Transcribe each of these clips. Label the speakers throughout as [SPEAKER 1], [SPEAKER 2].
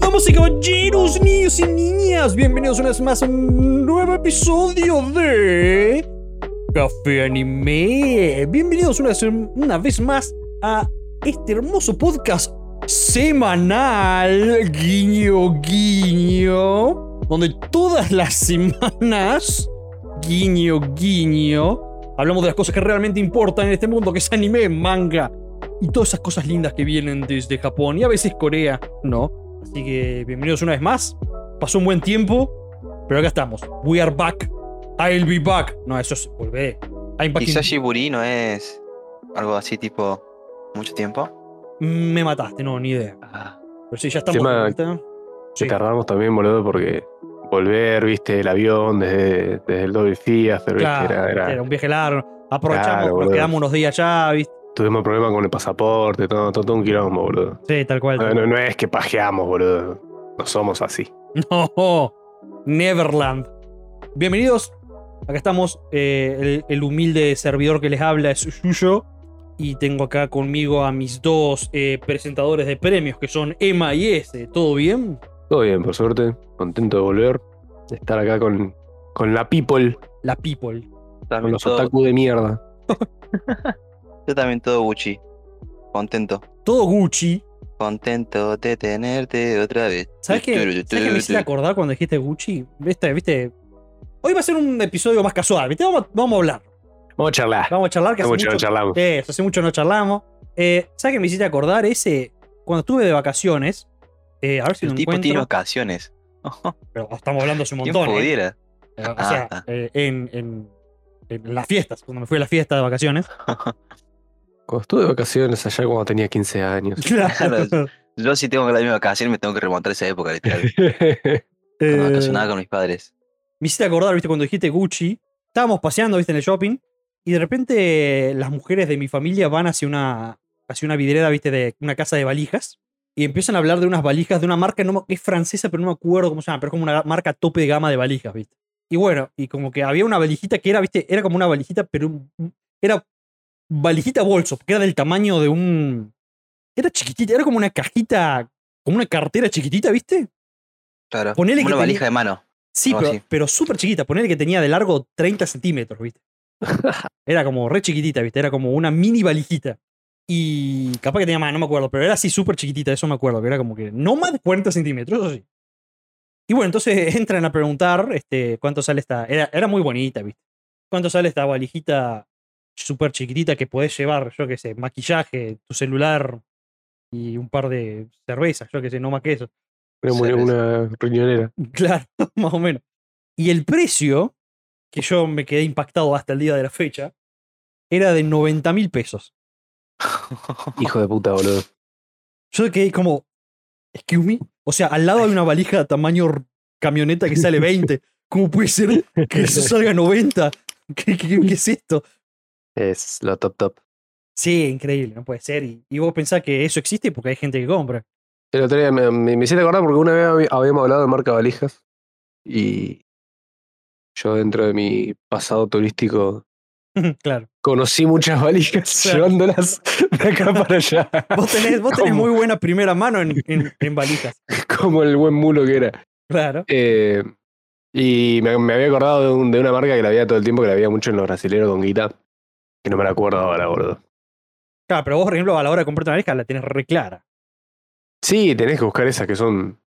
[SPEAKER 1] damas y caballeros, niños y niñas, bienvenidos una vez más a un nuevo episodio de Café Anime. Bienvenidos una vez, una vez más a este hermoso podcast semanal, guiño, guiño, donde todas las semanas, guiño, guiño, hablamos de las cosas que realmente importan en este mundo, que es anime, manga y todas esas cosas lindas que vienen desde Japón y a veces Corea, ¿no? Así que bienvenidos una vez más. Pasó un buen tiempo, pero acá estamos. We are back. I'll be back. No, eso es volver. I'm back in-
[SPEAKER 2] Quizás Shiburi no es algo así tipo mucho tiempo.
[SPEAKER 1] Me mataste, no, ni idea.
[SPEAKER 2] Ah,
[SPEAKER 1] Pero sí, ya estamos.
[SPEAKER 3] Encima-
[SPEAKER 1] de vuelta.
[SPEAKER 3] Que
[SPEAKER 1] Sí.
[SPEAKER 3] tardamos también, boludo, porque volver, viste, el avión desde, desde el doble Theater,
[SPEAKER 1] Claro,
[SPEAKER 3] viste, era, era-
[SPEAKER 1] era un viaje largo. Aprovechamos,
[SPEAKER 3] Claro,
[SPEAKER 1] nos
[SPEAKER 3] boludo.
[SPEAKER 1] quedamos unos días allá, ¿viste?
[SPEAKER 3] tuvimos problemas con el pasaporte, todo, todo, todo un quilombo, boludo.
[SPEAKER 1] Sí, tal cual.
[SPEAKER 3] No, no- no es que pajeamos, boludo. No somos así.
[SPEAKER 1] No, Neverland. Bienvenidos. Acá estamos. eh, el, el humilde servidor que les habla es Yuyo. Y tengo acá conmigo a mis dos eh, presentadores de premios, que son Emma y S. ¿Todo bien?
[SPEAKER 3] Todo bien, por suerte. Contento de volver. de estar acá con, con la people,
[SPEAKER 1] La People.
[SPEAKER 3] con
[SPEAKER 2] también
[SPEAKER 3] los
[SPEAKER 2] todo-
[SPEAKER 3] otaku de mierda.
[SPEAKER 2] yo también todo Gucci. Contento.
[SPEAKER 1] Todo Gucci.
[SPEAKER 2] Contento de tenerte otra vez.
[SPEAKER 1] ¿Sabes qué?
[SPEAKER 2] Turu,
[SPEAKER 1] ¿Sabes qué me
[SPEAKER 2] turu,
[SPEAKER 1] hiciste
[SPEAKER 2] turu.
[SPEAKER 1] acordar cuando dijiste Gucci? ¿Viste? ¿Viste? Hoy va a ser un episodio más casual, ¿viste? Vamos, a- vamos a hablar.
[SPEAKER 3] Vamos a charlar.
[SPEAKER 1] Vamos a charlar, que hace
[SPEAKER 3] Vamos a
[SPEAKER 1] mucho,
[SPEAKER 3] charlar, charlamos.
[SPEAKER 2] Pues
[SPEAKER 1] Eso, hace mucho no charlamos. Eh, ¿Sabes qué me hiciste acordar? Ese, cuando estuve de vacaciones, eh, a ver si
[SPEAKER 2] El
[SPEAKER 1] lo
[SPEAKER 2] tipo tiene
[SPEAKER 1] encuentro.
[SPEAKER 2] ocasiones.
[SPEAKER 1] Pero estamos hablando hace un
[SPEAKER 2] ¿Quién
[SPEAKER 1] montón. ¿eh?
[SPEAKER 2] pudiera?
[SPEAKER 1] Eh, O sea,
[SPEAKER 2] Ah.
[SPEAKER 1] eh, en, en- en las fiestas, cuando me fui a la fiesta de vacaciones.
[SPEAKER 3] Cuando estuve de vacaciones allá cuando tenía 15 años.
[SPEAKER 1] Claro.
[SPEAKER 2] Yo si tengo que la misma vacación me tengo que remontar a esa época, literal. Cuando
[SPEAKER 1] Eh,
[SPEAKER 2] vacacionaba con mis padres.
[SPEAKER 1] me hiciste acordar, viste, cuando dijiste Gucci, estábamos paseando, viste, en el shopping, y de repente eh, las mujeres de mi familia van hacia una, hacia una vidriera, viste, de una casa de valijas, y empiezan a hablar de unas valijas de una marca, no, me- es francesa, pero no me acuerdo cómo se llama, pero es como una marca tope de gama de valijas, viste. Y bueno, y como que había una valijita que era, viste, era como una valijita, pero un- era valijita bolso, que era del tamaño de un... Era chiquitita, era como una cajita, como una cartera chiquitita, viste.
[SPEAKER 2] Claro.
[SPEAKER 1] Ponele que
[SPEAKER 2] una
[SPEAKER 1] tenía-
[SPEAKER 2] valija de mano.
[SPEAKER 1] Sí,
[SPEAKER 2] Algo
[SPEAKER 1] pero,
[SPEAKER 2] así.
[SPEAKER 1] pero súper chiquita. Poner que tenía de largo 30 centímetros, ¿viste? Era como re chiquitita, ¿viste? Era como una mini valijita. Y capaz que tenía más, no me acuerdo, pero era así súper chiquitita, eso me acuerdo, que era como que no más de 40 centímetros, eso sí. Y bueno, entonces entran a preguntar este, cuánto sale esta. Era, era muy bonita, ¿viste? ¿Cuánto sale esta valijita súper chiquitita que podés llevar, yo qué sé, maquillaje, tu celular y un par de cervezas, yo qué sé, no más que eso?
[SPEAKER 3] Era muy- una riñonera.
[SPEAKER 1] Claro, más o menos. Y el precio, que yo me quedé impactado hasta el día de la fecha, era de 90 mil pesos.
[SPEAKER 3] Hijo de puta, boludo.
[SPEAKER 1] Yo quedé como, excuse me. O sea, al lado hay una valija de tamaño r- camioneta que sale 20. ¿Cómo puede ser que eso salga 90? ¿Qué, qué- qué es esto?
[SPEAKER 3] Es lo top top.
[SPEAKER 1] Sí, increíble, no puede ser. Y, y vos pensás que eso existe porque hay gente que compra.
[SPEAKER 3] El otro día me, me, me hiciste acordar porque una vez habi- habíamos hablado de marca valijas y yo dentro de mi pasado turístico
[SPEAKER 1] claro.
[SPEAKER 3] conocí muchas valijas
[SPEAKER 1] Claro.
[SPEAKER 3] llevándolas de acá para allá.
[SPEAKER 1] Vos tenés, vos tenés
[SPEAKER 3] Como-
[SPEAKER 1] muy buena primera mano en, en, en valijas.
[SPEAKER 3] Como el buen mulo que era.
[SPEAKER 1] Claro.
[SPEAKER 3] Eh, y me, me había acordado de, un- de una marca que la había todo el tiempo, que la había mucho en los brasileros con guita, que no me la acuerdo ahora, gordo.
[SPEAKER 1] Claro, Ah, pero vos, por ejemplo, a la hora de comprar una valija la tenés re clara.
[SPEAKER 3] Sí, tenés que buscar esas que son...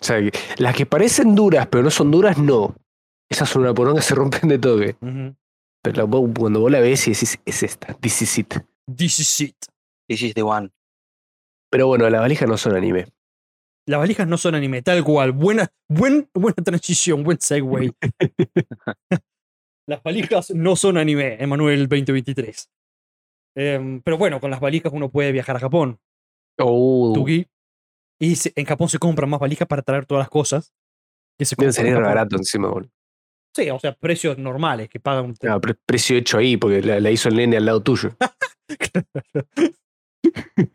[SPEAKER 3] O sea, que- las que parecen duras, pero no son duras, no. Esas son una poronga, se rompen de toque.
[SPEAKER 1] Ujú.
[SPEAKER 3] Pero la- vos- cuando vos la ves y decís, es esta, this is it.
[SPEAKER 1] This is it.
[SPEAKER 2] This is the one.
[SPEAKER 3] Pero bueno, las valijas no son anime.
[SPEAKER 1] Las valijas no son anime, tal cual. Buena, buen, buena transición, buen segue. las valijas no son anime, Emanuel 2023. Em, pero bueno, con las valijas uno puede viajar a Japón,
[SPEAKER 3] Oh,
[SPEAKER 1] Tugi. Y se- en Japón se compran más valijas para traer todas las cosas. Que se compran
[SPEAKER 3] deben
[SPEAKER 1] en
[SPEAKER 3] salir
[SPEAKER 1] Japón.
[SPEAKER 3] barato encima, boludo.
[SPEAKER 1] Sí, o sea, precios normales que pagan. un-
[SPEAKER 3] Ah, pre- precio hecho ahí, porque la, la hizo el nene al lado tuyo.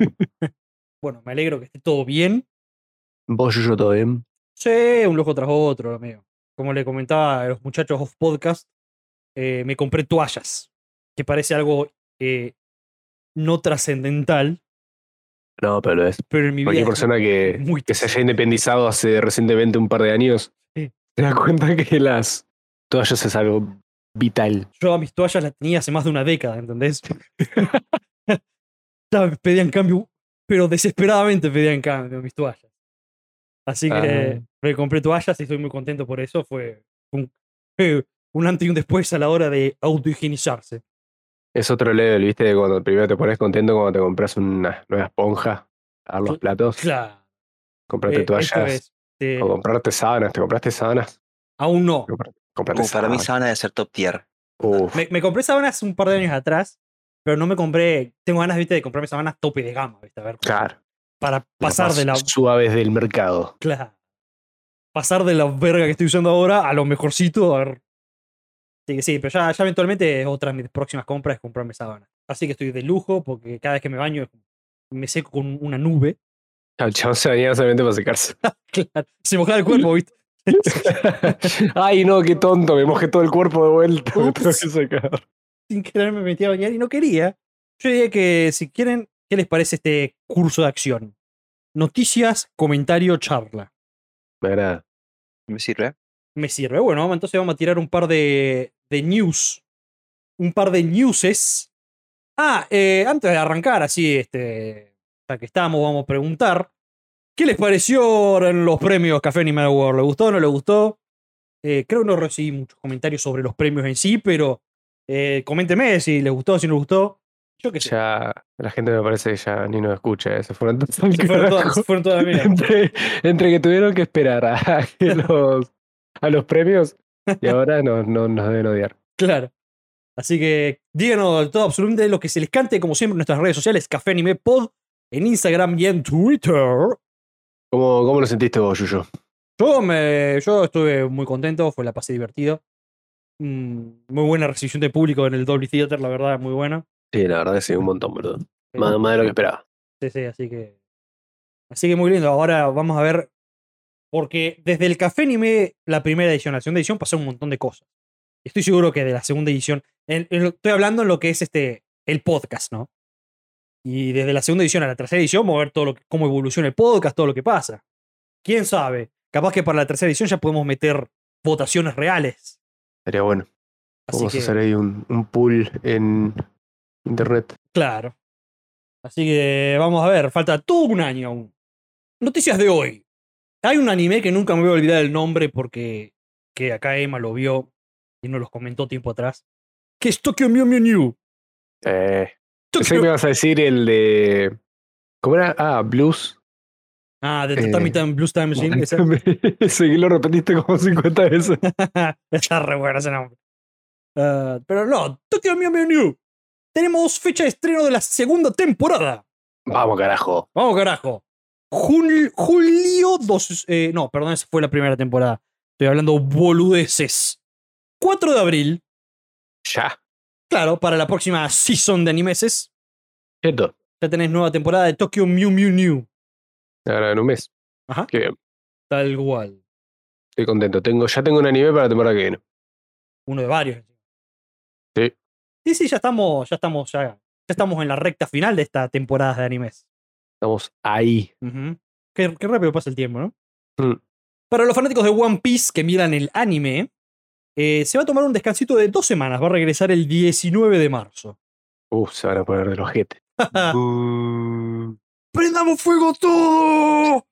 [SPEAKER 1] Bueno, me alegro que esté todo bien.
[SPEAKER 3] Vos, yo, todo bien.
[SPEAKER 1] Sí, un loco tras otro, amigo. Como le comentaba a los muchachos off podcast, eh, me compré toallas, que parece algo eh, no trascendental,
[SPEAKER 3] No, pero lo es.
[SPEAKER 1] Pero en mi vida.
[SPEAKER 3] Cualquier persona que,
[SPEAKER 1] muy
[SPEAKER 3] que se haya independizado hace recientemente un par de años
[SPEAKER 1] Sí.
[SPEAKER 3] se da cuenta que las toallas es algo vital.
[SPEAKER 1] Yo a mis toallas las tenía hace más de una década, ¿entendés? Ya pedían cambio, pero desesperadamente pedían cambio mis toallas. Así que
[SPEAKER 3] Ah.
[SPEAKER 1] me compré toallas y estoy muy contento por eso. Fue un, fue un antes y un después a la hora de autohigienizarse.
[SPEAKER 3] Es otro level, ¿viste? De cuando primero te pones contento cuando te compras una nueva esponja a los
[SPEAKER 1] Cl-
[SPEAKER 3] platos,
[SPEAKER 1] Claro.
[SPEAKER 3] comprarte
[SPEAKER 1] eh, esto
[SPEAKER 3] toallas,
[SPEAKER 1] es, eh,
[SPEAKER 3] o comprarte sábanas, te compraste sábanas,
[SPEAKER 1] aún no.
[SPEAKER 3] comprate
[SPEAKER 2] Como para mí,
[SPEAKER 3] sábanas.
[SPEAKER 2] sana de ser top tier.
[SPEAKER 3] Uf,
[SPEAKER 1] Me, me compré sábanas un par de años atrás, pero no me compré. Tengo ganas, viste, de comprarme sábanas tope de gama, viste, a ver.
[SPEAKER 3] claro,
[SPEAKER 1] Para
[SPEAKER 3] las
[SPEAKER 1] pasar
[SPEAKER 3] más
[SPEAKER 1] de la.
[SPEAKER 3] suaves del mercado.
[SPEAKER 1] Claro. Pasar de la verga que estoy usando ahora a lo mejorcito. A ver. Sí, sí, pero ya, ya eventualmente otra de mis próximas compras es comprarme sábana. Así que estoy de lujo porque cada vez que me baño me seco con una nube.
[SPEAKER 3] El chabón se bañaba solamente para secarse.
[SPEAKER 1] Claro, se moja el cuerpo, ¿viste?
[SPEAKER 3] Ay, no, qué tonto, me mojé todo el cuerpo de vuelta. me tengo que
[SPEAKER 1] Ups.
[SPEAKER 3] sacar.
[SPEAKER 1] Sin querer me metí a bañar y no quería. Yo diría que si quieren, ¿qué les parece este curso de acción? Noticias, comentario, charla.
[SPEAKER 3] Me agrada.
[SPEAKER 2] ¿Me sirve?
[SPEAKER 1] Me sirve. Bueno, vamos- entonces vamos a tirar un par de, de news. Un par de newses. Ah, eh, antes de arrancar, así, este, ya que estamos, vamos a preguntar. ¿Qué les pareció en los premios Café Animal World? ¿Le gustó o no le gustó? Eh, creo que no recibí muchos comentarios sobre los premios en sí, pero eh, coméntenme si les gustó, si no les gustó. Yo qué sé.
[SPEAKER 3] Ya, la gente me parece que ya ni nos escucha, eh, se fueron todos al
[SPEAKER 1] Se fueron todas,
[SPEAKER 3] carajo.
[SPEAKER 1] se fueron todas las minas.
[SPEAKER 3] entre, entre que tuvieron que esperar a, que los, a los premios y ahora no, no, nos deben odiar.
[SPEAKER 1] Claro. Así que díganos todo absolutamente lo que se les cante, como siempre, en nuestras redes sociales, Café Anime Pod, en Instagram y en Twitter.
[SPEAKER 3] ¿Cómo, cómo lo sentiste vos, Yuyo?
[SPEAKER 1] Yo, me, yo estuve muy contento, fue la pasé divertido. Mm, muy buena recepción de público en el Dolby Theater, la verdad, muy buena.
[SPEAKER 3] Sí, la verdad que sí, un montón, boludo.
[SPEAKER 1] Eh,
[SPEAKER 3] Más, más de lo que esperaba.
[SPEAKER 1] Sí, sí, así que. Así que muy lindo. Ahora vamos a ver. Porque desde el Café Anime, la primera edición, la segunda edición, pasó un montón de cosas. Estoy seguro que de la segunda edición. en- en lo- estoy hablando en lo que es este. el podcast, ¿no? Y desde la segunda edición a la tercera edición, vamos a ver todo lo que- cómo evoluciona el podcast, todo lo que pasa. Quién sabe. Capaz que para la tercera edición ya podemos meter votaciones reales.
[SPEAKER 3] Sería bueno.
[SPEAKER 1] Así
[SPEAKER 3] Vamos a
[SPEAKER 1] que,
[SPEAKER 3] hacer ahí un, un pool en internet.
[SPEAKER 1] claro. Así que vamos a ver, falta todo un año aún. Noticias de hoy. Hay un anime que nunca me voy a olvidar el nombre porque que acá Emma lo vio y nos los comentó tiempo atrás. Que es Tokyo Mew Mew New.
[SPEAKER 3] Eh, pensé que me ibas a decir el de. ¿Cómo era? Ah, blues.
[SPEAKER 1] Ah, de Tatami
[SPEAKER 3] Eh,
[SPEAKER 1] Time Blues ¿eh? Time Machine. esa-
[SPEAKER 3] Seguí lo repetiste como 50 veces.
[SPEAKER 1] Está re bueno ese nombre. Ah, pero no, Tokyo Mew Mew New. Tenemos fecha de estreno de la segunda temporada.
[SPEAKER 3] Vamos, carajo.
[SPEAKER 1] Vamos, carajo. Jul- julio 2. eh, no, perdón, esa fue la primera temporada. Estoy hablando boludeces. 4 de abril,
[SPEAKER 3] Ya.
[SPEAKER 1] claro, para la próxima season de animeses.
[SPEAKER 3] Cierto.
[SPEAKER 1] Ya tenés nueva temporada de Tokyo Mew Mew New.
[SPEAKER 3] Ahora en un mes.
[SPEAKER 1] Ajá.
[SPEAKER 3] Qué bien.
[SPEAKER 1] Tal cual.
[SPEAKER 3] Estoy contento. Tengo, ya tengo un anime para la temporada que viene.
[SPEAKER 1] Uno de varios.
[SPEAKER 3] Sí.
[SPEAKER 1] Sí, sí, ya estamos, ya estamos, ya, ya estamos en la recta final de esta temporada de animes.
[SPEAKER 3] Estamos ahí.
[SPEAKER 1] Ujú. Qué, qué rápido pasa el tiempo, ¿no?
[SPEAKER 3] Mm.
[SPEAKER 1] Para los fanáticos de One Piece que miran el anime, eh, se va a tomar un descansito de dos semanas. Va a regresar el 19 de marzo.
[SPEAKER 3] Uh, se van a poner de los jetes.
[SPEAKER 1] eh. ¡Prendamos fuego todo!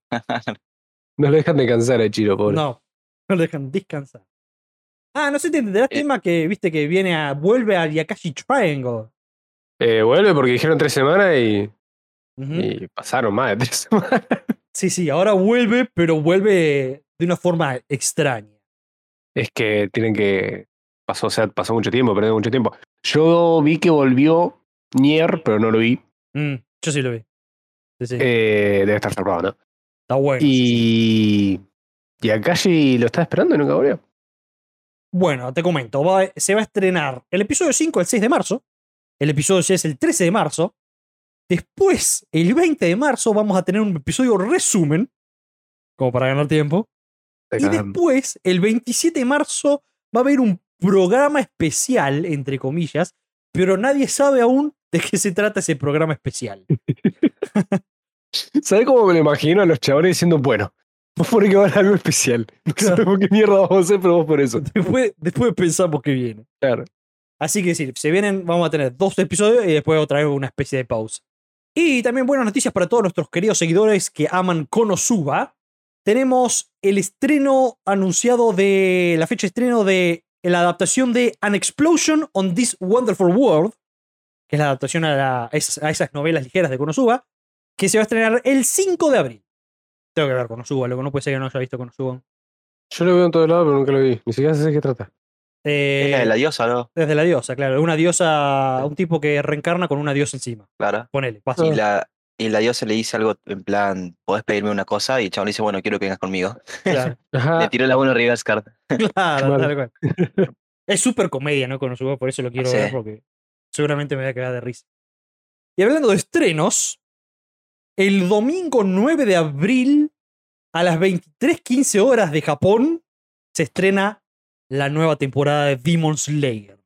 [SPEAKER 3] No lo dejan de cansar a Chiro, pobre.
[SPEAKER 1] No, no lo dejan descansar. Ah, no sé si te enterás,
[SPEAKER 2] Eh.
[SPEAKER 1] tema que viste que viene a. vuelve a Yakashi Triangle.
[SPEAKER 3] Eh, vuelve porque dijeron tres semanas y,
[SPEAKER 1] Ujú.
[SPEAKER 3] y pasaron más de tres semanas.
[SPEAKER 1] Sí, sí, ahora vuelve, pero vuelve de una forma extraña.
[SPEAKER 3] Es que tienen que. Pasó, o sea, pasó mucho tiempo, perdieron mucho tiempo. Yo vi que volvió Nier, pero no lo vi.
[SPEAKER 1] Mm, yo sí lo vi. Sí, sí,
[SPEAKER 3] Eh, debe estar salvado, ¿no?
[SPEAKER 1] está bueno.
[SPEAKER 3] Y. Y Akashi lo estaba esperando y nunca volvió.
[SPEAKER 1] Bueno, te comento, va- se va a estrenar el episodio 5 el 6 de marzo, el episodio 6 el 13 de marzo, después el 20 de marzo vamos a tener un episodio resumen, como para ganar tiempo, y después el 27 de marzo va a haber un programa especial, entre comillas, pero nadie sabe aún de qué se trata ese programa especial.
[SPEAKER 3] ¿Sabés cómo me lo imagino a los chabones diciendo, bueno, vos por que van a algo especial? No sé por qué mierda vamos a hacer, pero vos por eso.
[SPEAKER 1] Después, después pensamos que viene.
[SPEAKER 3] Claro.
[SPEAKER 1] Así que sí, se vienen, vamos a tener dos episodios y después otra vez una especie de pausa. Y también buenas noticias para todos nuestros queridos seguidores que aman Konosuba. Tenemos el estreno anunciado de la fecha de estreno de la adaptación de An Explosion on This Wonderful World, que es la adaptación a, la- a esas, a esas novelas ligeras de Konosuba, que se va a estrenar el 5 de abril. Tengo que ver Konosuba, loco, no puede ser que no haya visto Konosuba.
[SPEAKER 3] Yo lo veo en todos lados, pero nunca lo vi. Ni siquiera sé de qué trata.
[SPEAKER 1] Eh,
[SPEAKER 2] Es la de la diosa, ¿no?
[SPEAKER 1] Desde la diosa, claro. Una diosa, un tipo que reencarna con una diosa encima.
[SPEAKER 2] Claro.
[SPEAKER 1] Ponele,
[SPEAKER 2] Y
[SPEAKER 3] Ah.
[SPEAKER 1] fácil.
[SPEAKER 2] la, y la diosa le dice algo en plan, podés pedirme una cosa, y el chabón le dice, bueno, quiero que vengas conmigo.
[SPEAKER 1] Claro,
[SPEAKER 3] Ajá.
[SPEAKER 2] Le tiró la buena reverse card.
[SPEAKER 1] claro,
[SPEAKER 3] Mal.
[SPEAKER 1] tal cual. Es súper comedia, ¿no? Konosuba, por eso lo quiero
[SPEAKER 2] Sí.
[SPEAKER 1] ver porque seguramente me voy a quedar de risa. Y hablando de estrenos, el domingo 9 de abril a las 23.15 horas de Japón se estrena la nueva temporada de Demon Slayer.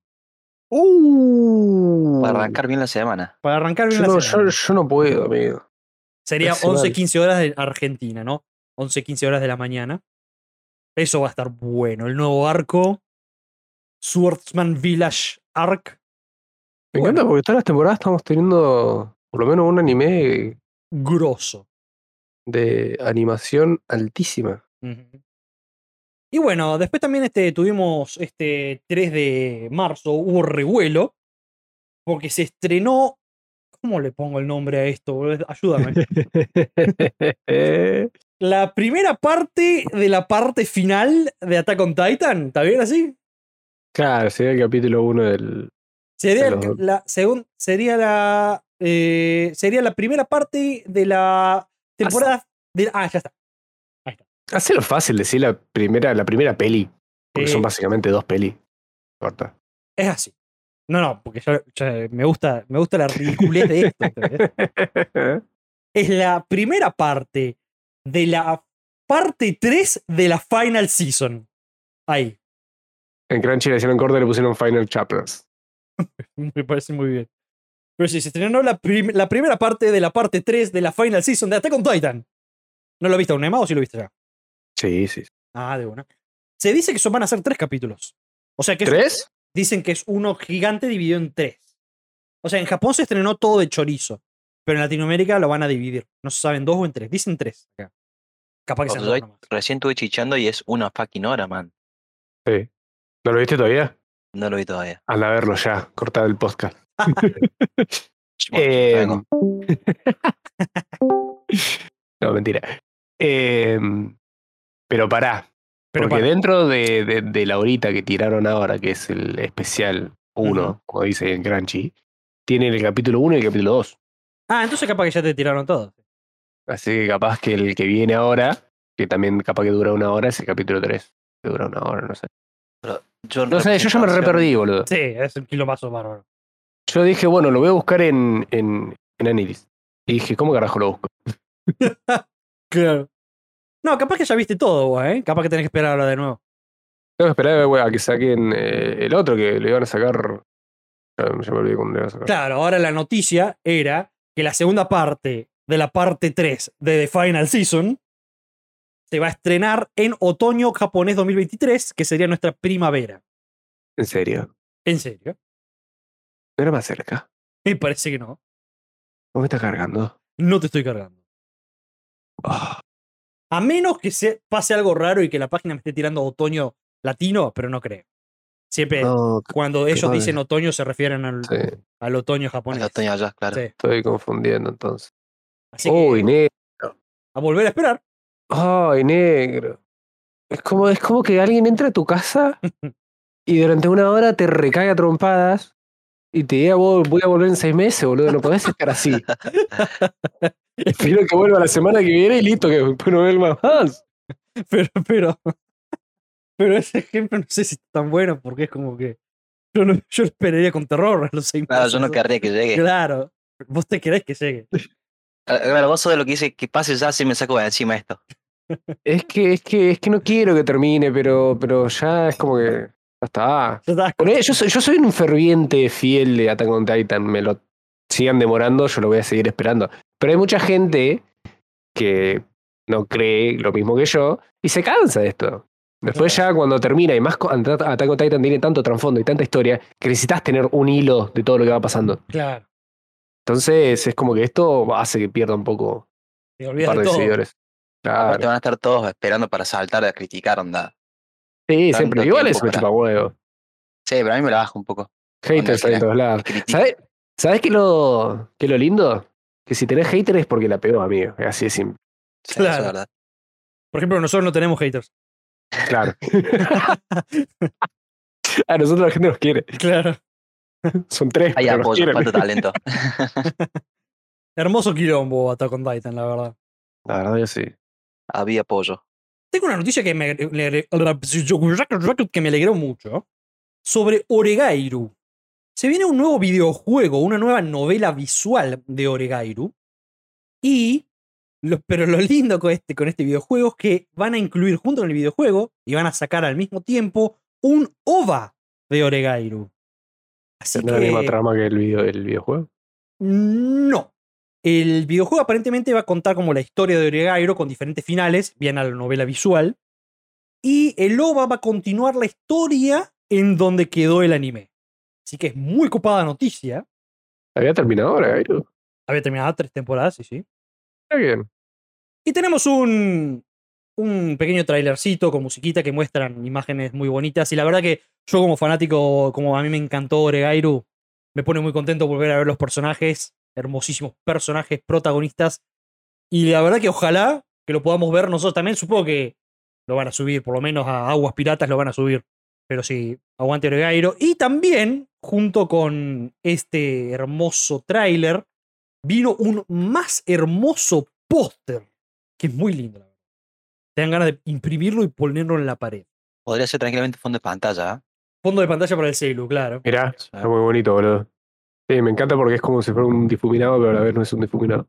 [SPEAKER 3] Uh.
[SPEAKER 2] Para arrancar bien la semana.
[SPEAKER 1] Para arrancar bien
[SPEAKER 3] Yo
[SPEAKER 1] la
[SPEAKER 3] no,
[SPEAKER 1] semana.
[SPEAKER 3] yo, yo no puedo, amigo.
[SPEAKER 1] Sería
[SPEAKER 3] Nacional.
[SPEAKER 1] 11, 15 horas de Argentina, ¿no? 11, 15 horas de la mañana. Eso va a estar bueno. El nuevo arco. Swordsman Village Arc.
[SPEAKER 3] Me
[SPEAKER 1] Bueno.
[SPEAKER 3] encanta porque todas las temporadas estamos teniendo por lo menos un anime
[SPEAKER 1] Grosso.
[SPEAKER 3] de animación altísima.
[SPEAKER 1] Ujú. Y bueno, después también este, tuvimos este 3 de marzo, hubo revuelo. Porque se estrenó. ¿Cómo le pongo el nombre a esto? boludo? Ayúdame. la primera parte de la parte final de Attack on Titan. ¿Está bien así?
[SPEAKER 3] claro, sería el capítulo 1 del.
[SPEAKER 1] Sería,
[SPEAKER 3] Pero-
[SPEAKER 1] el- la, segun- sería, la, eh, sería la primera parte de la temporada. de- ah, ya está.
[SPEAKER 3] Hacelo fácil decir la primera, la primera peli. Porque
[SPEAKER 1] Eh,
[SPEAKER 3] son básicamente dos pelis. Corta.
[SPEAKER 1] Es así. No, no, porque ya, ya me, gusta, me gusta la ridiculez de esto. ¿entendés? es la primera parte de la parte 3 de la final season. Ahí.
[SPEAKER 3] en Crunchy le hicieron corte y le pusieron Final Chapters.
[SPEAKER 1] Me parece muy bien. Pero sí, se estrenó la, prim- la primera parte de la parte 3 de la final season de Attack on Titan. ¿No lo viste, Unema, o sí lo viste ya?
[SPEAKER 3] Sí, sí.
[SPEAKER 1] Ah, de una. Se dice que son, van a ser tres capítulos. O sea que es-
[SPEAKER 3] ¿Tres?
[SPEAKER 1] dicen que es uno gigante dividido en tres. O sea, en Japón se estrenó todo de chorizo. Pero en Latinoamérica lo van a dividir. No se saben dos o en tres. Dicen tres acá. Capaz que sean dos
[SPEAKER 2] Estoy-
[SPEAKER 1] nomás.
[SPEAKER 2] Recién estuve chichando y es una fucking hora, man.
[SPEAKER 3] Sí. ¿No lo viste todavía?
[SPEAKER 2] No lo vi todavía.
[SPEAKER 3] Anda a verlo ya. Corta el podcast.
[SPEAKER 2] Bueno,
[SPEAKER 3] Eh,
[SPEAKER 2] vengo.
[SPEAKER 3] no, mentira. Em, pero pará.
[SPEAKER 1] Pero
[SPEAKER 3] porque
[SPEAKER 1] para-
[SPEAKER 3] dentro de, de- de la horita que tiraron ahora, que es el especial 1,
[SPEAKER 1] Ujú.
[SPEAKER 3] como dice en Crunchy, tienen el capítulo 1 y el capítulo 2.
[SPEAKER 1] Ah, entonces capaz que ya te tiraron todo.
[SPEAKER 3] Así que capaz que el que viene ahora, que también capaz que dura una hora, es el capítulo 3. Que dura una hora, no sé.
[SPEAKER 2] Yo
[SPEAKER 3] No sé, yo ya me re
[SPEAKER 2] representación-
[SPEAKER 3] perdí, boludo.
[SPEAKER 1] Sí, es un kilomazo bárbaro.
[SPEAKER 3] Yo dije, bueno, lo voy a buscar en, en, en Anilis. Y dije, ¿cómo carajo lo busco?
[SPEAKER 1] Claro. No, capaz que ya viste todo vos, ¿eh? Capaz que tenés que esperar ahora de nuevo.
[SPEAKER 3] Tengo que esperar güey, a que saquen eh, el otro que le iban a sacar. Ya, ya me olvidé cuándo le iban a sacar.
[SPEAKER 1] Claro, ahora la noticia era que la segunda parte de la parte 3 de The Final Season se va a estrenar en otoño japonés 2023, que sería nuestra primavera.
[SPEAKER 3] En serio.
[SPEAKER 1] ¿En serio?
[SPEAKER 3] No era más cerca.
[SPEAKER 1] Me parece que no.
[SPEAKER 3] ¿Cómo me está cargando?
[SPEAKER 1] No te estoy cargando.
[SPEAKER 3] Ah,
[SPEAKER 1] A menos que se pase algo raro y que la página me esté tirando otoño latino, pero no creo. Siempre
[SPEAKER 3] no,
[SPEAKER 1] cuando ellos
[SPEAKER 3] mal.
[SPEAKER 1] dicen otoño se refieren al,
[SPEAKER 3] sí,
[SPEAKER 1] al otoño
[SPEAKER 2] Al
[SPEAKER 1] japonés.
[SPEAKER 2] otoño allá, claro.
[SPEAKER 1] Sí.
[SPEAKER 3] estoy confundiendo entonces.
[SPEAKER 1] Así que
[SPEAKER 3] Uy, negro.
[SPEAKER 1] a volver a esperar.
[SPEAKER 3] Ay, negro. Es como, es como que alguien entra a tu casa y durante una hora te recaga a trompadas y te diga, "Vos, voy a volver en seis meses, boludo. No podés estar así. Espero que vuelva la semana que viene y listo, que después no vuelva más.
[SPEAKER 1] Pero, pero, pero ese ejemplo no sé si es tan bueno porque es como que yo, no, yo esperaría con terror a los seis
[SPEAKER 2] Claro,
[SPEAKER 1] meses.
[SPEAKER 2] Ah, yo no querría que llegue.
[SPEAKER 1] Claro, vos te querés que llegue.
[SPEAKER 2] Ah, Claro, vos sos de lo que dice que pase ya si me saco de encima esto.
[SPEAKER 3] Es que, es que, es que no quiero que termine, pero, pero ya es como que. Ya está.
[SPEAKER 1] Ya está.
[SPEAKER 3] Poné- yo, soy, yo soy un ferviente fiel de Attack on Titan. Me lo sigan demorando, yo lo voy a seguir esperando. Pero hay mucha gente que no cree lo mismo que yo y se cansa de esto. Después ya cuando termina y más co- At- Attack on Titan tiene tanto trasfondo y tanta historia que necesitas tener un hilo de todo lo que va pasando.
[SPEAKER 1] Claro.
[SPEAKER 3] Entonces es como que esto hace que pierda un poco
[SPEAKER 1] Te
[SPEAKER 3] un
[SPEAKER 1] olvidas
[SPEAKER 3] par
[SPEAKER 1] de
[SPEAKER 3] de
[SPEAKER 1] todo.
[SPEAKER 3] seguidores. Claro.
[SPEAKER 2] Aparte van a estar todos esperando para saltar a criticar, onda.
[SPEAKER 3] Sí,
[SPEAKER 2] tanto
[SPEAKER 3] siempre. Igual
[SPEAKER 2] tiempo
[SPEAKER 3] es me
[SPEAKER 2] para-
[SPEAKER 3] chupa huevo.
[SPEAKER 2] Sí, pero a mí me la bajo un poco.
[SPEAKER 3] Haters hay en
[SPEAKER 2] quieras.
[SPEAKER 3] todos lados.
[SPEAKER 2] Critica.
[SPEAKER 3] ¿Sabes, ¿Sabes qué lo, qué lo lindo? Que si tenés haters es porque la pegó, amigo. Así es simple.
[SPEAKER 2] Sí, eso es
[SPEAKER 1] Claro.
[SPEAKER 2] verdad.
[SPEAKER 1] Por ejemplo, nosotros no tenemos haters.
[SPEAKER 3] Claro. A nosotros la gente nos quiere.
[SPEAKER 1] Claro.
[SPEAKER 3] Son tres.
[SPEAKER 2] Hay
[SPEAKER 3] pero nos
[SPEAKER 2] apoyo,
[SPEAKER 3] quieren.
[SPEAKER 2] falta talento.
[SPEAKER 1] Hermoso quilombo Attack on Titan, la verdad.
[SPEAKER 3] La verdad, yo sí.
[SPEAKER 2] Había apoyo.
[SPEAKER 1] Tengo una noticia que me, le- le- que me alegró mucho. Sobre Oregairu. Se viene un nuevo videojuego, una nueva novela visual de Oregairu. Y. lo- pero lo lindo con este, con este videojuego es que van a incluir junto con el videojuego y van a sacar al mismo tiempo un OVA de Oregairu. Así
[SPEAKER 3] ¿Tendrá la misma
[SPEAKER 1] que-
[SPEAKER 3] trama que el, video, el videojuego?
[SPEAKER 1] No. El videojuego aparentemente va a contar como la historia de Oregairo con diferentes finales, bien a la novela visual. Y el OVA va a continuar la historia en donde quedó el anime. Así que es muy copada noticia.
[SPEAKER 3] ¿Había terminado ahora, Gairo?
[SPEAKER 1] Había terminado tres temporadas, sí, sí.
[SPEAKER 3] Está bien.
[SPEAKER 1] Y tenemos un, un pequeño trailercito con musiquita que muestran imágenes muy bonitas. Y la verdad que yo como fanático, como a mí me encantó Oregairu, me pone muy contento volver a ver los personajes, hermosísimos personajes, protagonistas. Y la verdad que ojalá que lo podamos ver nosotros también. Supongo que lo van a subir, por lo menos a Aguas Piratas lo van a subir. Pero sí, aguante Oregairo. Y también, junto con este hermoso tráiler, vino un más hermoso póster, que es muy lindo, la verdad. Te dan ganas de imprimirlo y ponerlo en la pared.
[SPEAKER 2] Podría ser tranquilamente fondo de pantalla. ¿eh?
[SPEAKER 1] Fondo de pantalla para el celu, claro.
[SPEAKER 3] Mirá,
[SPEAKER 2] Sí.
[SPEAKER 3] está muy bonito, boludo. Sí, me encanta porque es como si fuera un difuminado, pero a la vez no es un difuminado.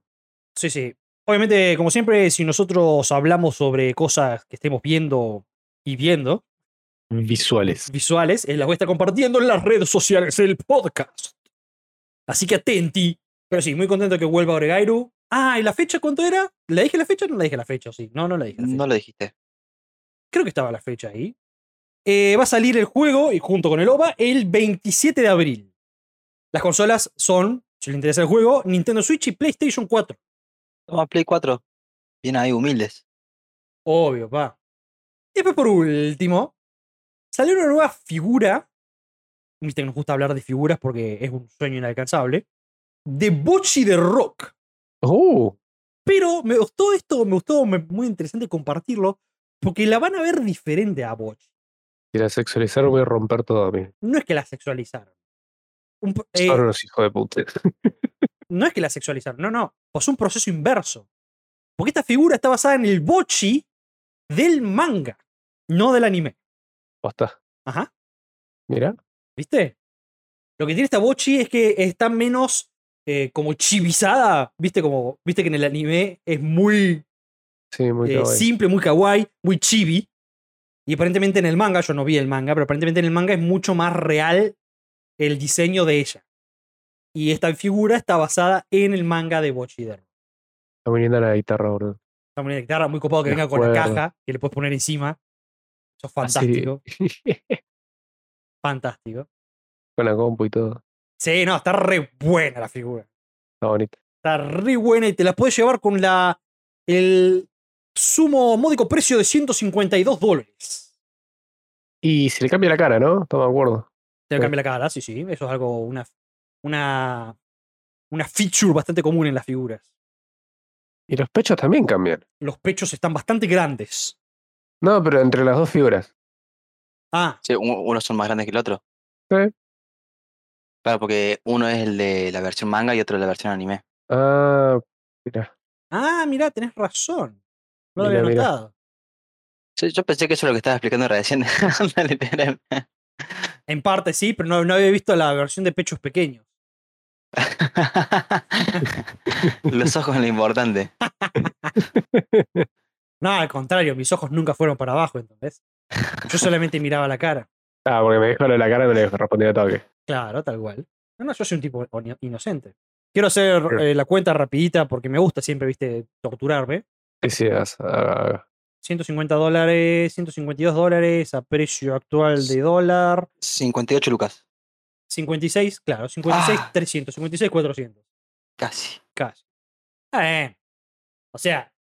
[SPEAKER 1] Sí, sí. Obviamente, como siempre, si nosotros hablamos sobre cosas que estemos viendo y viendo,
[SPEAKER 3] Visuales.
[SPEAKER 1] visuales, eh, las voy a estar compartiendo en las redes sociales, el podcast. Así que atenti. Pero sí, muy contento que vuelva Oregairu. Ah, ¿y la fecha cuánto era? ¿La dije la fecha? No la dije la fecha, sí. No, no la dije la fecha.
[SPEAKER 2] No lo dijiste.
[SPEAKER 1] creo que estaba la fecha ahí. Eh, va a salir el juego, y junto con el OVA, el 27 de abril. Las consolas son, si le interesa el juego, Nintendo Switch y PlayStation 4.
[SPEAKER 2] Toma Play 4. Bien ahí, humildes.
[SPEAKER 1] Obvio, pa. Y después, por último, salió una nueva figura. Viste que nos gusta hablar de figuras porque es un sueño inalcanzable. De Bochi de Rock.
[SPEAKER 3] ¡Oh!
[SPEAKER 1] Pero me gustó esto, me gustó, me- muy interesante compartirlo, porque la van a ver diferente a Bochi.
[SPEAKER 3] Si la sexualizaron, voy a romper todo a mí.
[SPEAKER 1] No es que la sexualizaron. Un po- eh,
[SPEAKER 3] Son unos hijos de puta.
[SPEAKER 1] no es que la sexualizaron, no, no. Pasó un proceso inverso. Porque esta figura está basada en el bochi del manga, no del anime.
[SPEAKER 3] Posta.
[SPEAKER 1] Ajá,
[SPEAKER 3] Mirá.
[SPEAKER 1] ¿viste? Lo que tiene esta bochi es que está menos eh, como chivizada, ¿viste? Como, ¿viste que en el anime es muy
[SPEAKER 3] Sí, muy
[SPEAKER 1] eh,
[SPEAKER 3] kawaii.
[SPEAKER 1] simple, muy kawaii, muy chibi. Y aparentemente en el manga, yo no vi el manga, pero aparentemente en el manga es mucho más real el diseño de ella. Y esta figura está basada en el manga de Bochi de Rock.
[SPEAKER 3] Está muy linda la guitarra, boludo.
[SPEAKER 1] Está muy bien la guitarra, muy copado que
[SPEAKER 3] De
[SPEAKER 1] venga con la
[SPEAKER 3] acuerdo. Ah,
[SPEAKER 1] caja, que le puedes poner encima. Eso es
[SPEAKER 3] Así-
[SPEAKER 1] fantástico, fantástico.
[SPEAKER 3] Con la compu y todo.
[SPEAKER 1] Sí, no, está re buena la figura.
[SPEAKER 3] Está bonita.
[SPEAKER 1] Está re buena y te la puedes llevar con la el sumo módico precio de 152 dólares.
[SPEAKER 3] Y se le cambia la cara, ¿no? Toma acuerdo.
[SPEAKER 1] Te
[SPEAKER 3] Sí.
[SPEAKER 1] cambia la cara, sí, sí. Eso es algo, una, una, una feature bastante común en las figuras.
[SPEAKER 3] Y los pechos también cambian.
[SPEAKER 1] Los pechos están bastante grandes.
[SPEAKER 3] No, pero entre las dos figuras.
[SPEAKER 1] Ah,
[SPEAKER 2] Sí, u- unos son más grandes que el otro.
[SPEAKER 3] Sí.
[SPEAKER 2] Claro, porque uno es el de la versión manga y otro de la versión anime.
[SPEAKER 3] Ah, mira.
[SPEAKER 1] ah, mirá, tenés razón. No lo
[SPEAKER 3] Mirá,
[SPEAKER 1] había
[SPEAKER 3] mirá.
[SPEAKER 1] notado.
[SPEAKER 2] Sí, Yo pensé que eso es lo que estaba explicando recién. Literal.
[SPEAKER 1] En parte sí, pero no, no había visto la versión de pechos pequeños.
[SPEAKER 2] Los ojos es lo importante.
[SPEAKER 1] No, al contrario, mis ojos nunca fueron para abajo, ¿entendés? Yo solamente miraba la cara.
[SPEAKER 3] Ah, porque me dijo lo de la cara y me lo respondió a toque.
[SPEAKER 1] Claro, tal cual. No, no, yo soy un tipo oni- inocente. Quiero hacer
[SPEAKER 3] Claro.
[SPEAKER 1] eh, la cuenta rapidita porque me gusta siempre, viste, torturarme.
[SPEAKER 3] Sí, sí, as- ah,
[SPEAKER 1] 150 dólares, 152 dólares a precio actual de dólar.
[SPEAKER 2] 58 lucas.
[SPEAKER 1] 56, claro, 56,
[SPEAKER 2] Ah.
[SPEAKER 1] 300, 56, 400.
[SPEAKER 2] Casi.
[SPEAKER 1] Casi. Está bien. O sea,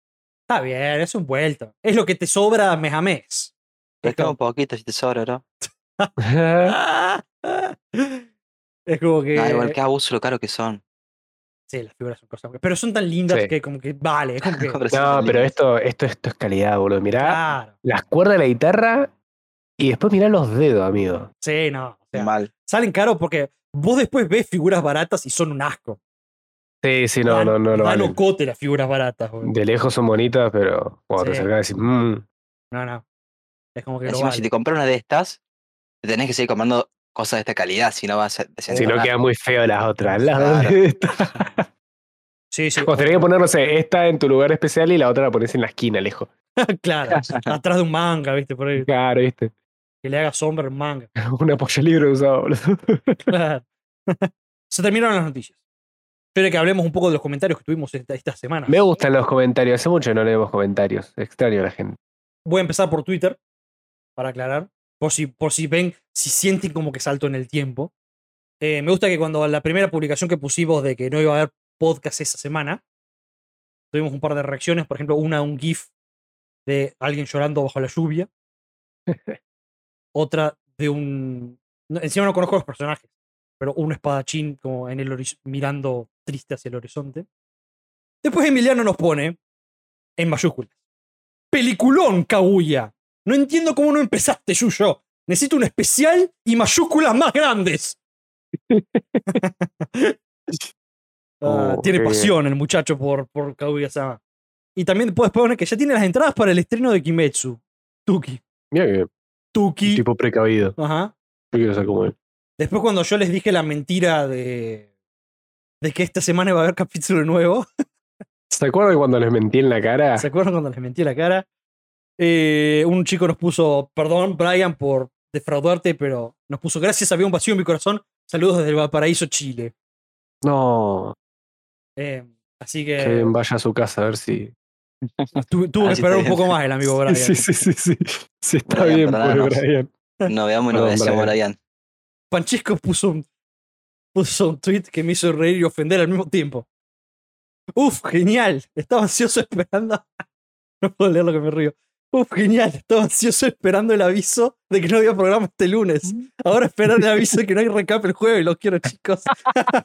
[SPEAKER 1] está bien, es un vuelto. Es lo que te sobra mes a mes.
[SPEAKER 2] Pero
[SPEAKER 1] Esto-
[SPEAKER 2] un poquito si te sobra, ¿no?
[SPEAKER 1] Ah, ah. Es como que.
[SPEAKER 2] Ah, igual, qué abuso lo caro que son.
[SPEAKER 1] Sí, las figuras son cosas. Pero son tan lindas
[SPEAKER 3] Sí.
[SPEAKER 1] que como que vale. Es como que.
[SPEAKER 2] Compras
[SPEAKER 3] no,
[SPEAKER 2] un
[SPEAKER 3] pero
[SPEAKER 2] libro.
[SPEAKER 3] esto, esto, esto es calidad, boludo. Mirá
[SPEAKER 1] Claro.
[SPEAKER 3] las cuerdas de la guitarra y después mirá los dedos, amigo.
[SPEAKER 1] Sí, no. o sea,
[SPEAKER 2] Mal.
[SPEAKER 1] salen caros porque vos después ves figuras baratas y son un asco.
[SPEAKER 3] Sí, sí, no,
[SPEAKER 1] Dan-
[SPEAKER 3] no, no, no.
[SPEAKER 1] Dan
[SPEAKER 3] valen.
[SPEAKER 1] ocote las figuras baratas, boludo.
[SPEAKER 3] De lejos son bonitas, pero cuando te
[SPEAKER 1] Sí.
[SPEAKER 3] acercas decís, mmm,
[SPEAKER 1] No, no. Es como que no
[SPEAKER 2] Encima, si
[SPEAKER 1] vale.
[SPEAKER 2] te compras una de estas, te tenés que seguir comprando cosas de esta calidad, si no vas a
[SPEAKER 3] si no
[SPEAKER 2] desentonar.
[SPEAKER 3] quedan muy feo las otras. Las
[SPEAKER 2] Claro.
[SPEAKER 3] de estas.
[SPEAKER 1] Sí, sí.
[SPEAKER 3] O tenés que poner, no sé, esta en tu lugar especial y la otra la pones en la esquina, lejos.
[SPEAKER 1] claro. Atrás de un manga, ¿viste? Por ahí.
[SPEAKER 3] Claro, viste.
[SPEAKER 1] Que le haga sombra en manga.
[SPEAKER 3] Un apoyo libre usado, boludo.
[SPEAKER 1] Claro. Se terminaron las noticias. Yo quería que hablemos un poco de los comentarios que tuvimos esta, esta semana.
[SPEAKER 3] Me gustan los comentarios. Hace mucho que no leemos comentarios. Extraño a la gente.
[SPEAKER 1] Voy a empezar por Twitter, para aclarar. Por si, por si ven, si sienten como que salto en el tiempo. Eh, me gusta que cuando la primera publicación que pusimos de que no iba a haber podcast esa semana, tuvimos un par de reacciones. Por ejemplo, una, un GIF de alguien llorando bajo la lluvia. Otra de un. no, encima no conozco los personajes, pero un espadachín como en el horiz- mirando triste hacia el horizonte. Después Emiliano nos pone en mayúsculas. Peliculón, Kaguya. No entiendo cómo no empezaste, Yuyo. Necesito un especial y mayúsculas más grandes. Ah,
[SPEAKER 3] Oh,
[SPEAKER 1] tiene
[SPEAKER 3] qué bien.
[SPEAKER 1] pasión el muchacho por, por Kaguya-sama. Y también después poner que ya tiene las entradas para el estreno de Kimetsu. Tuki.
[SPEAKER 3] Mira que
[SPEAKER 1] Tuki.
[SPEAKER 3] tipo precavido.
[SPEAKER 1] Ajá.
[SPEAKER 3] Yo quiero ser como él.
[SPEAKER 1] Después cuando yo les dije la mentira de, de que esta semana iba a haber capítulo nuevo,
[SPEAKER 3] ¿Se acuerdan cuando les mentí en la cara?
[SPEAKER 1] ¿se acuerdan cuando les mentí la cara? Eh, un chico nos puso, perdón Brian por defraudarte, pero nos puso, gracias, había un vacío en mi corazón, saludos desde el Valparaíso, Chile.
[SPEAKER 3] No.
[SPEAKER 1] Eh, así
[SPEAKER 3] Que alguien
[SPEAKER 1] que
[SPEAKER 3] vaya a su casa a ver si.
[SPEAKER 1] tu- tuvo
[SPEAKER 2] Ah,
[SPEAKER 1] que
[SPEAKER 2] sí,
[SPEAKER 1] esperar
[SPEAKER 2] está
[SPEAKER 1] un poco
[SPEAKER 2] bien.
[SPEAKER 1] más el amigo Brian.
[SPEAKER 3] Sí, sí, sí, sí. Sí, está
[SPEAKER 2] Brian,
[SPEAKER 3] bien, pobre
[SPEAKER 2] perdónanos.
[SPEAKER 3] Brian.
[SPEAKER 2] No veamos y no
[SPEAKER 3] Perdón,
[SPEAKER 2] decíamos
[SPEAKER 3] Brian.
[SPEAKER 2] Brian.
[SPEAKER 1] Panchesco puso un, puso un tweet que me hizo reír y ofender al mismo tiempo. Uf, genial. Estaba ansioso esperando. No puedo leer lo que me río. Uf, genial. Estaba ansioso esperando el aviso de que no había programa este lunes. Ahora esperar el aviso de que no hay recap el jueves. Los quiero, chicos.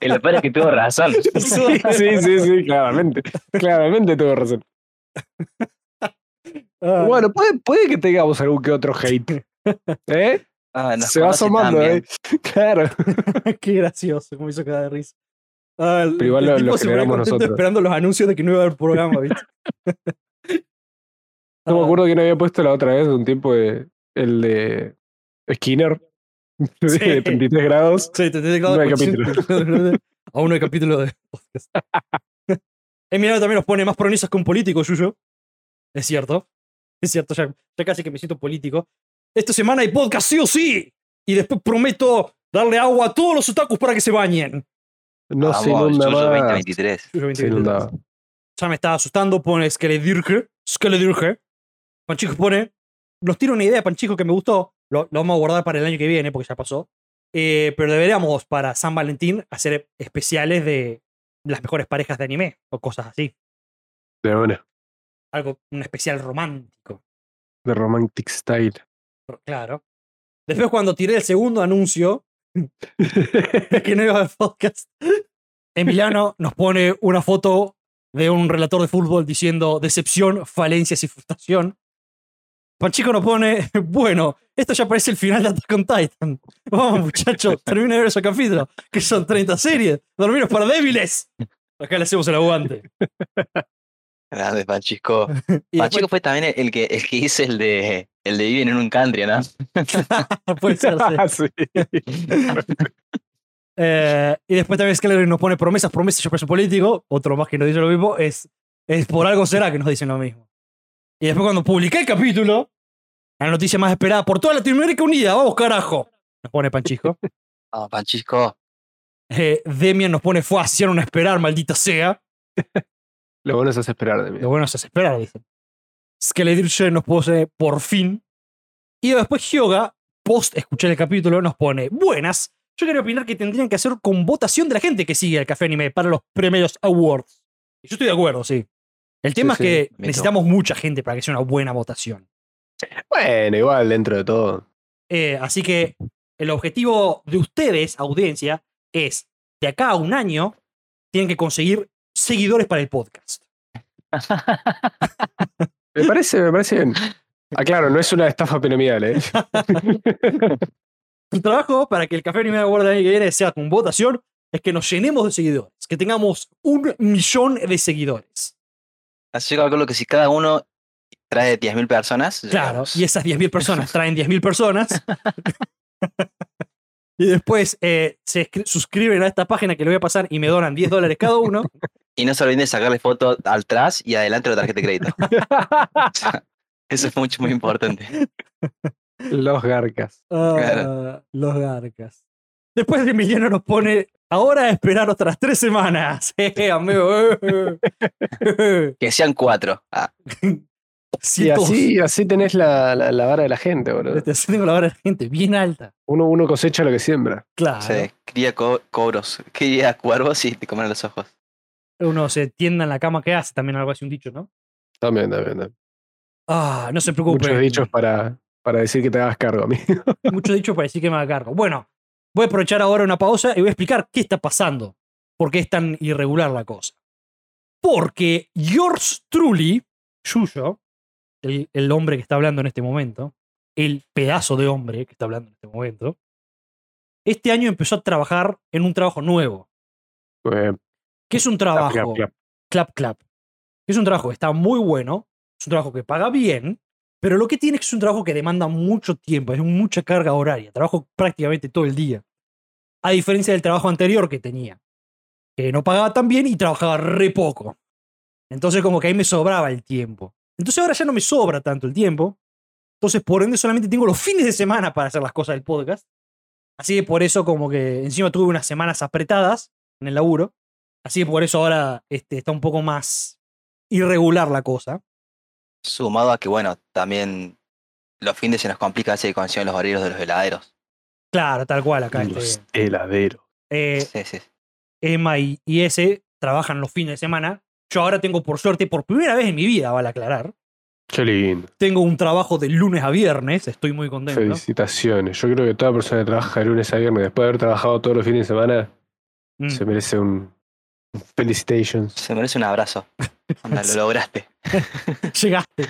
[SPEAKER 4] Y lo peor es que tuvo razón.
[SPEAKER 3] Sí, sí, sí, sí, claramente. Claramente tuvo razón.
[SPEAKER 1] Ah,
[SPEAKER 3] Bueno, puede, puede que tengamos algún que otro hate. ¿Eh?
[SPEAKER 2] Ah, nos
[SPEAKER 3] Se va
[SPEAKER 2] conoce
[SPEAKER 3] asomando,
[SPEAKER 2] también.
[SPEAKER 3] ¿eh? Claro.
[SPEAKER 1] qué gracioso. Me hizo quedar de risa. Ah, el,
[SPEAKER 3] Pero igual
[SPEAKER 1] el
[SPEAKER 3] lo-
[SPEAKER 1] tipo
[SPEAKER 3] lo
[SPEAKER 1] se ponía
[SPEAKER 3] generamos
[SPEAKER 1] contento
[SPEAKER 3] nosotros.
[SPEAKER 1] esperando los anuncios de que no iba a haber programa, ¿viste?
[SPEAKER 3] No me
[SPEAKER 1] Ah.
[SPEAKER 3] acuerdo quién había puesto la otra vez un tiempo de, el de Skinner de
[SPEAKER 1] Sí.
[SPEAKER 3] 33 grados.
[SPEAKER 1] Sí, te, te te- claro,
[SPEAKER 3] No hay
[SPEAKER 1] pues, sí,
[SPEAKER 3] capítulo.
[SPEAKER 1] claro, A uno de capítulo de podcast. Emiliano también nos pone más pronizas que un político, Yuyo. Es cierto. Es cierto, ya, ya casi que me siento político. Esta semana hay podcast sí o sí. Y después prometo darle agua a todos los otakus para que se bañen.
[SPEAKER 3] No se
[SPEAKER 2] Vamos,
[SPEAKER 3] inunda
[SPEAKER 2] Yuyo
[SPEAKER 3] más.
[SPEAKER 2] 2023.
[SPEAKER 1] Yuyo 20.
[SPEAKER 3] Se inunda.
[SPEAKER 1] Ya me estaba asustando, pone Skeledirge. Skeledirge. Panchico pone. Nos tira una idea, Panchico, que me gustó. Lo, lo vamos a guardar para el año que viene, porque ya pasó. Eh, pero deberíamos, para San Valentín, hacer especiales de las mejores parejas de anime o cosas así.
[SPEAKER 3] De bueno,
[SPEAKER 1] Algo, un especial romántico.
[SPEAKER 3] de Romantic Style.
[SPEAKER 1] Pero, Claro. Después, cuando tiré el segundo anuncio de que no iba a haber podcast, Emiliano nos pone una foto de un relator de fútbol diciendo decepción, falencias y frustración. Panchico nos pone, bueno, esto ya parece el final de Attack on Titan. Vamos, muchachos, termina de ver esos capítulos, que son 30 series. Dormiros para débiles. Acá le hacemos el aguante.
[SPEAKER 2] Grande, Panchico.
[SPEAKER 1] Y después-
[SPEAKER 2] Panchico fue también el que, el que hizo el de, el de Viven en un country, ¿no?
[SPEAKER 1] puede ser, sí.
[SPEAKER 3] Sí.
[SPEAKER 1] Eh, y después también Skeller nos pone promesas, promesas, yo preso político. Otro más que nos dice lo mismo. Es, es por algo será que nos dicen lo mismo. Y después cuando publiqué el capítulo, la noticia más esperada por toda Latinoamérica Unida, vamos carajo, nos pone Panchico.
[SPEAKER 2] Ah, Panchico.
[SPEAKER 1] Eh, Demian nos pone, fue, hicieron esperar, maldita sea.
[SPEAKER 3] Lo bueno es esperar de mí.
[SPEAKER 1] Lo bueno es esperar, dicen. Skeledirche nos pone por fin. Y después Hyoga, post escuchar el capítulo, nos pone buenas. Yo quería opinar que tendrían que hacer con votación de la gente que sigue el Café Anime para los primeros awards. Y yo estoy de acuerdo, sí. El tema
[SPEAKER 3] Sí,
[SPEAKER 1] es que
[SPEAKER 2] sí, me
[SPEAKER 1] necesitamos mucha gente para que sea una buena votación.
[SPEAKER 3] Bueno, igual dentro de todo.
[SPEAKER 1] Eh, así que el objetivo de ustedes, audiencia, es de acá a un año tienen que conseguir seguidores para el podcast.
[SPEAKER 3] Me parece, me parece bien. Ah, claro, no es una estafa piramidal, ¿eh?
[SPEAKER 1] Tu trabajo para que el Café Anime Award del año que viene sea con votación es que nos llenemos de seguidores, que tengamos un millón de seguidores.
[SPEAKER 2] Así yo calculo que si cada uno trae 10.000 personas.
[SPEAKER 1] Claro,
[SPEAKER 2] llegamos.
[SPEAKER 1] y esas 10.000 personas traen 10.000 personas. y después eh, se escri- suscriben a esta página que le voy a pasar y me donan 10 dólares cada uno.
[SPEAKER 2] Y no se olviden de sacarle foto atrás y adelante de la tarjeta de crédito. O sea, Eso es mucho, muy importante.
[SPEAKER 3] Los garcas.
[SPEAKER 1] Ah, los garcas. Después de Emiliano nos pone, ahora a esperar otras tres semanas. Eh, amigo. eh, eh.
[SPEAKER 2] Que sean cuatro. Ah,
[SPEAKER 3] Y
[SPEAKER 1] Cientos-
[SPEAKER 3] así, y así tenés la, la, la vara de la gente, boludo.
[SPEAKER 1] Este, así tengo la vara de gente bien alta.
[SPEAKER 3] Uno, uno cosecha lo que siembra.
[SPEAKER 1] Claro.
[SPEAKER 2] se cría co- cobros, cría cuervos y te comen los ojos.
[SPEAKER 1] Uno se tienda en la cama que hace, también algo así un dicho, ¿no?
[SPEAKER 3] También, también, también.
[SPEAKER 1] Ah, no se preocupen.
[SPEAKER 3] Muchos dichos para, para decir que te hagas cargo, amigo.
[SPEAKER 1] mucho dicho para decir que me haga cargo. Bueno, voy a aprovechar ahora una pausa y voy a explicar qué está pasando, por qué es tan irregular la cosa. Porque yours truly, Yuyo, el, el hombre que está hablando en este momento, el pedazo de hombre que está hablando en este momento, este año empezó a trabajar en un trabajo nuevo,
[SPEAKER 3] Eh,
[SPEAKER 1] que es un
[SPEAKER 3] clap,
[SPEAKER 1] trabajo
[SPEAKER 3] clap, clap.
[SPEAKER 1] clap clap. Es un trabajo que está muy bueno, es un trabajo que paga bien, pero lo que tiene es que es un trabajo que demanda mucho tiempo, es mucha carga horaria, trabajo prácticamente todo el día. A diferencia del trabajo anterior que tenía, que no pagaba tan bien y trabajaba re poco. Entonces como que ahí me sobraba el tiempo. Entonces ahora ya no me sobra tanto el tiempo. Entonces por ende solamente tengo los fines de semana para hacer las cosas del podcast. Así que por eso como que encima tuve unas semanas apretadas en el laburo. Así que por eso ahora este, está un poco más irregular la cosa.
[SPEAKER 2] Sumado a que, bueno, también los fines se nos complica así con los horarios de los heladeros.
[SPEAKER 1] Claro, tal cual acá. este,
[SPEAKER 3] Los heladeros.
[SPEAKER 1] eh,
[SPEAKER 2] Sí, sí.
[SPEAKER 1] Emma y, y ese trabajan los fines de semana. Yo ahora tengo, por suerte, por primera vez en mi vida, vale aclarar,
[SPEAKER 3] Qué lindo.
[SPEAKER 1] tengo un trabajo de lunes a viernes, estoy muy contento.
[SPEAKER 3] Felicitaciones. Yo creo que toda persona que trabaja de lunes a viernes, después de haber trabajado todos los fines de semana,
[SPEAKER 1] Mm.
[SPEAKER 3] se merece un, un felicitations.
[SPEAKER 2] Se merece un abrazo. Anda, lo lograste.
[SPEAKER 1] Llegaste.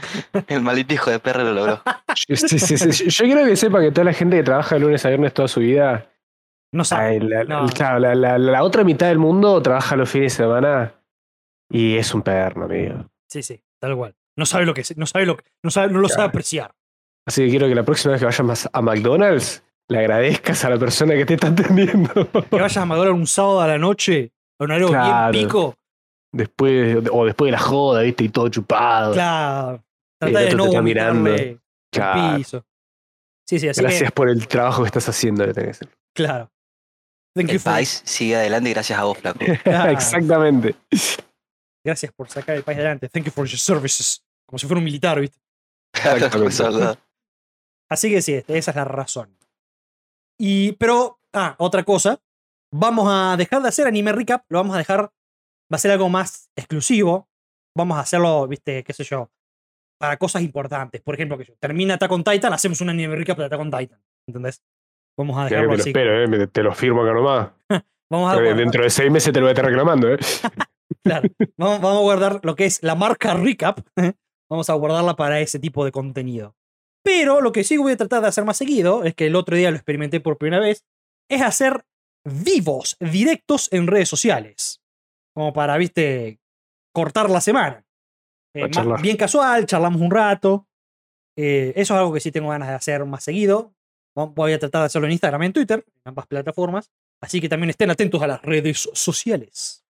[SPEAKER 2] El maldito hijo de perro lo logró.
[SPEAKER 3] Yo, sí, sí, sí, yo- yo quiero que sepa que toda la gente que trabaja de lunes a viernes toda su vida,
[SPEAKER 1] No sabes.
[SPEAKER 3] ay, la,
[SPEAKER 1] no.
[SPEAKER 3] claro, la- la- la otra mitad del mundo trabaja los fines de semana y es un perno, amigo.
[SPEAKER 1] Sí, sí, tal cual. No sabe lo que es, no sabe lo que- no sabe, no lo sabe
[SPEAKER 3] Claro.
[SPEAKER 1] apreciar.
[SPEAKER 3] Así que quiero que la próxima vez que vayas más a McDonald's, le agradezcas a la persona que te está atendiendo.
[SPEAKER 1] Que vayas a madurar un sábado a la noche, a un horario
[SPEAKER 3] Claro.
[SPEAKER 1] bien pico.
[SPEAKER 3] Después, o después de la joda, viste, y todo chupado.
[SPEAKER 1] Claro.
[SPEAKER 3] El
[SPEAKER 1] Trata de
[SPEAKER 3] otro
[SPEAKER 1] no
[SPEAKER 3] te está mirando.
[SPEAKER 1] vomitarle el
[SPEAKER 3] Claro.
[SPEAKER 1] piso. Sí, sí, así que-
[SPEAKER 3] Gracias por el trabajo que estás haciendo. le tenés que decir.
[SPEAKER 1] Claro. Thank you
[SPEAKER 2] El
[SPEAKER 1] for-
[SPEAKER 2] país sigue adelante gracias a vos, flaco.
[SPEAKER 1] Ah,
[SPEAKER 3] Exactamente.
[SPEAKER 1] Gracias por sacar el país adelante. Thank you for your services. Como si fuera un militar, ¿viste?
[SPEAKER 2] Claro,
[SPEAKER 3] Exactamente.
[SPEAKER 2] soldado.
[SPEAKER 1] Así que sí, este, esa es la razón. Y, pero, ah, otra cosa. Vamos a dejar de hacer anime recap, lo vamos a dejar. Va a ser algo más exclusivo. Vamos a hacerlo, viste, qué sé yo, para cosas importantes. Por ejemplo, que yo- termina Attack on Titan, hacemos un anime recap de Attack on Titan. ¿Entendés? Vamos a
[SPEAKER 3] Claro que
[SPEAKER 1] dejarlo
[SPEAKER 3] lo
[SPEAKER 1] así.
[SPEAKER 3] espero, eh, me- te lo firmo acá nomás.
[SPEAKER 1] Vamos a,
[SPEAKER 3] Creo que
[SPEAKER 1] guardar,
[SPEAKER 3] dentro de seis meses te lo voy a estar reclamando. eh.
[SPEAKER 1] claro, vamos, vamos a guardar lo que es la marca recap. ¿eh? Vamos a guardarla para ese tipo de contenido. Pero lo que sí voy a tratar de hacer más seguido, es que el otro día lo experimenté por primera vez, es hacer vivos, directos en redes sociales. Como para, viste, cortar la semana. Eh,
[SPEAKER 3] Para
[SPEAKER 1] más-
[SPEAKER 3] charlar.
[SPEAKER 1] bien casual, charlamos un rato. Eh, eso es algo que sí tengo ganas de hacer más seguido. Va- Voy a tratar de hacerlo en Instagram, en Twitter, en ambas plataformas. Así que también estén atentos a las redes so- sociales.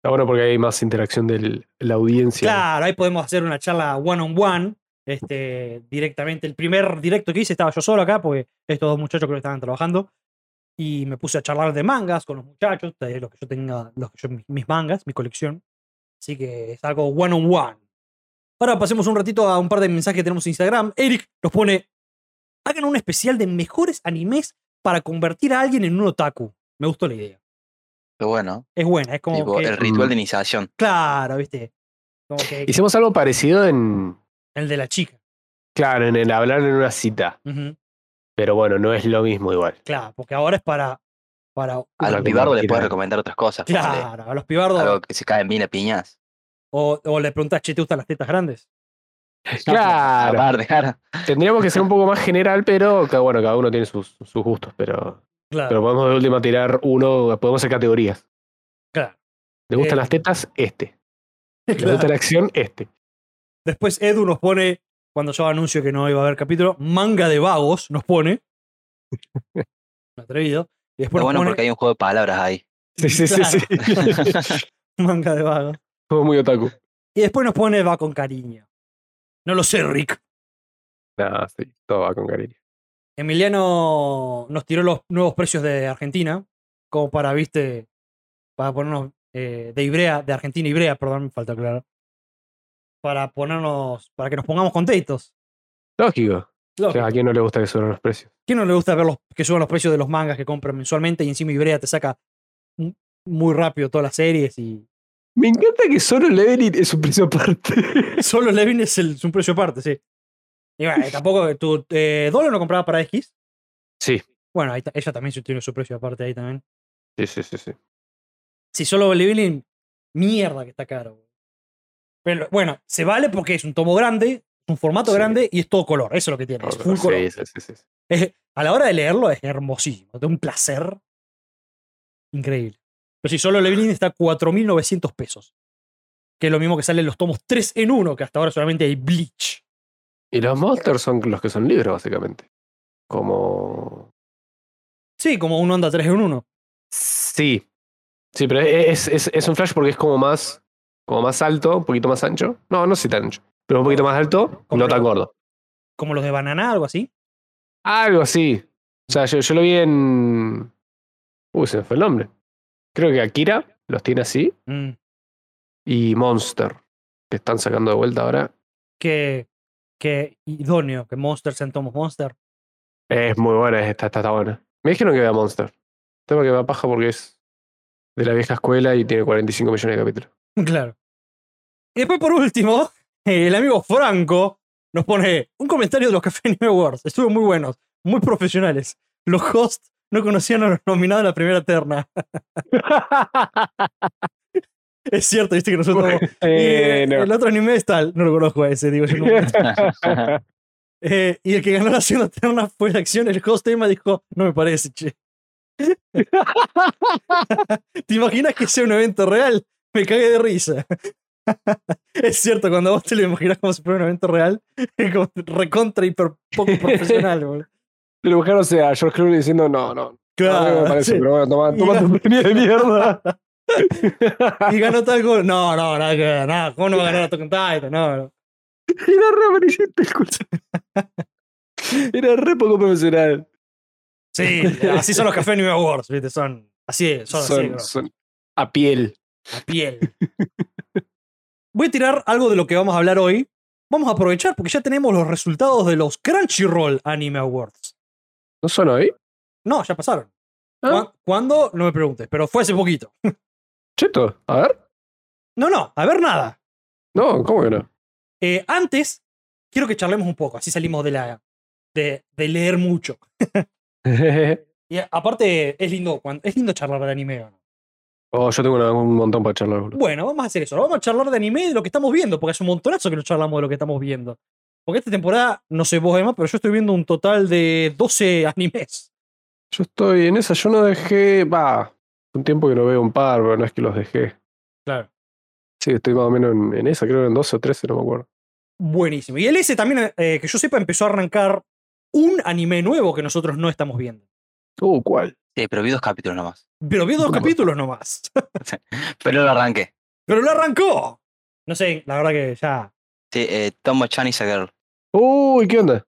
[SPEAKER 3] Está bueno porque hay más interacción de la audiencia.
[SPEAKER 1] Claro, ahí podemos hacer una charla one on one. Este, directamente, el primer directo que hice estaba yo solo acá, porque estos dos muchachos creo que estaban trabajando. Y me puse a charlar de mangas con los muchachos, de los que yo tenía, los que yo, mis mangas, mi colección. Así que es algo one on one. Ahora pasemos un ratito a un par de mensajes que tenemos en Instagram. Eric nos pone: hagan un especial de mejores animes para convertir a alguien en un otaku. Me gustó la idea.
[SPEAKER 2] Pero bueno,
[SPEAKER 1] Es buena, es como
[SPEAKER 2] tipo,
[SPEAKER 1] que.
[SPEAKER 2] el ritual de iniciación.
[SPEAKER 1] Claro, ¿viste? Como que
[SPEAKER 3] Hicimos algo parecido en.
[SPEAKER 1] el de la chica.
[SPEAKER 3] Claro, en el hablar en una cita.
[SPEAKER 1] Ujú,
[SPEAKER 3] Pero bueno, no es lo mismo igual.
[SPEAKER 1] claro, porque ahora es para. para
[SPEAKER 2] A los
[SPEAKER 3] Algo
[SPEAKER 2] pibardos le
[SPEAKER 3] más
[SPEAKER 2] puedes
[SPEAKER 3] tirado.
[SPEAKER 2] recomendar otras cosas. ponele,
[SPEAKER 1] claro, a los pibardos.
[SPEAKER 2] Algo que se caen bien a piñas.
[SPEAKER 1] O, o le preguntas, che, ¿te gustan las tetas grandes?
[SPEAKER 3] Claro.
[SPEAKER 2] Aparte, dejar.
[SPEAKER 3] Tendríamos que ser un poco más general, pero que, bueno, cada uno tiene sus, sus gustos, pero,
[SPEAKER 1] Claro.
[SPEAKER 3] pero podemos de última tirar uno, podemos hacer categorías.
[SPEAKER 1] Claro.
[SPEAKER 3] ¿Le gustan
[SPEAKER 1] Eh.
[SPEAKER 3] las tetas? Este. ¿Le
[SPEAKER 1] Claro.
[SPEAKER 3] gusta la acción? Este.
[SPEAKER 1] Después Edu nos pone, cuando yo anuncio que no iba a haber capítulo, manga de vagos nos pone. Un Atrevido. Y después
[SPEAKER 2] Lo
[SPEAKER 1] nos
[SPEAKER 2] bueno
[SPEAKER 1] pone
[SPEAKER 2] porque hay un juego de palabras ahí.
[SPEAKER 3] Sí, sí, sí, sí.
[SPEAKER 1] manga de vagos.
[SPEAKER 3] Todo muy otaku.
[SPEAKER 1] Y después nos pone va con cariño. No lo sé, Rick.
[SPEAKER 3] No, sí, todo va con cariño.
[SPEAKER 1] Emiliano nos tiró los nuevos precios de Argentina, como para, viste, para ponernos eh, de Ibrea, de Argentina Ibrea, perdón, me falta aclarar. Para ponernos, para que nos pongamos contentos.
[SPEAKER 3] Lógico. O
[SPEAKER 1] Lógico.
[SPEAKER 3] sea, ¿A quién no le gusta que suban los precios?
[SPEAKER 1] ¿Quién no le gusta ver los, que suban los precios de los mangas que compran mensualmente y encima Ibrea te saca mu- muy rápido todas las series y
[SPEAKER 3] Me encanta que solo Levelit es un precio aparte.
[SPEAKER 1] solo Levin es, el- es un precio aparte, sí. Y bueno, tampoco tu eh, dólar no compraba para X.
[SPEAKER 3] Sí,
[SPEAKER 1] Bueno, ahí ta- ella también su- tiene su precio aparte ahí también.
[SPEAKER 3] sí, sí, sí. sí.
[SPEAKER 1] Si solo Levin, mierda que está caro. güey. Pero bueno, se vale porque es un tomo grande, un formato
[SPEAKER 3] Sí.
[SPEAKER 1] grande y es todo color. Eso es lo que tiene, es full color.
[SPEAKER 3] Sí, sí, sí, sí.
[SPEAKER 1] Es- a la hora de leerlo es hermosísimo, de un placer increíble. Pero si solo Leveling está a 4.900 pesos, que es lo mismo que salen los tomos 3 en 1, que hasta ahora solamente hay Bleach.
[SPEAKER 3] Y los monsters son los que son libros, básicamente. Como.
[SPEAKER 1] Sí, como un Onda 3 en 1.
[SPEAKER 3] Sí. Sí, pero e-, es, es- es un flash porque es como más. Como más alto, un poquito más ancho. No, no sé si tan ancho. Pero un poquito más alto,
[SPEAKER 1] Como
[SPEAKER 3] no tan
[SPEAKER 1] lo-
[SPEAKER 3] gordo.
[SPEAKER 1] Como los de Banana, algo así.
[SPEAKER 3] Algo así. O sea, yo, yo lo vi en. Uy, se me fue el nombre. Creo que Akira los tiene así.
[SPEAKER 1] Mm,
[SPEAKER 3] Y Monster, que están sacando de vuelta ahora.
[SPEAKER 1] que, que idóneo, que Monster sean tomos Monster.
[SPEAKER 3] Es muy buena, esta está, está buena. Me dijeron que vea Monster. Tengo que me da paja porque es de la vieja escuela y tiene 45 millones de capítulos.
[SPEAKER 1] Claro. Y después, por último, eh, el amigo Franco nos pone un comentario de los Café Anime Awards. Estuvo muy buenos, muy profesionales. Los hosts no conocían a los nominados de la primera terna. es cierto, viste que nosotros. Eh, El otro anime es tal. No lo conozco a ese, digo yo. no. Eh, y el que ganó la segunda terna fue la acción. El host tema dijo: No me parece, che. ¿Te imaginas que sea un evento real? Me cagué de risa. es cierto, cuando vos te lo imaginas como si fuera un evento real, es como recontra hiper poco profesional, boludo.
[SPEAKER 3] Lo buscaron, o sea, George Clooney diciendo no, no. no me
[SPEAKER 1] Claro.
[SPEAKER 3] parece,
[SPEAKER 1] sí.
[SPEAKER 3] pero bueno, toma,
[SPEAKER 1] Y
[SPEAKER 3] toma tu premio de mierda.
[SPEAKER 1] Y ganó tal cosa. No, no, nada que ver, nada. ¿Cómo no va a ganar a Attack on Titan? No, no.
[SPEAKER 3] Era re amarillento el culo. Era re poco profesional.
[SPEAKER 1] Sí, así son los Café Anime Awards, ¿viste? Son así, son, así.
[SPEAKER 3] Son,
[SPEAKER 1] bro.
[SPEAKER 3] son a piel.
[SPEAKER 1] La piel. Voy a tirar algo de lo que vamos a hablar hoy. Vamos a aprovechar porque ya tenemos los resultados de los Crunchyroll Anime Awards.
[SPEAKER 3] ¿No son hoy?
[SPEAKER 1] No, ya pasaron.
[SPEAKER 3] Ah,
[SPEAKER 1] ¿Cuá- ¿Cuándo? No me preguntes, pero fue hace poquito.
[SPEAKER 3] cheto, a ver.
[SPEAKER 1] No, no, a ver nada.
[SPEAKER 3] No, ¿cómo que no?
[SPEAKER 1] Eh, antes, quiero que charlemos un poco, así salimos de la. de, de leer mucho. Y a- aparte, es lindo, cuan- es lindo charlar de anime. ¿o no?
[SPEAKER 3] oh, yo tengo una- un montón para charlar, boludo.
[SPEAKER 1] Bueno, vamos a hacer eso. Vamos a charlar de anime y de lo que estamos viendo, porque hace un montonazo que no charlamos de lo que estamos viendo. Porque esta temporada, no sé vos, Emma, pero yo estoy viendo un total de 12 animes.
[SPEAKER 3] Yo estoy en esa, yo no dejé. Va, un tiempo que no veo un par, pero no es que los dejé.
[SPEAKER 1] Claro.
[SPEAKER 3] Sí, estoy más o menos en, en esa, creo que en 12 o 13, no me acuerdo.
[SPEAKER 1] Buenísimo. Y el S también, eh, que yo sepa, empezó a arrancar un anime nuevo que nosotros no estamos viendo.
[SPEAKER 3] Uh, ¿cuál?
[SPEAKER 2] Sí, pero vi dos capítulos nomás.
[SPEAKER 1] Pero vio dos
[SPEAKER 3] Bueno.
[SPEAKER 1] capítulos nomás.
[SPEAKER 2] Pero lo arranqué.
[SPEAKER 1] Pero lo arrancó. No sé, la verdad que ya.
[SPEAKER 2] Sí, eh, Tomo Chan is a Girl.
[SPEAKER 3] Uy, ¿qué onda?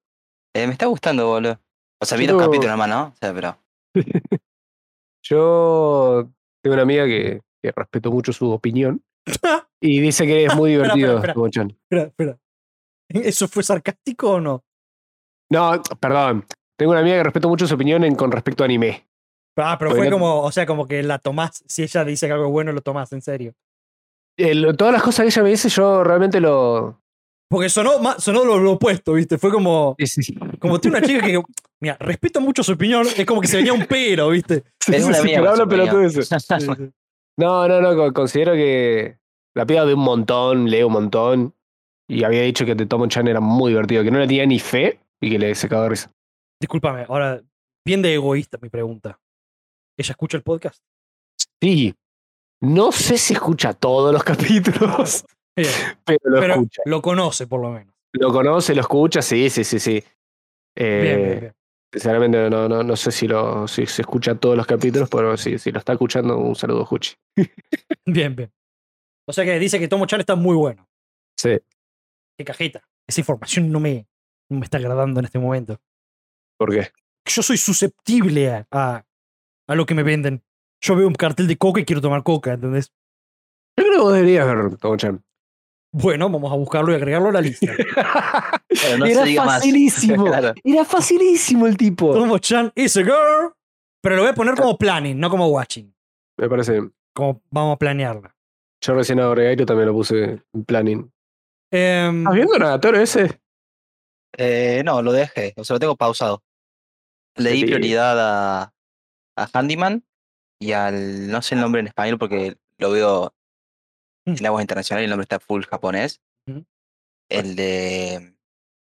[SPEAKER 2] Eh, me está gustando, boludo. O sea, vi
[SPEAKER 3] Yo
[SPEAKER 2] dos
[SPEAKER 3] lo-
[SPEAKER 2] capítulos nomás, ¿no? O sea, pero.
[SPEAKER 3] Yo tengo una amiga que, que respeto mucho su opinión Y dice que es muy
[SPEAKER 1] Espera,
[SPEAKER 3] divertido,
[SPEAKER 1] espera, espera.
[SPEAKER 3] Bochón.
[SPEAKER 1] Espera, espera. ¿Eso fue sarcástico o no?
[SPEAKER 3] No, perdón. Tengo una amiga que respeto mucho su opinión en- con respecto a anime.
[SPEAKER 1] Ah, pero
[SPEAKER 3] Porque
[SPEAKER 1] fue
[SPEAKER 3] no-
[SPEAKER 1] como, o sea, como que la tomás, si ella dice que algo es bueno, lo tomás, en serio.
[SPEAKER 3] Eh, lo- todas las cosas que ella me dice, yo realmente lo.
[SPEAKER 1] Porque sonó, ma- sonó lo, lo opuesto, ¿viste? Fue como,
[SPEAKER 3] Sí, sí.
[SPEAKER 1] como tiene una chica que, mira, respeto mucho su opinión, es como que se venía un pero, ¿viste?
[SPEAKER 2] Es
[SPEAKER 3] Sí,
[SPEAKER 2] una
[SPEAKER 3] sí,
[SPEAKER 2] mía,
[SPEAKER 3] pero
[SPEAKER 2] por
[SPEAKER 3] habla
[SPEAKER 2] supuesto.
[SPEAKER 3] pelotudeces. No, no, no, co- considero que la piba de un montón, leo un montón. Y había dicho que de Tomo Chan era muy divertido, que no le tenía ni fe y que le sacaba de risa.
[SPEAKER 1] Discúlpame, ahora, bien de egoísta mi pregunta. ¿Ella escucha el podcast?
[SPEAKER 3] Sí, no sé si escucha todos los capítulos,
[SPEAKER 1] Bien,
[SPEAKER 3] pero lo
[SPEAKER 1] pero
[SPEAKER 3] escucha.
[SPEAKER 1] lo conoce, por lo menos.
[SPEAKER 3] Lo conoce, lo escucha, sí, sí, sí, sí. Eh,
[SPEAKER 1] Bien, bien, bien.
[SPEAKER 3] Sinceramente, no, no, no sé si, lo, si se escucha todos los capítulos, pero si, si lo está escuchando, un saludo, Juchi.
[SPEAKER 1] Bien, bien. O sea que dice que Tomo Chan está muy bueno.
[SPEAKER 3] Sí,
[SPEAKER 1] Qué cajeta. Esa información no me, no me está agradando en este momento.
[SPEAKER 3] ¿por qué?
[SPEAKER 1] Yo soy susceptible a, a, a lo que me venden. Yo veo un cartel de coca y quiero tomar coca, ¿entendés?
[SPEAKER 3] Yo creo que vos deberías ver Tomo Chan.
[SPEAKER 1] Bueno, vamos a buscarlo y agregarlo a la lista.
[SPEAKER 2] Bueno, no se
[SPEAKER 3] era
[SPEAKER 2] diga más.
[SPEAKER 3] facilísimo.
[SPEAKER 2] Claro.
[SPEAKER 3] Era facilísimo el tipo.
[SPEAKER 1] Tomo Chan is a girl. Pero lo voy a poner como planning, no como watching.
[SPEAKER 3] Me parece bien.
[SPEAKER 1] Como vamos a planearla.
[SPEAKER 3] Yo recién a Oregairo también lo puse en planning.
[SPEAKER 1] Em,
[SPEAKER 3] ¿Estás viendo Nagatoro ese?
[SPEAKER 2] Eh, no, lo dejé. O sea, lo tengo pausado. Le di
[SPEAKER 3] Sí.
[SPEAKER 2] prioridad a, a Handyman y al. No sé el nombre en español porque lo veo
[SPEAKER 1] Mm.
[SPEAKER 2] en aguas internacionales y el nombre está full japonés.
[SPEAKER 1] Ujú.
[SPEAKER 2] El de.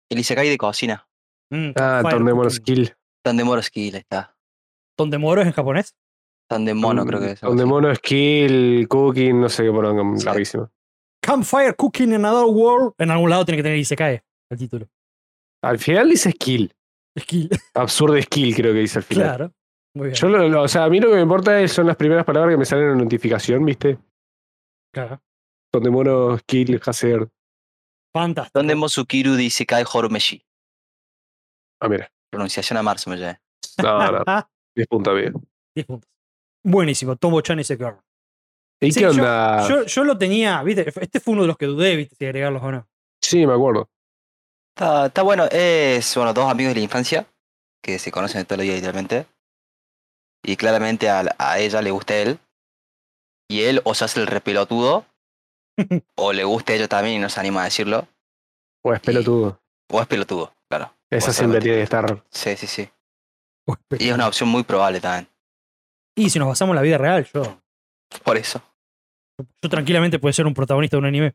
[SPEAKER 2] El Isekai de cocina.
[SPEAKER 1] mm,
[SPEAKER 3] Ah,
[SPEAKER 1] Fire
[SPEAKER 3] Tornemon
[SPEAKER 1] Cooking.
[SPEAKER 3] Skill.
[SPEAKER 2] Tandemoro Skill está.
[SPEAKER 1] Tondemoro es en japonés.
[SPEAKER 2] Tandemono creo
[SPEAKER 1] Mm,
[SPEAKER 2] que es. algo
[SPEAKER 3] Donde
[SPEAKER 2] así.
[SPEAKER 3] mono Skill, Cooking, no sé qué poronga,
[SPEAKER 2] Sí.
[SPEAKER 3] larguísimo.
[SPEAKER 1] Campfire Cooking in Another World. En algún lado tiene que tener y se cae el título.
[SPEAKER 3] Al final dice Skill.
[SPEAKER 1] Skill.
[SPEAKER 3] Absurdo Skill creo que dice al final.
[SPEAKER 1] Claro. Muy bien.
[SPEAKER 3] Yo lo, lo- o sea, a mí lo que me importa es- son las primeras palabras que me salen en la notificación, ¿viste?
[SPEAKER 1] Claro.
[SPEAKER 3] Donde mono Skill, Hacer.
[SPEAKER 1] Fantástico.
[SPEAKER 2] Tandemo Tsukiru de Isekai Horomeshi.
[SPEAKER 3] Ah, mira.
[SPEAKER 2] Pronunciación a marzo me llevé.
[SPEAKER 3] No, no,
[SPEAKER 1] Ah,
[SPEAKER 3] 10 puntos bien.
[SPEAKER 1] 10 puntos. Buenísimo. Tomo Chan ese girl.
[SPEAKER 3] ¿Y
[SPEAKER 1] Sí,
[SPEAKER 3] qué
[SPEAKER 1] yo-
[SPEAKER 3] onda?
[SPEAKER 1] Yo, yo lo tenía, viste, este fue uno de los que dudé, viste, si agregarlos o no.
[SPEAKER 3] Sí, me acuerdo.
[SPEAKER 2] Está, está bueno, es bueno, dos amigos de la infancia que se conocen de toda la vida literalmente. Y claramente a, la- a ella le gusta él. Y él o se hace el repelotudo, o le gusta a ella también y no se anima a decirlo.
[SPEAKER 3] O es pelotudo.
[SPEAKER 2] O es pelotudo, claro.
[SPEAKER 3] Pues, Esa
[SPEAKER 2] o sea,
[SPEAKER 3] siempre
[SPEAKER 2] no-
[SPEAKER 3] tiene que estar.
[SPEAKER 2] Sí, sí, sí. Y es una opción muy probable también.
[SPEAKER 1] Y si nos basamos en la vida real, yo,
[SPEAKER 2] Por eso.
[SPEAKER 1] yo tranquilamente puedo ser un protagonista de un anime.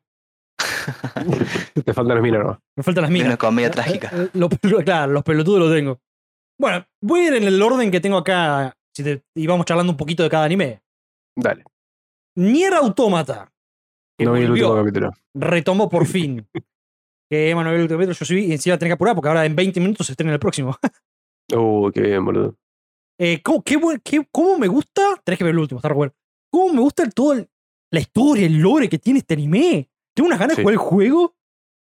[SPEAKER 3] Te faltan las minas, ¿no?
[SPEAKER 1] Me faltan las
[SPEAKER 2] Es
[SPEAKER 1] minas.
[SPEAKER 2] una comedia
[SPEAKER 1] Eh,
[SPEAKER 2] trágica.
[SPEAKER 1] eh, lo- claro, los pelotudos los tengo. Bueno, voy a ir en el orden que tengo acá, si te, y vamos charlando un poquito de cada anime.
[SPEAKER 3] Dale.
[SPEAKER 1] Nier Automata. que
[SPEAKER 3] No vi el
[SPEAKER 1] volvió,
[SPEAKER 3] último capítulo.
[SPEAKER 1] Retomó por fin. que Emanuel el último capítulo, yo subí y encima tenés que apurar porque ahora en 20 minutos se estrena el próximo.
[SPEAKER 3] Uh, qué bien, boludo.
[SPEAKER 1] Eh, ¿cómo, qué buen- qué- cómo me gusta? Tenés que ver el último, está re bueno. ¿Cómo me gusta el- todo el- la historia, el lore que tiene este anime? Tengo unas ganas de
[SPEAKER 3] Sí.
[SPEAKER 1] jugar el juego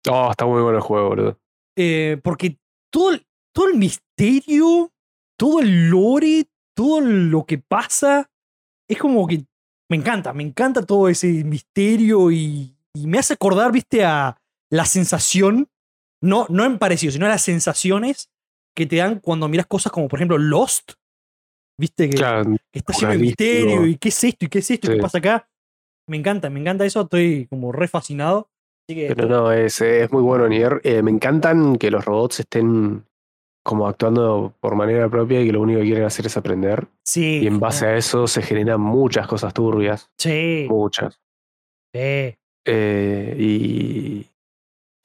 [SPEAKER 3] Oh, está muy bueno el juego, boludo.
[SPEAKER 1] eh, porque todo el, todo el misterio, todo el lore, todo lo que pasa, es como que me encanta, me encanta todo ese misterio y, y me hace acordar, viste, a la sensación, no, no en parecido, sino a las sensaciones que te dan cuando miras cosas como, por ejemplo, Lost. Viste que
[SPEAKER 3] Claro,
[SPEAKER 1] que está lleno de
[SPEAKER 3] Apocalíptico.
[SPEAKER 1] misterio y qué es esto y qué es esto y qué
[SPEAKER 3] Sí.
[SPEAKER 1] pasa acá. Me encanta, me encanta eso, estoy como re fascinado. Así que
[SPEAKER 3] pero no, es, es muy bueno Nier. Eh, me encantan que los robots estén como actuando por manera propia y que lo único que quieren hacer es aprender.
[SPEAKER 1] sí.
[SPEAKER 3] Y en base a eso se generan muchas cosas turbias,
[SPEAKER 1] Sí,
[SPEAKER 3] muchas.
[SPEAKER 1] sí.
[SPEAKER 3] Eh, y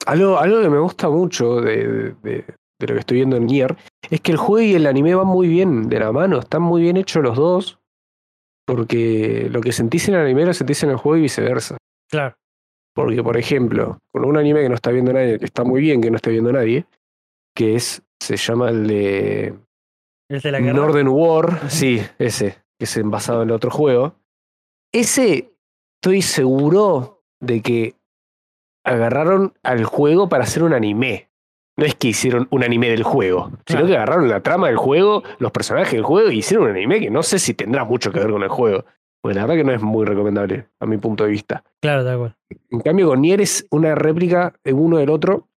[SPEAKER 3] algo, algo que me gusta mucho de, de- de- de lo que estoy viendo en Nier es que el juego y el anime van muy bien de la mano, están muy bien hechos los dos, porque lo que sentís en el anime lo sentís en el juego y viceversa.
[SPEAKER 1] claro.
[SPEAKER 3] Porque, por ejemplo, con un anime que no está viendo nadie, que está muy bien que no esté viendo nadie, que es, se llama el de
[SPEAKER 1] El de la guerra.
[SPEAKER 3] Northern War, sí, ese, que es basado en el otro juego. Ese, estoy seguro de que agarraron al juego para hacer un anime. No es que hicieron un anime del juego,
[SPEAKER 1] Claro.
[SPEAKER 3] sino que agarraron la trama del juego, los personajes del juego y hicieron un anime que no sé si tendrá mucho que ver con el juego. Pues la verdad que no es muy recomendable, a mi punto de vista.
[SPEAKER 5] Claro, tal cual.
[SPEAKER 3] En cambio, con Nier es una réplica de uno del otro.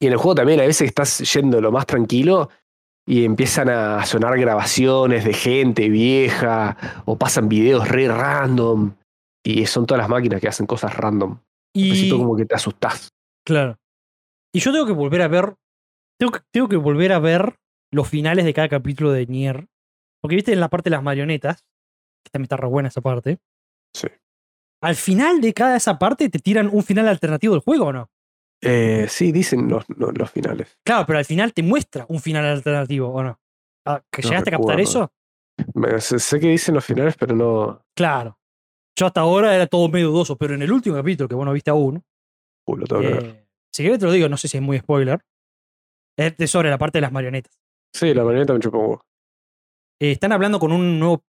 [SPEAKER 3] Y en el juego también a veces estás yendo lo más tranquilo y empiezan a sonar grabaciones de gente vieja o pasan videos re random. Y son todas las máquinas que hacen cosas random.
[SPEAKER 1] Y,
[SPEAKER 3] Entonces tú como que te asustás.
[SPEAKER 5] Claro.
[SPEAKER 1] y yo tengo que volver a ver. Tengo que, tengo que volver a ver los finales de cada capítulo de Nier. Porque viste en la parte de las marionetas, que también está re buena esa parte.
[SPEAKER 3] Sí.
[SPEAKER 1] Al final de cada esa parte te tiran un final alternativo del juego, ¿o no?
[SPEAKER 3] Eh, sí, dicen los, los- los finales.
[SPEAKER 1] Claro, pero al final te muestra un final alternativo, ¿o no? Ah, ¿Que
[SPEAKER 3] No
[SPEAKER 1] llegaste a captar
[SPEAKER 3] recuerdo.
[SPEAKER 1] eso?
[SPEAKER 3] Me- sé- sé que dicen los finales, pero no,
[SPEAKER 1] Claro. Yo hasta ahora era todo medio dudoso, pero en el último capítulo, que vos no viste aún,
[SPEAKER 3] Uh, lo tengo que
[SPEAKER 1] eh,
[SPEAKER 3] ver.
[SPEAKER 1] si querés te lo digo, no sé si es muy spoiler, es de sobre la parte de las marionetas.
[SPEAKER 3] Sí, la marioneta me chupa un huevo.
[SPEAKER 1] Eh, están hablando con un nuevo,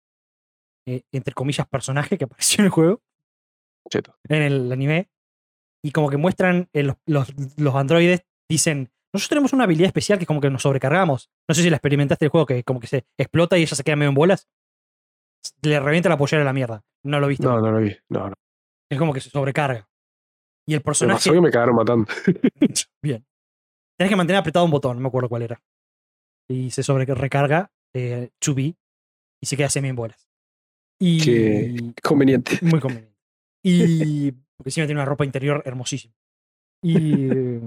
[SPEAKER 1] eh, entre comillas, personaje que apareció en el juego,
[SPEAKER 3] Cheto.
[SPEAKER 1] en el anime, y como que muestran eh, los, los, los androides, dicen, nosotros tenemos una habilidad especial que es como que nos sobrecargamos. No sé si la experimentaste en el juego, que como que se explota y ella se queda medio en bolas. Le revienta la pollera a la mierda. No lo viste.
[SPEAKER 3] No, no lo vi. No, no.
[SPEAKER 1] Es como que se sobrecarga. Y el
[SPEAKER 3] Me
[SPEAKER 1] personaje.
[SPEAKER 3] pasó que me cagaron matando.
[SPEAKER 1] Bien. Tenés que mantener apretado un botón, no me acuerdo cuál era. Y se sobrecarga eh, Chubby y se queda semi en bolas. Y.
[SPEAKER 3] Qué- Conveniente.
[SPEAKER 1] Muy conveniente. Y. Porque encima tiene una ropa interior hermosísima. Y. eh,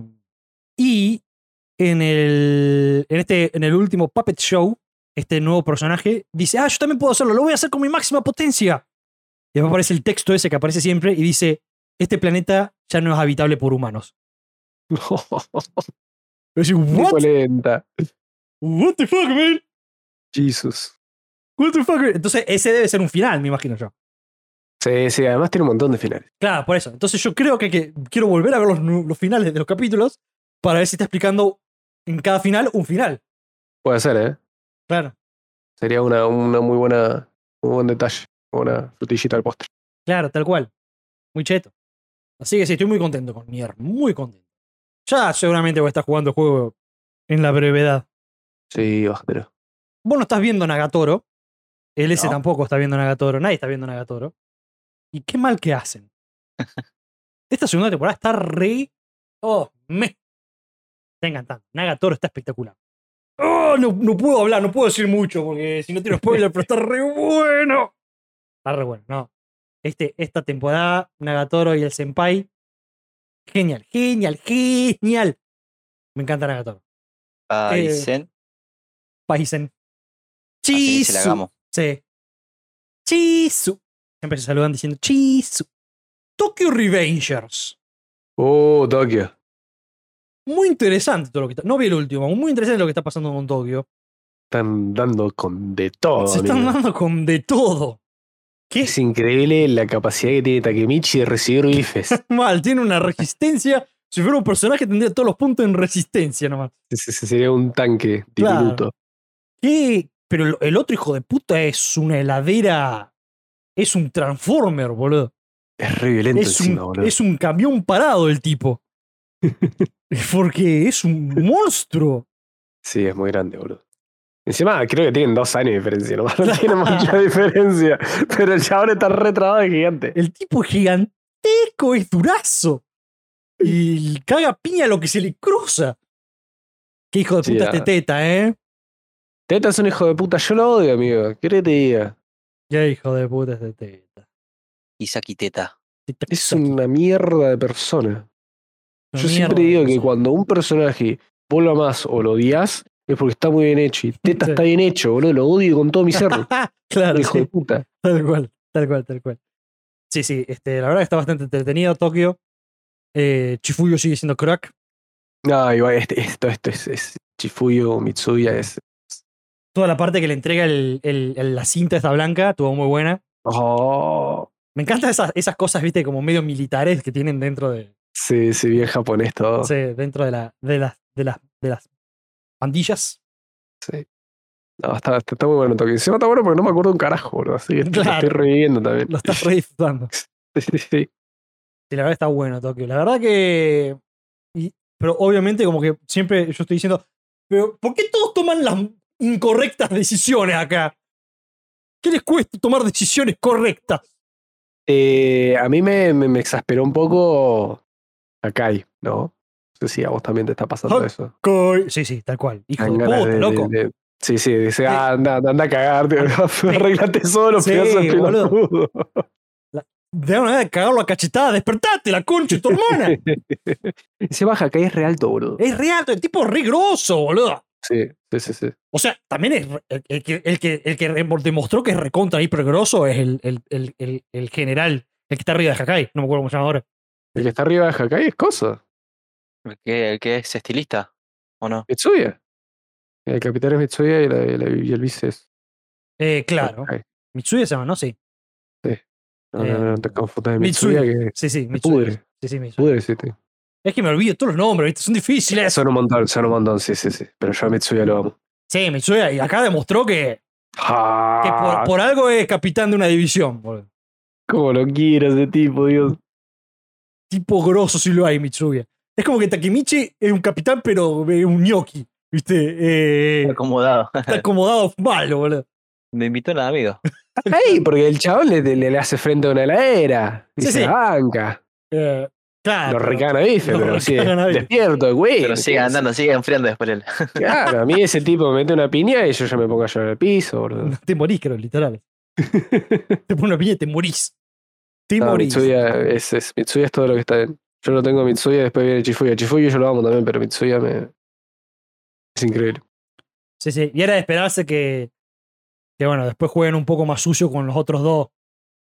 [SPEAKER 1] y en el. En este. En el último Puppet Show, este nuevo personaje dice: Ah, yo también puedo hacerlo, lo voy a hacer con mi máxima potencia. Y después aparece el texto ese que aparece siempre y dice: Este planeta ya no es habitable por humanos. Yo decía,
[SPEAKER 3] Muy
[SPEAKER 1] ¿What?
[SPEAKER 3] polenta.
[SPEAKER 1] What the fuck, man?
[SPEAKER 3] Jesus.
[SPEAKER 1] What the fuck? man?" Entonces, ese debe ser un final, me imagino yo.
[SPEAKER 3] Sí, sí, además tiene un montón de finales.
[SPEAKER 1] Claro, por eso. Entonces yo creo que, que quiero volver a ver los, nu- los finales de los capítulos para ver si está explicando en cada final un final.
[SPEAKER 3] Puede ser, ¿eh?
[SPEAKER 1] Claro,
[SPEAKER 3] Sería una, una muy buena, un buen detalle. Una frutillita al postre.
[SPEAKER 1] claro, tal cual. Muy cheto. Así que sí, estoy muy contento con Nier, muy contento. Ya seguramente voy a estar jugando el juego en la brevedad.
[SPEAKER 3] Sí, ostras.
[SPEAKER 1] Vos no estás viendo Nagatoro. El S
[SPEAKER 2] No.
[SPEAKER 1] tampoco está viendo Nagatoro. Nadie está viendo Nagatoro. Y qué mal que hacen. Esta segunda temporada está re. Oh, me. Está encantando. Nagatoro está espectacular. Oh, no, no puedo hablar, no puedo decir mucho porque si no tiro spoiler, pero está re bueno. Está re bueno, no. Este, esta temporada, Nagatoro y el Senpai. Genial, genial, genial. Me encanta Nagatoro.
[SPEAKER 2] Ay,
[SPEAKER 1] Eh,
[SPEAKER 2] Zen,
[SPEAKER 1] Paisen.
[SPEAKER 2] así se la
[SPEAKER 1] Chisu.
[SPEAKER 2] hagamos.
[SPEAKER 1] Sí. Chisu. Siempre se saludan diciendo Chisu. Tokyo Revengers.
[SPEAKER 3] Oh, Tokio.
[SPEAKER 1] Muy interesante todo lo que está. No vi el último, muy interesante lo que está pasando con Tokio.
[SPEAKER 3] Están dando con de todo.
[SPEAKER 1] se están
[SPEAKER 3] amigo.
[SPEAKER 1] dando con de todo. ¿Qué
[SPEAKER 3] Es increíble la capacidad que tiene Takemichi de recibir bifes.
[SPEAKER 1] mal? Tiene una resistencia. Si fuera un personaje tendría todos los puntos en resistencia nomás.
[SPEAKER 3] Ese- ese sería un tanque
[SPEAKER 1] Claro.
[SPEAKER 3] diminuto.
[SPEAKER 1] ¿Qué? Pero el- el otro hijo de puta es una heladera. Es un transformer, boludo.
[SPEAKER 3] Es re violento
[SPEAKER 1] es,
[SPEAKER 3] encima,
[SPEAKER 1] un,
[SPEAKER 3] boludo.
[SPEAKER 1] es un camión parado el tipo. Porque es un monstruo.
[SPEAKER 3] Sí, es muy grande, boludo. Encima creo que tienen dos años de diferencia, nomás no tiene mucha diferencia. Pero el chabón está retrabado de gigante.
[SPEAKER 1] El tipo es giganteco, es durazo. Y caga piña lo que se le cruza. Qué hijo de
[SPEAKER 3] Sí,
[SPEAKER 1] puta
[SPEAKER 3] ah.
[SPEAKER 1] este teta, ¿eh?
[SPEAKER 3] Teta es un hijo de puta, yo lo odio, amigo. ¿Qué querés que te diga?
[SPEAKER 1] Qué hijo de puta este teta.
[SPEAKER 2] Isaki Teta.
[SPEAKER 1] Teta,
[SPEAKER 3] Es
[SPEAKER 1] teta,
[SPEAKER 3] una mierda de persona.
[SPEAKER 1] una
[SPEAKER 3] Yo
[SPEAKER 1] mierda
[SPEAKER 3] siempre
[SPEAKER 1] de
[SPEAKER 3] digo que
[SPEAKER 1] persona.
[SPEAKER 3] cuando un personaje vos lo amás o lo odias, es porque está muy bien hecho. Y Teta
[SPEAKER 1] Sí.
[SPEAKER 3] está bien hecho, boludo. Lo odio con todo mi ser.
[SPEAKER 1] claro,
[SPEAKER 3] hijo de
[SPEAKER 1] sí,
[SPEAKER 3] puta.
[SPEAKER 1] tal cual, tal cual, tal cual. Sí, sí, este, la verdad que está bastante entretenido Tokio. Eh, Chifuyo sigue siendo crack.
[SPEAKER 3] No, igual, este- esto, esto es, es Chifuyo, Mitsuya, es.
[SPEAKER 1] Toda la parte que le entrega el- el- el- la cinta esta blanca estuvo muy buena.
[SPEAKER 3] Oh,
[SPEAKER 1] Me encantan esas, esas cosas, viste, como medio militares que tienen dentro de,
[SPEAKER 3] sí, sí, bien japonés todo.
[SPEAKER 1] sí, dentro de, la, de, las, de, las, de las pandillas.
[SPEAKER 3] Sí. No, está, está, está muy bueno Tokio. Encima está bueno porque no me acuerdo un carajo, boludo. Así que lo
[SPEAKER 1] Claro.
[SPEAKER 3] estoy reviviendo también.
[SPEAKER 1] Lo estás re disfrutando.
[SPEAKER 3] Sí, sí, sí.
[SPEAKER 1] Sí, la verdad está bueno, Tokio. La verdad que. y- pero obviamente, como que siempre yo estoy diciendo, pero ¿por qué todos toman las incorrectas decisiones acá? ¿Qué les cuesta tomar decisiones correctas?
[SPEAKER 3] Eh, a mí me, me, me exasperó un poco Akai, ¿no? No sé si a vos también te está pasando
[SPEAKER 1] Ah,
[SPEAKER 3] eso.
[SPEAKER 1] Coi- Sí, sí, tal cual. Hijo
[SPEAKER 3] Dan
[SPEAKER 1] de
[SPEAKER 3] ganas
[SPEAKER 1] puta,
[SPEAKER 3] de- de-
[SPEAKER 1] loco.
[SPEAKER 3] de- sí, sí, dice, ah, anda, anda eh, a cagarte, arreglate solo,
[SPEAKER 1] Sí,
[SPEAKER 3] pedazo de
[SPEAKER 1] boludo.
[SPEAKER 3] pelotudo.
[SPEAKER 1] De una vez de cagarlo a cachetada, despertate, la concha de tu hermana.
[SPEAKER 3] Y se baja, Akai es re alto, boludo.
[SPEAKER 1] es re alto, el tipo es re grosso, boludo.
[SPEAKER 3] Sí, sí, sí, sí.
[SPEAKER 1] O sea, también es re- el, el que, el, que, el que re- demostró que es recontra hiper grosso es el, el, el, el, el general, el que está arriba de Hakai, no me acuerdo cómo se llama ahora.
[SPEAKER 3] El que está arriba de Hakai es cosa.
[SPEAKER 2] ¿El que, el que es estilista? ¿O no?
[SPEAKER 3] Mitsuya. El capitán es Mitsuya y, la- y la- y el vice es.
[SPEAKER 1] Eh, claro.
[SPEAKER 3] Hakai.
[SPEAKER 1] Mitsuya se llama, ¿no? Sí.
[SPEAKER 3] No, no,
[SPEAKER 1] Eh,
[SPEAKER 3] no, no te confundas de Mitsuya, que
[SPEAKER 1] Sí, sí, Mitsuya.
[SPEAKER 3] pudre,
[SPEAKER 1] Sí, sí, Mitsuya.
[SPEAKER 3] pudre, sí. te-
[SPEAKER 1] Es que me olvido todos los nombres, ¿viste? son difíciles.
[SPEAKER 3] Son un montón, son un montón, sí, sí, sí. Pero yo a Mitsuya lo amo.
[SPEAKER 1] Sí, Mitsuya, y acá demostró que, que
[SPEAKER 3] Ah,
[SPEAKER 1] por, por algo es capitán de una división, boludo.
[SPEAKER 3] ¿Cómo lo quiero ese tipo, Dios?
[SPEAKER 1] tipo grosso si lo hay, Mitsuya. Es como que Takemichi es un capitán, pero eh, un gnocchi, ¿viste? Eh,
[SPEAKER 2] Acomodado.
[SPEAKER 1] está acomodado malo, boludo.
[SPEAKER 2] Me invitó un amigo.
[SPEAKER 3] Ey, porque el chabón le, le, le hace frente a una heladera. Y
[SPEAKER 1] Sí,
[SPEAKER 3] se
[SPEAKER 1] sí.
[SPEAKER 3] la banca.
[SPEAKER 1] Eh, claro. pero-
[SPEAKER 3] lo Ah, recana, dice,
[SPEAKER 1] lo
[SPEAKER 3] pero sí.
[SPEAKER 1] recanabife.
[SPEAKER 3] Despierto, güey.
[SPEAKER 2] Pero sigue andando, sigue enfriando después él.
[SPEAKER 3] Claro, a mí ese tipo me mete una piña y yo ya me pongo a llorar al piso, boludo.
[SPEAKER 1] No te morís, creo, literal. te pones una piña y te morís. Te
[SPEAKER 3] No,
[SPEAKER 1] morís.
[SPEAKER 3] Mitsuya es, es- Mitsuya es todo lo que está bien. Yo no tengo Mitsuya, después viene Chifuya. Chifuya yo lo amo también, pero Mitsuya me. Es increíble.
[SPEAKER 1] Sí, sí. Y era de esperarse que, que, bueno, después jueguen un poco más sucio con los otros dos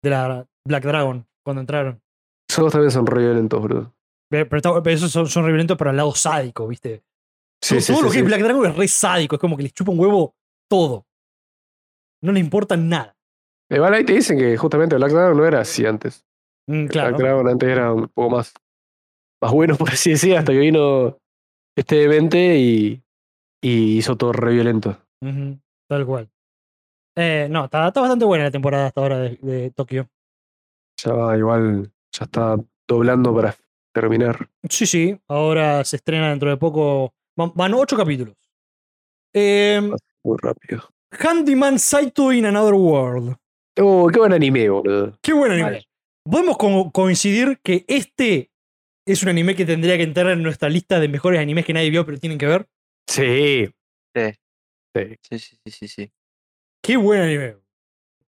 [SPEAKER 1] de la Black Dragon cuando entraron.
[SPEAKER 3] Esos dos también son re violentos, boludo.
[SPEAKER 1] Pero, pero está- pero esos son, son re violentos para el lado sádico, ¿viste?
[SPEAKER 3] Sí,
[SPEAKER 1] todo
[SPEAKER 3] sí,
[SPEAKER 1] todo
[SPEAKER 3] sí,
[SPEAKER 1] lo que
[SPEAKER 3] sí.
[SPEAKER 1] es Black Dragon es re sádico, es como que les chupa un huevo todo. No les importa nada.
[SPEAKER 3] Igual ahí te dicen que justamente Black Dragon no era así antes.
[SPEAKER 1] Mm, claro.
[SPEAKER 3] Black Dragon antes era un poco más, más bueno, por así decir, hasta que vino este demente y, y hizo todo re violento.
[SPEAKER 1] Ujú, Tal cual. Eh, no, está, está bastante buena la temporada hasta ahora de, de Tokio.
[SPEAKER 3] Ya va, igual, ya está doblando para terminar.
[SPEAKER 1] Sí, sí. Ahora se estrena dentro de poco. Van, van ocho capítulos. Eh,
[SPEAKER 3] Muy rápido.
[SPEAKER 1] Handyman Saito in Another World.
[SPEAKER 3] Oh, qué buen anime, boludo.
[SPEAKER 1] Qué buen anime. Podemos co- coincidir que este es un anime que tendría que entrar en nuestra lista de mejores animes que nadie vio, pero tienen que ver.
[SPEAKER 3] Sí.
[SPEAKER 2] Sí, sí, sí, sí, sí.
[SPEAKER 1] Qué buen anime.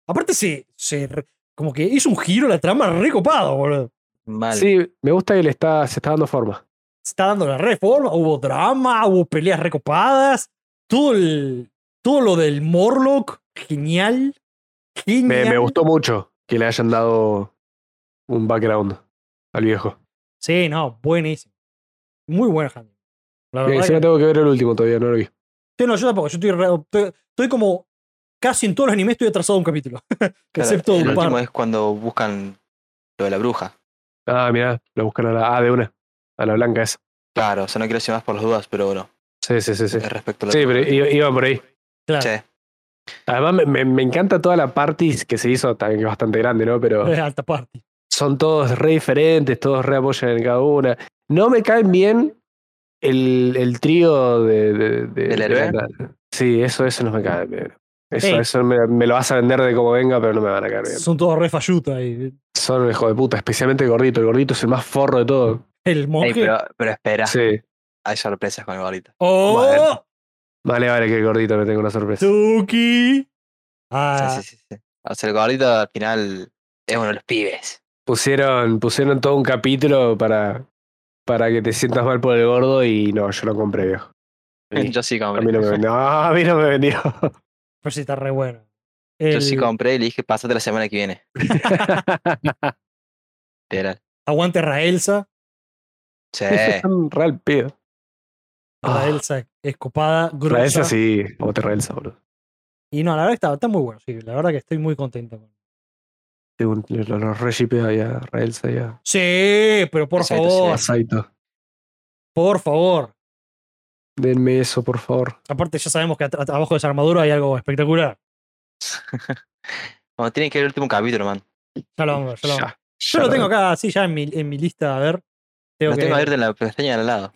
[SPEAKER 1] Aparte, se, se re- como que hizo un giro la trama recopado, boludo.
[SPEAKER 2] Mal.
[SPEAKER 3] Sí, me gusta que le está, se está dando forma.
[SPEAKER 1] Se está dando la reforma, hubo drama, hubo peleas recopadas, todo el, todo lo del Morlock, genial. Genial.
[SPEAKER 3] Me, me gustó mucho que le hayan dado un background al viejo.
[SPEAKER 1] Sí, no, buenísimo. Muy buen anime. La
[SPEAKER 3] Mira,
[SPEAKER 1] verdad
[SPEAKER 3] encima
[SPEAKER 1] que-
[SPEAKER 3] tengo que ver el último todavía, no lo vi.
[SPEAKER 1] Sí, no, yo tampoco, yo estoy, re- estoy, estoy como casi en todos los animes estoy atrasado un capítulo.
[SPEAKER 2] Claro,
[SPEAKER 1] Excepto
[SPEAKER 2] el
[SPEAKER 1] un par.
[SPEAKER 2] último es cuando buscan lo de la bruja.
[SPEAKER 3] Ah, mirá, lo buscan a la. Ah, de una. A la blanca esa.
[SPEAKER 2] Claro, o sea, no quiero decir más por las dudas, pero bueno,
[SPEAKER 3] Sí, sí, sí, sí.
[SPEAKER 2] eh, respecto a la
[SPEAKER 3] Sí, pero i- iba por ahí.
[SPEAKER 1] Claro.
[SPEAKER 2] Che,
[SPEAKER 3] Además, me, me- me encanta toda la party que se hizo, también que es bastante grande, ¿no? Pero
[SPEAKER 1] Es alta parte.
[SPEAKER 3] son todos re diferentes, todos re apoyan en cada una. No me caen bien el, el trío de, de, de-
[SPEAKER 2] ¿Del
[SPEAKER 3] de
[SPEAKER 2] héroe?
[SPEAKER 3] la- Sí, eso, eso no me cae bien. Eso,
[SPEAKER 1] Ey.
[SPEAKER 3] eso me, me lo vas a vender de como venga, pero no me van a caer bien.
[SPEAKER 1] Son todos re falluta ahí.
[SPEAKER 3] Son un hijo de puta, especialmente el gordito. El gordito es el más forro de todo.
[SPEAKER 1] El
[SPEAKER 2] ey,
[SPEAKER 1] monje.
[SPEAKER 2] pero, pero espera,
[SPEAKER 3] Sí.
[SPEAKER 2] hay sorpresas con el gordito.
[SPEAKER 1] ¡Oh!
[SPEAKER 2] Bueno.
[SPEAKER 3] Vale, vale, que el gordito me tengo una sorpresa.
[SPEAKER 1] Tuki.
[SPEAKER 2] Sí,
[SPEAKER 1] Ah,
[SPEAKER 2] sí, sí, sí. O sea, el gordito al final es uno de los pibes.
[SPEAKER 3] Pusieron, pusieron todo un capítulo para, para que te sientas mal por el gordo y no, yo lo compré, viejo. Sí.
[SPEAKER 2] Yo sí
[SPEAKER 3] A mí no me
[SPEAKER 2] compré.
[SPEAKER 3] vendió. Ah, a mí no me vendió.
[SPEAKER 1] pero sí está re bueno.
[SPEAKER 2] Yo
[SPEAKER 1] El-
[SPEAKER 2] sí compré y le dije, pasate la semana que viene. Literal.
[SPEAKER 1] Aguante Raelsa.
[SPEAKER 2] Che,
[SPEAKER 3] Están re al pedo. Ah.
[SPEAKER 1] Raelsa es copada, grosa.
[SPEAKER 3] Raelsa sí, como te Raelsa, boludo.
[SPEAKER 1] Y no, la verdad que está, está muy bueno. Sí, la verdad que estoy muy contento. con-
[SPEAKER 3] Tengo un- Los, los re shipeaba ahí a Raelsa y a
[SPEAKER 1] Sí, pero por
[SPEAKER 2] Exacto,
[SPEAKER 1] favor,
[SPEAKER 3] a Saito.
[SPEAKER 1] por favor.
[SPEAKER 3] Denme eso, por favor.
[SPEAKER 1] Aparte, ya sabemos que at- at- abajo de esa armadura hay algo espectacular.
[SPEAKER 2] bueno, tienen que ver el último capítulo, man.
[SPEAKER 1] Ya lo vamos a ver, ya lo vamos a ver.
[SPEAKER 3] Ya,
[SPEAKER 1] Yo
[SPEAKER 3] ya
[SPEAKER 1] lo tengo acá, sí, ya en mi, en mi lista, a ver. Tengo
[SPEAKER 2] Lo
[SPEAKER 1] que-
[SPEAKER 2] tengo abierto en la pestaña de al lado.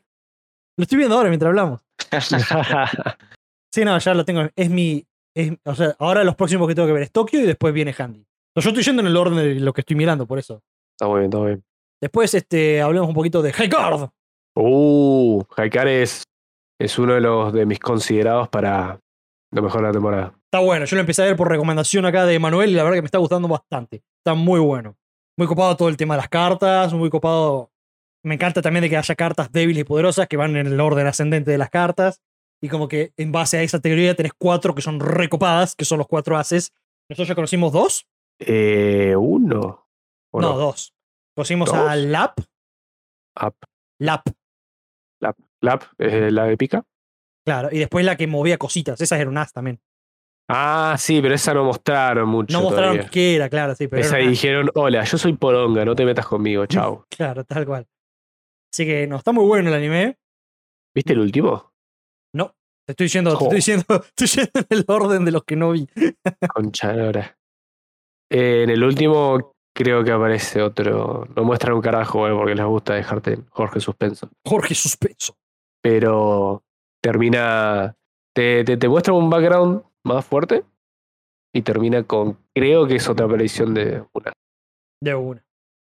[SPEAKER 1] Lo estoy viendo ahora mientras hablamos.
[SPEAKER 3] veo.
[SPEAKER 1] Sí, no, ya lo tengo. Es mi. es- o sea, ahora los próximos que tengo que ver es Tokio y después viene Handy. No, yo estoy yendo en el orden de lo que estoy mirando, por eso.
[SPEAKER 3] Está muy bien, está muy bien.
[SPEAKER 1] Después este, hablemos un poquito de Haggard.
[SPEAKER 3] Uh, Haikar es, es uno de los de mis considerados para lo mejor de la temporada.
[SPEAKER 1] Está bueno, yo lo empecé a ver por recomendación acá de Manuel y la verdad que me está gustando bastante. Está muy bueno. Muy copado todo el tema de las cartas, muy copado. Me encanta también de que haya cartas débiles y poderosas que van en el orden ascendente de las cartas. Y como que en base a esa teoría tenés cuatro que son recopadas, que son los cuatro haces. Nosotros ya conocimos dos.
[SPEAKER 3] Eh, uno. ¿o
[SPEAKER 1] no, dos. Conocimos
[SPEAKER 3] ¿Dos?
[SPEAKER 1] a Lap.
[SPEAKER 3] Up.
[SPEAKER 1] Lap,
[SPEAKER 3] Lap. Ah, Lap, eh, la de pica.
[SPEAKER 1] claro. Y después la que movía cositas. Esa era un as también.
[SPEAKER 3] Ah, sí, pero esa no mostraron mucho.
[SPEAKER 1] No mostraron
[SPEAKER 3] todavía.
[SPEAKER 1] qué era, claro, sí. Pero
[SPEAKER 3] Esa
[SPEAKER 1] era un as.
[SPEAKER 3] dijeron, hola, yo soy poronga, no te metas conmigo, chao.
[SPEAKER 1] Claro, tal cual. Así que no, está muy bueno el anime.
[SPEAKER 3] ¿Viste el último?
[SPEAKER 1] Te estoy diciendo, te
[SPEAKER 3] Jo.
[SPEAKER 1] estoy diciendo, estoy yendo en el orden de los que no vi.
[SPEAKER 3] Concha de hora. Eh, en el último creo que aparece otro. No muestran un carajo, eh, porque les gusta dejarte Jorge en suspenso.
[SPEAKER 1] Jorge Suspenso.
[SPEAKER 3] pero termina. Te, te, te muestra un background más fuerte y termina con. Creo que es otra aparición de una.
[SPEAKER 1] De una.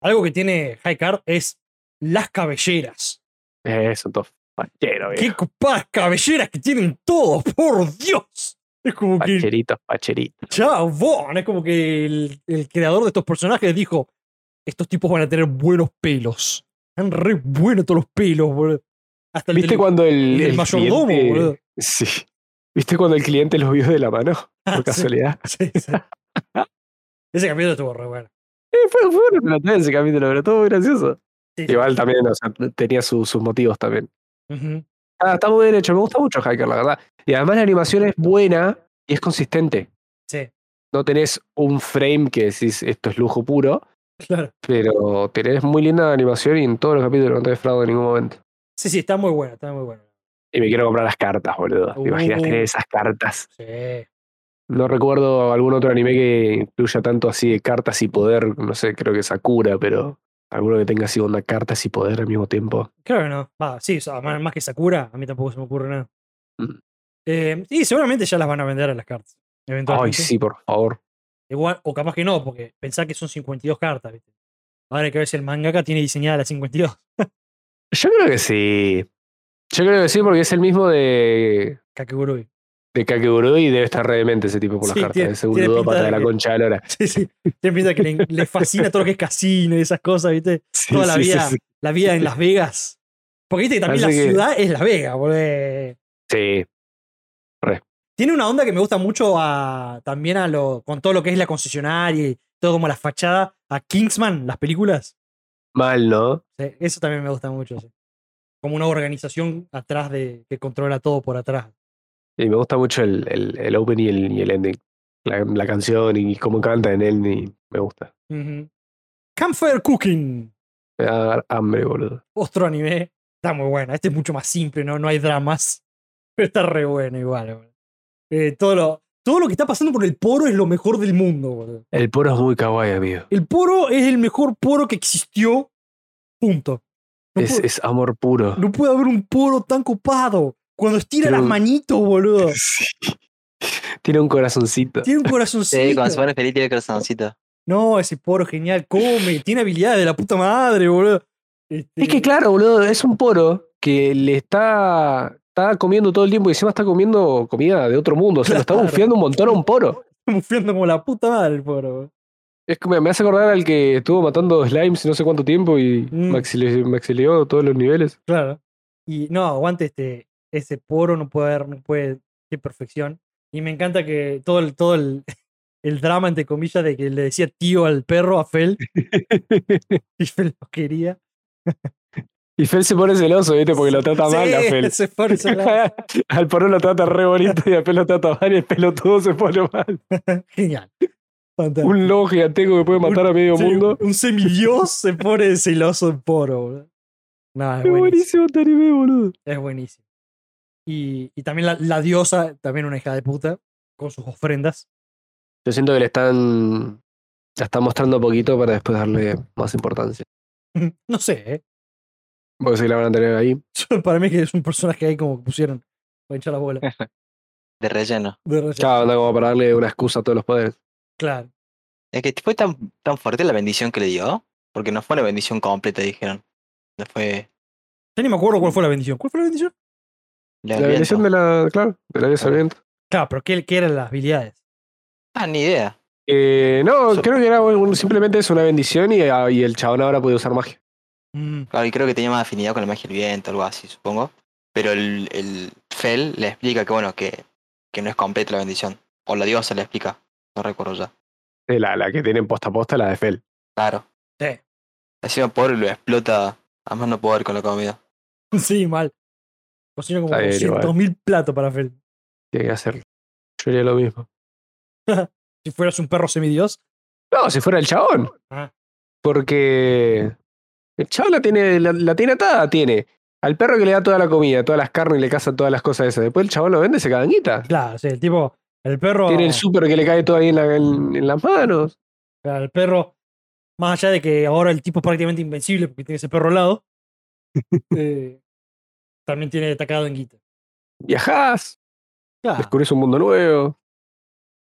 [SPEAKER 1] Algo que tiene High Card es las cabelleras.
[SPEAKER 3] Eh, son todos facheros,
[SPEAKER 1] Qué
[SPEAKER 3] viejo.
[SPEAKER 1] copadas cabelleras que tienen todos, por Dios. Es como que,
[SPEAKER 3] Facheritos, facheritos.
[SPEAKER 1] chabón, es como que el, el creador de estos personajes dijo, estos tipos van a tener buenos pelos. Están re buenos todos los pelos, boludo. Hasta el
[SPEAKER 3] ¿Viste
[SPEAKER 1] del-
[SPEAKER 3] cuando
[SPEAKER 1] el
[SPEAKER 3] el.
[SPEAKER 1] del
[SPEAKER 3] el
[SPEAKER 1] mayordomo,
[SPEAKER 3] cliente-
[SPEAKER 1] boludo.
[SPEAKER 3] Sí. ¿Viste cuando el cliente los vio de la mano?
[SPEAKER 1] Ah,
[SPEAKER 3] Por
[SPEAKER 1] sí.
[SPEAKER 3] casualidad.
[SPEAKER 1] Sí, sí. Ese capítulo estuvo re bueno.
[SPEAKER 3] Eh, fue, fue una pelotudez ese capítulo, pero todo muy gracioso.
[SPEAKER 1] Sí, sí.
[SPEAKER 3] Igual también, o sea, tenía su- sus motivos también.
[SPEAKER 1] Ujú.
[SPEAKER 3] Ah, está muy bien hecho, me gusta mucho Hacker, la verdad. Y además la animación es buena y es consistente.
[SPEAKER 1] Sí,
[SPEAKER 3] no tenés un frame que decís esto es lujo puro,
[SPEAKER 1] claro.
[SPEAKER 3] pero tenés muy linda animación y en todos los capítulos no tenés fraude en ningún momento.
[SPEAKER 1] Sí, sí, está muy bueno, está muy bueno.
[SPEAKER 3] Y me quiero comprar las cartas, boludo. ¿Te imaginas
[SPEAKER 1] Uh.
[SPEAKER 3] tener esas cartas?
[SPEAKER 1] Sí.
[SPEAKER 3] No recuerdo algún otro anime que incluya tanto así de cartas y poder. No sé, creo que Sakura, pero alguno que tenga así onda cartas y poder al mismo tiempo.
[SPEAKER 1] Creo que no. Va, sí, o sea, más más que Sakura, a mí tampoco se me ocurre nada.
[SPEAKER 3] Mm.
[SPEAKER 1] Eh, y seguramente ya las van a vender a las cartas. Eventualmente.
[SPEAKER 3] Ay, sí, por favor.
[SPEAKER 1] Igual, o capaz que no, porque pensá que son 52 cartas, ¿viste? Ahora hay que ver si el mangaka tiene diseñada las 52.
[SPEAKER 3] Yo creo que sí. Yo creo que sí, porque es el mismo de,
[SPEAKER 1] Kakegurui.
[SPEAKER 3] de Kakegurui y debe estar re demente ese tipo por las
[SPEAKER 1] Sí,
[SPEAKER 3] cartas. ¿eh?
[SPEAKER 1] tiene-
[SPEAKER 3] ese un
[SPEAKER 1] tiene pinta
[SPEAKER 3] ludópata
[SPEAKER 1] de
[SPEAKER 3] de la
[SPEAKER 1] que-
[SPEAKER 3] concha de la lora.
[SPEAKER 1] Sí, sí. Tiene pinta que le, le fascina todo lo que es casino y esas cosas, ¿viste?
[SPEAKER 3] Sí,
[SPEAKER 1] Toda la
[SPEAKER 3] sí, sí,
[SPEAKER 1] vida,
[SPEAKER 3] sí.
[SPEAKER 1] la vida en Las Vegas. Porque viste que también
[SPEAKER 3] Parece
[SPEAKER 1] la
[SPEAKER 3] que-
[SPEAKER 1] ciudad es Las Vegas, boludo.
[SPEAKER 3] Sí,
[SPEAKER 1] Tiene una onda que me gusta mucho a, también a lo, con todo lo que es la concesionaria y todo como la fachada a Kingsman, las películas.
[SPEAKER 3] mal, ¿no?
[SPEAKER 1] Sí, eso también me gusta mucho. sí. Como una organización atrás de que controla todo por atrás.
[SPEAKER 3] Y me gusta mucho el, el, el open y el, y el ending. La, la canción y cómo canta en él, y me gusta.
[SPEAKER 1] Ujú. Campfire Cooking,
[SPEAKER 3] Me va a dar hambre, boludo.
[SPEAKER 1] otro anime. Está muy buena. Este es mucho más simple, ¿no? No hay dramas. Pero está re bueno igual, boludo. Eh, todo, lo, todo lo que está pasando con el poro es lo mejor del mundo, boludo.
[SPEAKER 3] El poro es muy kawaii, amigo.
[SPEAKER 1] El poro es el mejor poro que existió. Punto. No
[SPEAKER 3] Es,
[SPEAKER 1] puedo-
[SPEAKER 3] es amor puro.
[SPEAKER 1] No puede haber un poro tan copado. Cuando estira
[SPEAKER 3] Tiene
[SPEAKER 1] las
[SPEAKER 3] un-
[SPEAKER 1] manitos, boludo.
[SPEAKER 3] Sí. Tiene un corazoncito.
[SPEAKER 1] Tiene un
[SPEAKER 2] Sí,
[SPEAKER 1] corazoncito.
[SPEAKER 2] cuando se pone feliz tiene el corazoncito.
[SPEAKER 1] no, ese poro genial. Come, tiene habilidades de la puta madre, boludo. Este,
[SPEAKER 3] Es que claro, boludo, es un poro que le está, está comiendo todo el tiempo y encima está comiendo comida de otro mundo. O sea, lo
[SPEAKER 1] Claro.
[SPEAKER 3] está bufiando un montón a un poro.
[SPEAKER 1] mufriando como la puta madre el poro. boludo.
[SPEAKER 3] Es que me, me hace acordar al que estuvo matando slimes no sé cuánto tiempo y
[SPEAKER 1] Mm.
[SPEAKER 3] maxile- maxileó todos los niveles.
[SPEAKER 1] Claro. Y no, aguante este. Ese poro no puede haber, no puede. Qué perfección. Y me encanta que todo el, todo el, el drama, entre comillas, de que le decía tío al perro, a Fel, y Fel lo quería.
[SPEAKER 3] Y Fel se pone celoso, ¿viste? Porque lo trata mal a
[SPEAKER 1] Sí,
[SPEAKER 3] Fel.
[SPEAKER 1] se pone celoso.
[SPEAKER 3] Al porro lo trata re bonito y a Fel lo trata mal y el pelotudo se pone mal.
[SPEAKER 1] Genial. Fantástico.
[SPEAKER 3] Un lobo gigantesco que puede matar a medio
[SPEAKER 1] Sí,
[SPEAKER 3] mundo.
[SPEAKER 1] Un semidios se pone celoso en poro, boludo. No, es
[SPEAKER 3] Es
[SPEAKER 1] buenísimo.
[SPEAKER 3] buenísimo este anime, boludo.
[SPEAKER 1] Es buenísimo. Y, y también la, la diosa, también una hija de puta, con sus ofrendas.
[SPEAKER 3] Yo siento que le están. La están mostrando poquito para después darle más importancia.
[SPEAKER 1] No sé, ¿eh?
[SPEAKER 3] Porque si la van a tener ahí.
[SPEAKER 1] Yo- para mí que es un personaje ahí como que pusieron para hinchar la bola.
[SPEAKER 3] Eh,
[SPEAKER 2] De relleno.
[SPEAKER 1] de relleno.
[SPEAKER 3] Claro, anda como para darle una excusa a todos los poderes.
[SPEAKER 1] Claro.
[SPEAKER 2] Es que fue tan, tan fuerte la bendición que le dio, porque no fue una bendición completa, dijeron. No fue
[SPEAKER 1] Ya ni me acuerdo cuál fue la bendición. ¿Cuál fue la bendición?
[SPEAKER 2] la
[SPEAKER 3] La bendición de la. Claro, de la diosa
[SPEAKER 2] Claro.
[SPEAKER 3] viento.
[SPEAKER 1] Claro, pero ¿qué, qué eran las habilidades?
[SPEAKER 2] Ah, ni idea.
[SPEAKER 3] Eh, no,
[SPEAKER 2] So-
[SPEAKER 3] creo que era un- simplemente es una bendición y, ah, y el chabón ahora puede usar magia.
[SPEAKER 1] Mm,
[SPEAKER 2] Claro, y creo que tenía más afinidad con la magia del viento, algo así, supongo. Pero el, el Fel le explica que, bueno, que, que no es completa la bendición. O la diosa le explica, no recuerdo ya.
[SPEAKER 3] Eh, La, la que tienen posta a posta, la de Fel.
[SPEAKER 2] Claro.
[SPEAKER 1] Sí.
[SPEAKER 2] Encima pobre lo explota a más no poder con la comida.
[SPEAKER 1] sí, mal. Cocina como
[SPEAKER 3] Está bien,
[SPEAKER 1] 200.000 platos para Fel.
[SPEAKER 3] Tiene que hacerlo. Yo haría lo mismo.
[SPEAKER 1] Si fueras un perro semidios.
[SPEAKER 3] No, si fuera el chabón.
[SPEAKER 1] Ah.
[SPEAKER 3] Porque el chabón la tiene, la, la tiene atada, tiene. Al perro que le da toda la comida, todas las carnes y le caza todas las cosas esas. Después el chabón lo vende y se caga en guita.
[SPEAKER 1] Claro, sí, el tipo. El perro.
[SPEAKER 3] Ah. Tiene el súper que le cae todo ahí en, la- en- en las manos.
[SPEAKER 1] Claro, el perro, más allá de que ahora el tipo es prácticamente invencible porque tiene ese perro al lado, eh, también tiene atacado en guita.
[SPEAKER 3] Viajás,
[SPEAKER 1] Claro,
[SPEAKER 3] descubrís un mundo nuevo,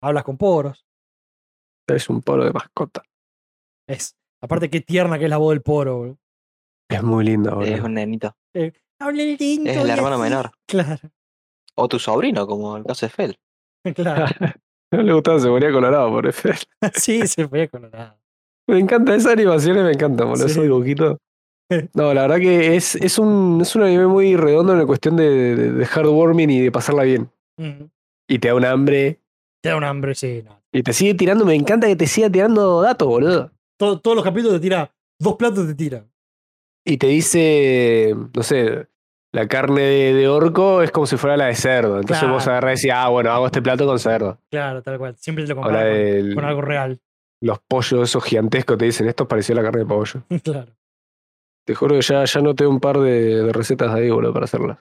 [SPEAKER 1] hablas con poros.
[SPEAKER 3] es un polo de mascota.
[SPEAKER 1] Es, aparte, qué tierna que es la voz del poro, boludo.
[SPEAKER 3] Es muy lindo, boludo.
[SPEAKER 2] Es un nenito.
[SPEAKER 1] Habla lento
[SPEAKER 2] Es el
[SPEAKER 1] y
[SPEAKER 2] hermano
[SPEAKER 1] así.
[SPEAKER 2] menor.
[SPEAKER 1] Claro,
[SPEAKER 2] O tu sobrino, como el caso de Fel.
[SPEAKER 1] claro.
[SPEAKER 3] No le gustaba, se ponía colorado, por eso.
[SPEAKER 1] sí, se fue colorado.
[SPEAKER 3] Me encanta, esas animaciones me encantan, boludo.
[SPEAKER 1] Sí.
[SPEAKER 3] Soy boquito. No, la verdad que es, es, un, es un anime muy redondo en la cuestión de, de, de heartwarming y de pasarla bien.
[SPEAKER 1] Mm,
[SPEAKER 3] Y te da un hambre.
[SPEAKER 1] Te da un hambre, sí. no.
[SPEAKER 3] Y te sigue tirando, me encanta que te siga tirando datos, boludo.
[SPEAKER 1] Todo- todos los capítulos te tira, dos platos te tira.
[SPEAKER 3] Y te dice, no sé, la carne de, de orco es como si fuera la de cerdo. Entonces
[SPEAKER 1] Claro.
[SPEAKER 3] vos agarrás y decís, ah, bueno, hago este plato con cerdo.
[SPEAKER 1] Claro, tal cual. Siempre te lo
[SPEAKER 3] Ahora
[SPEAKER 1] comparas con,
[SPEAKER 3] el-
[SPEAKER 1] con algo real.
[SPEAKER 3] los pollos esos gigantescos te dicen, esto pareció la carne de pollo.
[SPEAKER 1] claro.
[SPEAKER 3] Te juro que ya, ya noté un par de, de recetas de ahí, boludo, para hacerlas.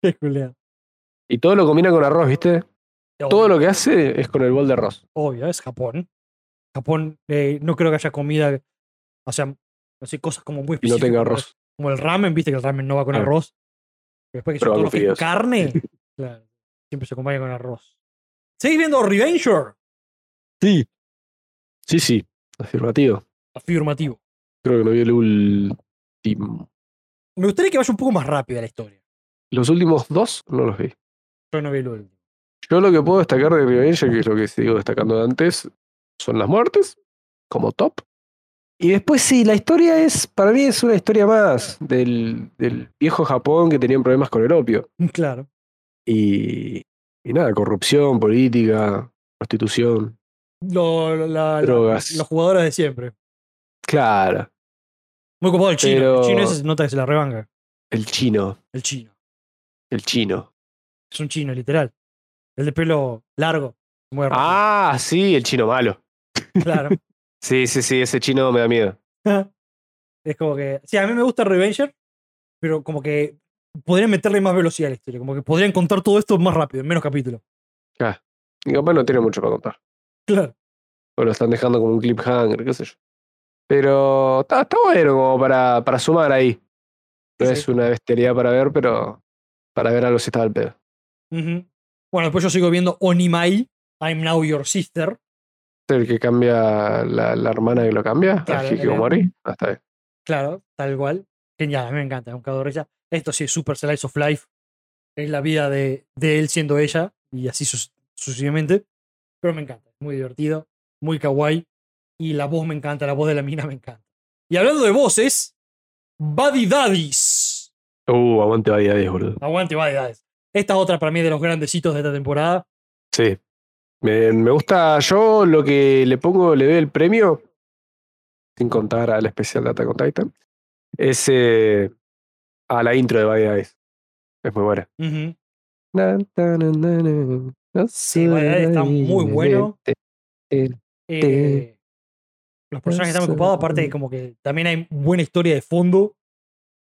[SPEAKER 1] Qué culiao.
[SPEAKER 3] Y todo lo combina con arroz, ¿viste? Todo lo que hace es con el bol de arroz.
[SPEAKER 1] obvio, es Japón. Japón, eh, no creo que haya comida, o sea, así cosas como muy
[SPEAKER 3] Y no
[SPEAKER 1] específicas.
[SPEAKER 3] tenga
[SPEAKER 1] como-
[SPEAKER 3] arroz.
[SPEAKER 1] Como el ramen, viste que el ramen no va con
[SPEAKER 3] Claro.
[SPEAKER 1] arroz. Pero después que son
[SPEAKER 3] Pero
[SPEAKER 1] todo
[SPEAKER 3] va con
[SPEAKER 1] lo que es
[SPEAKER 3] fideos.
[SPEAKER 1] carne, claro, siempre se acompaña con arroz. ¿Seguís viendo Revenger?
[SPEAKER 3] Sí. Sí, sí. Afirmativo.
[SPEAKER 1] Afirmativo.
[SPEAKER 3] Creo que no vi el último.
[SPEAKER 1] Me gustaría que vaya un poco más rápido la historia.
[SPEAKER 3] Los últimos dos no los vi.
[SPEAKER 1] Yo no vi el último.
[SPEAKER 3] Yo lo que puedo destacar de Revenge, que es lo que sigo destacando de antes, son las muertes, como top. Y después sí, la historia es, para mí es una historia más del, del viejo Japón que tenían problemas con el opio.
[SPEAKER 1] Claro.
[SPEAKER 3] Y, y nada, corrupción, política, prostitución.
[SPEAKER 1] Lo- lo- la- la-
[SPEAKER 3] Drogas.
[SPEAKER 1] los jugadores de siempre.
[SPEAKER 3] Claro,
[SPEAKER 1] Muy copado el chino.
[SPEAKER 3] Pero-
[SPEAKER 1] El chino ese se nota que se la rebanga.
[SPEAKER 3] el chino,
[SPEAKER 1] El chino.
[SPEAKER 3] el chino.
[SPEAKER 1] Es un chino, literal. El de pelo largo. Muy rápido.
[SPEAKER 3] Ah, sí, el chino malo.
[SPEAKER 1] Claro.
[SPEAKER 3] Sí, sí, sí, ese chino me da miedo.
[SPEAKER 1] Es como que. Sí, a mí me gusta Revenger, pero como que podrían meterle más velocidad a la historia. Como que podrían contar todo esto más rápido, en menos capítulo.
[SPEAKER 3] Y capaz no tiene mucho para contar.
[SPEAKER 1] Claro.
[SPEAKER 3] O lo están dejando como un cliffhanger, qué sé yo. Pero está, está bueno como para, para sumar ahí. No
[SPEAKER 1] Sí,
[SPEAKER 3] es
[SPEAKER 1] sí.
[SPEAKER 3] una bestialidad para ver, pero para ver algo si está al pedo.
[SPEAKER 1] Ujú. Bueno, después yo sigo viendo Onimai, I'm Now Your Sister.
[SPEAKER 3] El que cambia la, la hermana que lo cambia,
[SPEAKER 1] Claro,
[SPEAKER 3] a
[SPEAKER 1] el-
[SPEAKER 3] Hikikomori. Ah, está bien.
[SPEAKER 1] Claro, tal cual. Genial, a mí me encanta, es un cago de risa. Esto sí es Super Slice of Life. Es la vida de, de él siendo ella y así sus- sucesivamente. Pero me encanta, es muy divertido, muy kawaii. Y la voz me encanta, la voz de la mina me encanta. Y hablando de voces, Buddy Daddies.
[SPEAKER 3] Uh, aguante Badía 10, boludo.
[SPEAKER 1] Aguante variedades. Esta es otra para mí de los grandes hitos de esta temporada.
[SPEAKER 3] Sí. Me, me gusta, yo lo que le pongo, le doy el premio, sin contar al especial Data con Titan, es eh, a la intro de Bad Eyes. Es muy buena. Na, ta, na, na, na. No
[SPEAKER 1] Sí,
[SPEAKER 3] sé,
[SPEAKER 1] Bad Eyes está
[SPEAKER 3] ay,
[SPEAKER 1] muy
[SPEAKER 3] me
[SPEAKER 1] bueno.
[SPEAKER 3] mete.
[SPEAKER 1] Eh, los personajes están ocupados, aparte de como que también hay buena historia de fondo.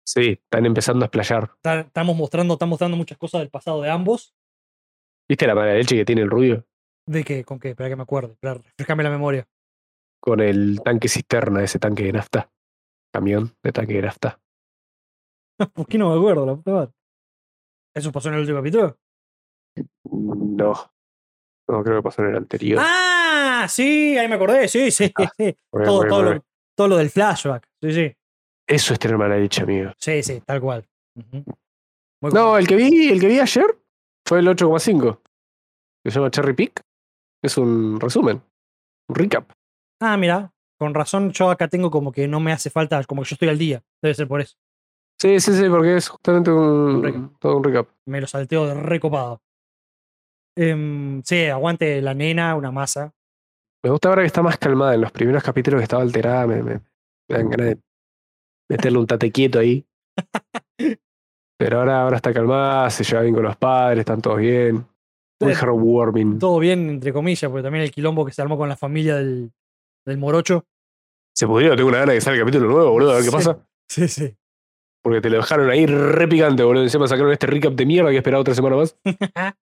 [SPEAKER 3] Sí, están empezando a explayar.
[SPEAKER 1] Está- Estamos mostrando, estamos mostrando muchas cosas del pasado de ambos.
[SPEAKER 3] ¿Viste la mala leche que tiene el rubio?
[SPEAKER 1] ¿De qué? ¿Con qué? Espera que me acuerde. Espera, refrescame la memoria.
[SPEAKER 3] Con el tanque cisterna, ese tanque de nafta. Camión de tanque de nafta.
[SPEAKER 1] ¿Por qué no me acuerdo? La puta madre? ¿Eso pasó en el último capítulo?
[SPEAKER 3] No. No, creo que pasó en el anterior.
[SPEAKER 1] ¡Ah! Ah, sí, ahí me acordé, sí, sí, sí. Todo, todo, lo, todo lo del flashback. Sí, sí.
[SPEAKER 3] Eso es tener mala leche, amigo.
[SPEAKER 1] Sí, sí, tal cual. Ujú. Muy
[SPEAKER 3] No, eh.
[SPEAKER 1] cool.
[SPEAKER 3] el que vi, el que vi ayer fue el 8,5. que Se llama Cherry Pick. Es un resumen. Un recap.
[SPEAKER 1] Ah, mira, con razón yo acá tengo como que no me hace falta, como que yo estoy al día. Debe ser por eso.
[SPEAKER 3] Sí, sí, sí, porque es justamente un,
[SPEAKER 1] Un recap.
[SPEAKER 3] todo un recap.
[SPEAKER 1] Me lo salteo de recopado. Em, sí, aguante la nena, una masa.
[SPEAKER 3] Me gusta ahora que está más calmada. En los primeros capítulos que estaba alterada, me, me- me dan ganas de meterle un tate quieto ahí. Pero ahora, ahora está calmada, se lleva bien con los padres, están todos bien. Muy
[SPEAKER 1] Sí.
[SPEAKER 3] heartwarming.
[SPEAKER 1] Todo bien, entre comillas, porque también el quilombo que se armó con la familia del, del morocho.
[SPEAKER 3] Se pudieron, tengo una gana de que salga el capítulo nuevo, boludo, a ver qué
[SPEAKER 1] Sí.
[SPEAKER 3] pasa.
[SPEAKER 1] Sí, sí.
[SPEAKER 3] Porque te lo dejaron ahí re picante, boludo. Encima sacaron este recap de mierda que esperaba otra semana más.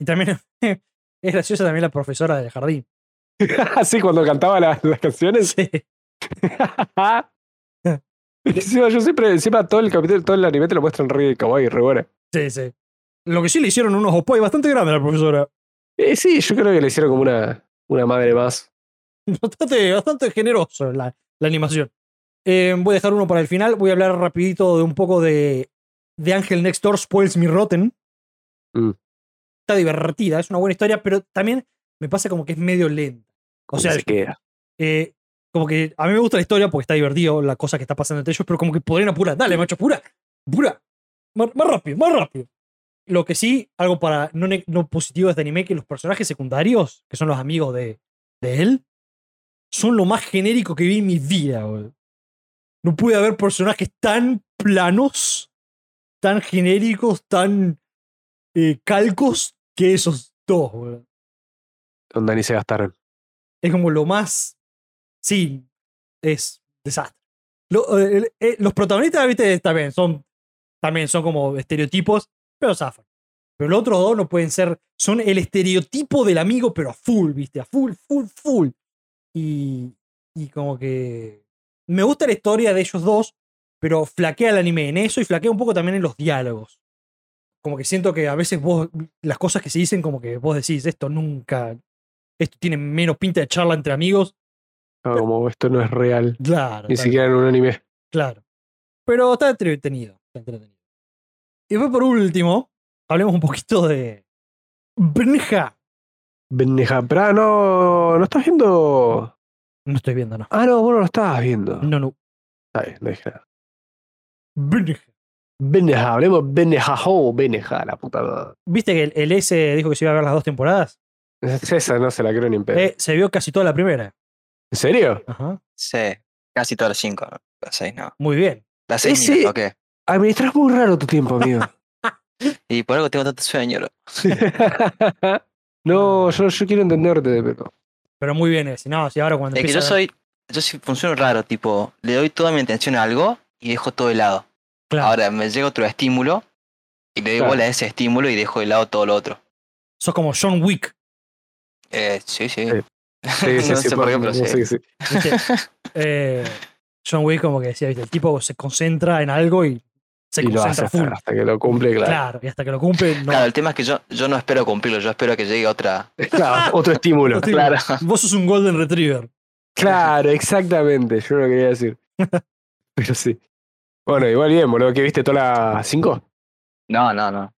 [SPEAKER 1] Y también es graciosa también la profesora del jardín.
[SPEAKER 3] Así cuando cantaba la- las canciones.
[SPEAKER 1] Sí.
[SPEAKER 3] encima, yo siempre, encima todo el capítulo, todo el anime te lo muestran re kawaii, re buena.
[SPEAKER 1] Sí, sí. Lo que sí le hicieron unos opoi bastante grandes a la profesora.
[SPEAKER 3] Eh, sí, yo creo que le hicieron como una, una madre más.
[SPEAKER 1] Bastante, bastante generoso la, la animación. Eh, voy a dejar uno para el final. Voy a hablar rapidito de un poco de, de Ángel Next Door Spoils Me Rotten.
[SPEAKER 3] Mm.
[SPEAKER 1] Está divertida, es una buena historia, pero también me pasa como que es medio lenta. O sea,
[SPEAKER 3] se queda.
[SPEAKER 1] eh, como que a mí me gusta la historia porque está divertido la cosa que está pasando entre ellos, pero como que podrían apurar. Dale, macho, pura, pura. Más, más rápido, más rápido. Lo que sí, algo para no, ne- no positivo de este anime, que los personajes secundarios, que son los amigos de, de él, son lo más genérico que vi en mi vida. boludo. No pude haber personajes tan planos, tan genéricos, tan eh, calcos que esos dos. boludo
[SPEAKER 3] Onda ni se gastaron.
[SPEAKER 1] es como lo más. Sí, es desastre. Lo- eh, el- eh, los protagonistas, viste, también son, también son como estereotipos, pero zafan. Pero los otros dos no pueden ser. Son el estereotipo del amigo, pero a full, viste, a full, full, full. Y, y como que. Me gusta la historia de ellos dos, pero flaquea el anime en eso y flaquea un poco también en los diálogos. Como que siento que a veces vos, las cosas que se dicen, como que vos decís, esto nunca, esto tiene menos pinta de charla entre amigos.
[SPEAKER 3] Estaba como, esto no es real.
[SPEAKER 1] Claro,
[SPEAKER 3] Ni
[SPEAKER 1] tal-
[SPEAKER 3] siquiera en un anime.
[SPEAKER 1] claro. Pero está entretenido, está entretenido. Y después, por último, hablemos un poquito de Benja.
[SPEAKER 3] Benja, pero ah, no, no estás viendo.
[SPEAKER 1] No estoy viendo, no.
[SPEAKER 3] Ah, no, vos no lo estabas viendo.
[SPEAKER 1] No, no.
[SPEAKER 3] Está bien, no dije nada.
[SPEAKER 1] Benja.
[SPEAKER 3] Benja, hablemos Benja, ho, Benja, la puta madre.
[SPEAKER 1] ¿Viste que el, el S dijo que se iba a ver las dos temporadas?
[SPEAKER 3] Esa no se la creo ni en pedo.
[SPEAKER 1] Eh, se vio casi toda la primera.
[SPEAKER 3] ¿En serio?
[SPEAKER 1] Ajá.
[SPEAKER 2] Sí, casi todas las 5. Las 6 no.
[SPEAKER 1] Muy bien.
[SPEAKER 2] Las 6
[SPEAKER 3] Ese-
[SPEAKER 2] ni me toqué.
[SPEAKER 3] Administras muy raro tu tiempo, amigo.
[SPEAKER 2] Y por algo tengo tanto sueño. bro.
[SPEAKER 3] no, yo, yo quiero entenderte, pero.
[SPEAKER 1] Pero muy bien ese. No, si ahora cuando
[SPEAKER 2] Es que
[SPEAKER 1] empieza
[SPEAKER 2] yo
[SPEAKER 1] a-
[SPEAKER 2] soy. Yo sí funciono raro, tipo, le doy toda mi atención a algo y dejo todo de lado.
[SPEAKER 1] Claro,
[SPEAKER 2] Ahora me llega otro estímulo y le doy
[SPEAKER 3] Claro.
[SPEAKER 2] bola a ese estímulo y dejo de lado todo lo otro.
[SPEAKER 1] sos como John Wick.
[SPEAKER 2] Eh, sí, sí.
[SPEAKER 3] Sí. Sí, sí,
[SPEAKER 2] No
[SPEAKER 3] sí,
[SPEAKER 2] sé por qué,
[SPEAKER 3] perdón,
[SPEAKER 2] pero sí.
[SPEAKER 3] sí, sí.
[SPEAKER 1] ¿viste? Eh, John Wick como que decía, ¿viste? el tipo se concentra en algo y se
[SPEAKER 3] Y lo hace
[SPEAKER 1] concentra full.
[SPEAKER 3] hasta, hasta que lo cumple, claro.
[SPEAKER 1] Claro, y hasta que lo cumple, no.
[SPEAKER 2] Claro, el tema es que yo, yo no espero cumplirlo, yo espero que llegue otra.
[SPEAKER 3] Claro, otro estímulo.
[SPEAKER 1] Otro estímulo.
[SPEAKER 3] Ah.
[SPEAKER 1] Vos sos un Golden Retriever.
[SPEAKER 3] Claro, exactamente. Yo lo quería decir. Pero sí. Bueno, igual bien, boludo. ¿Qué viste todas las cinco?
[SPEAKER 2] No, no, no.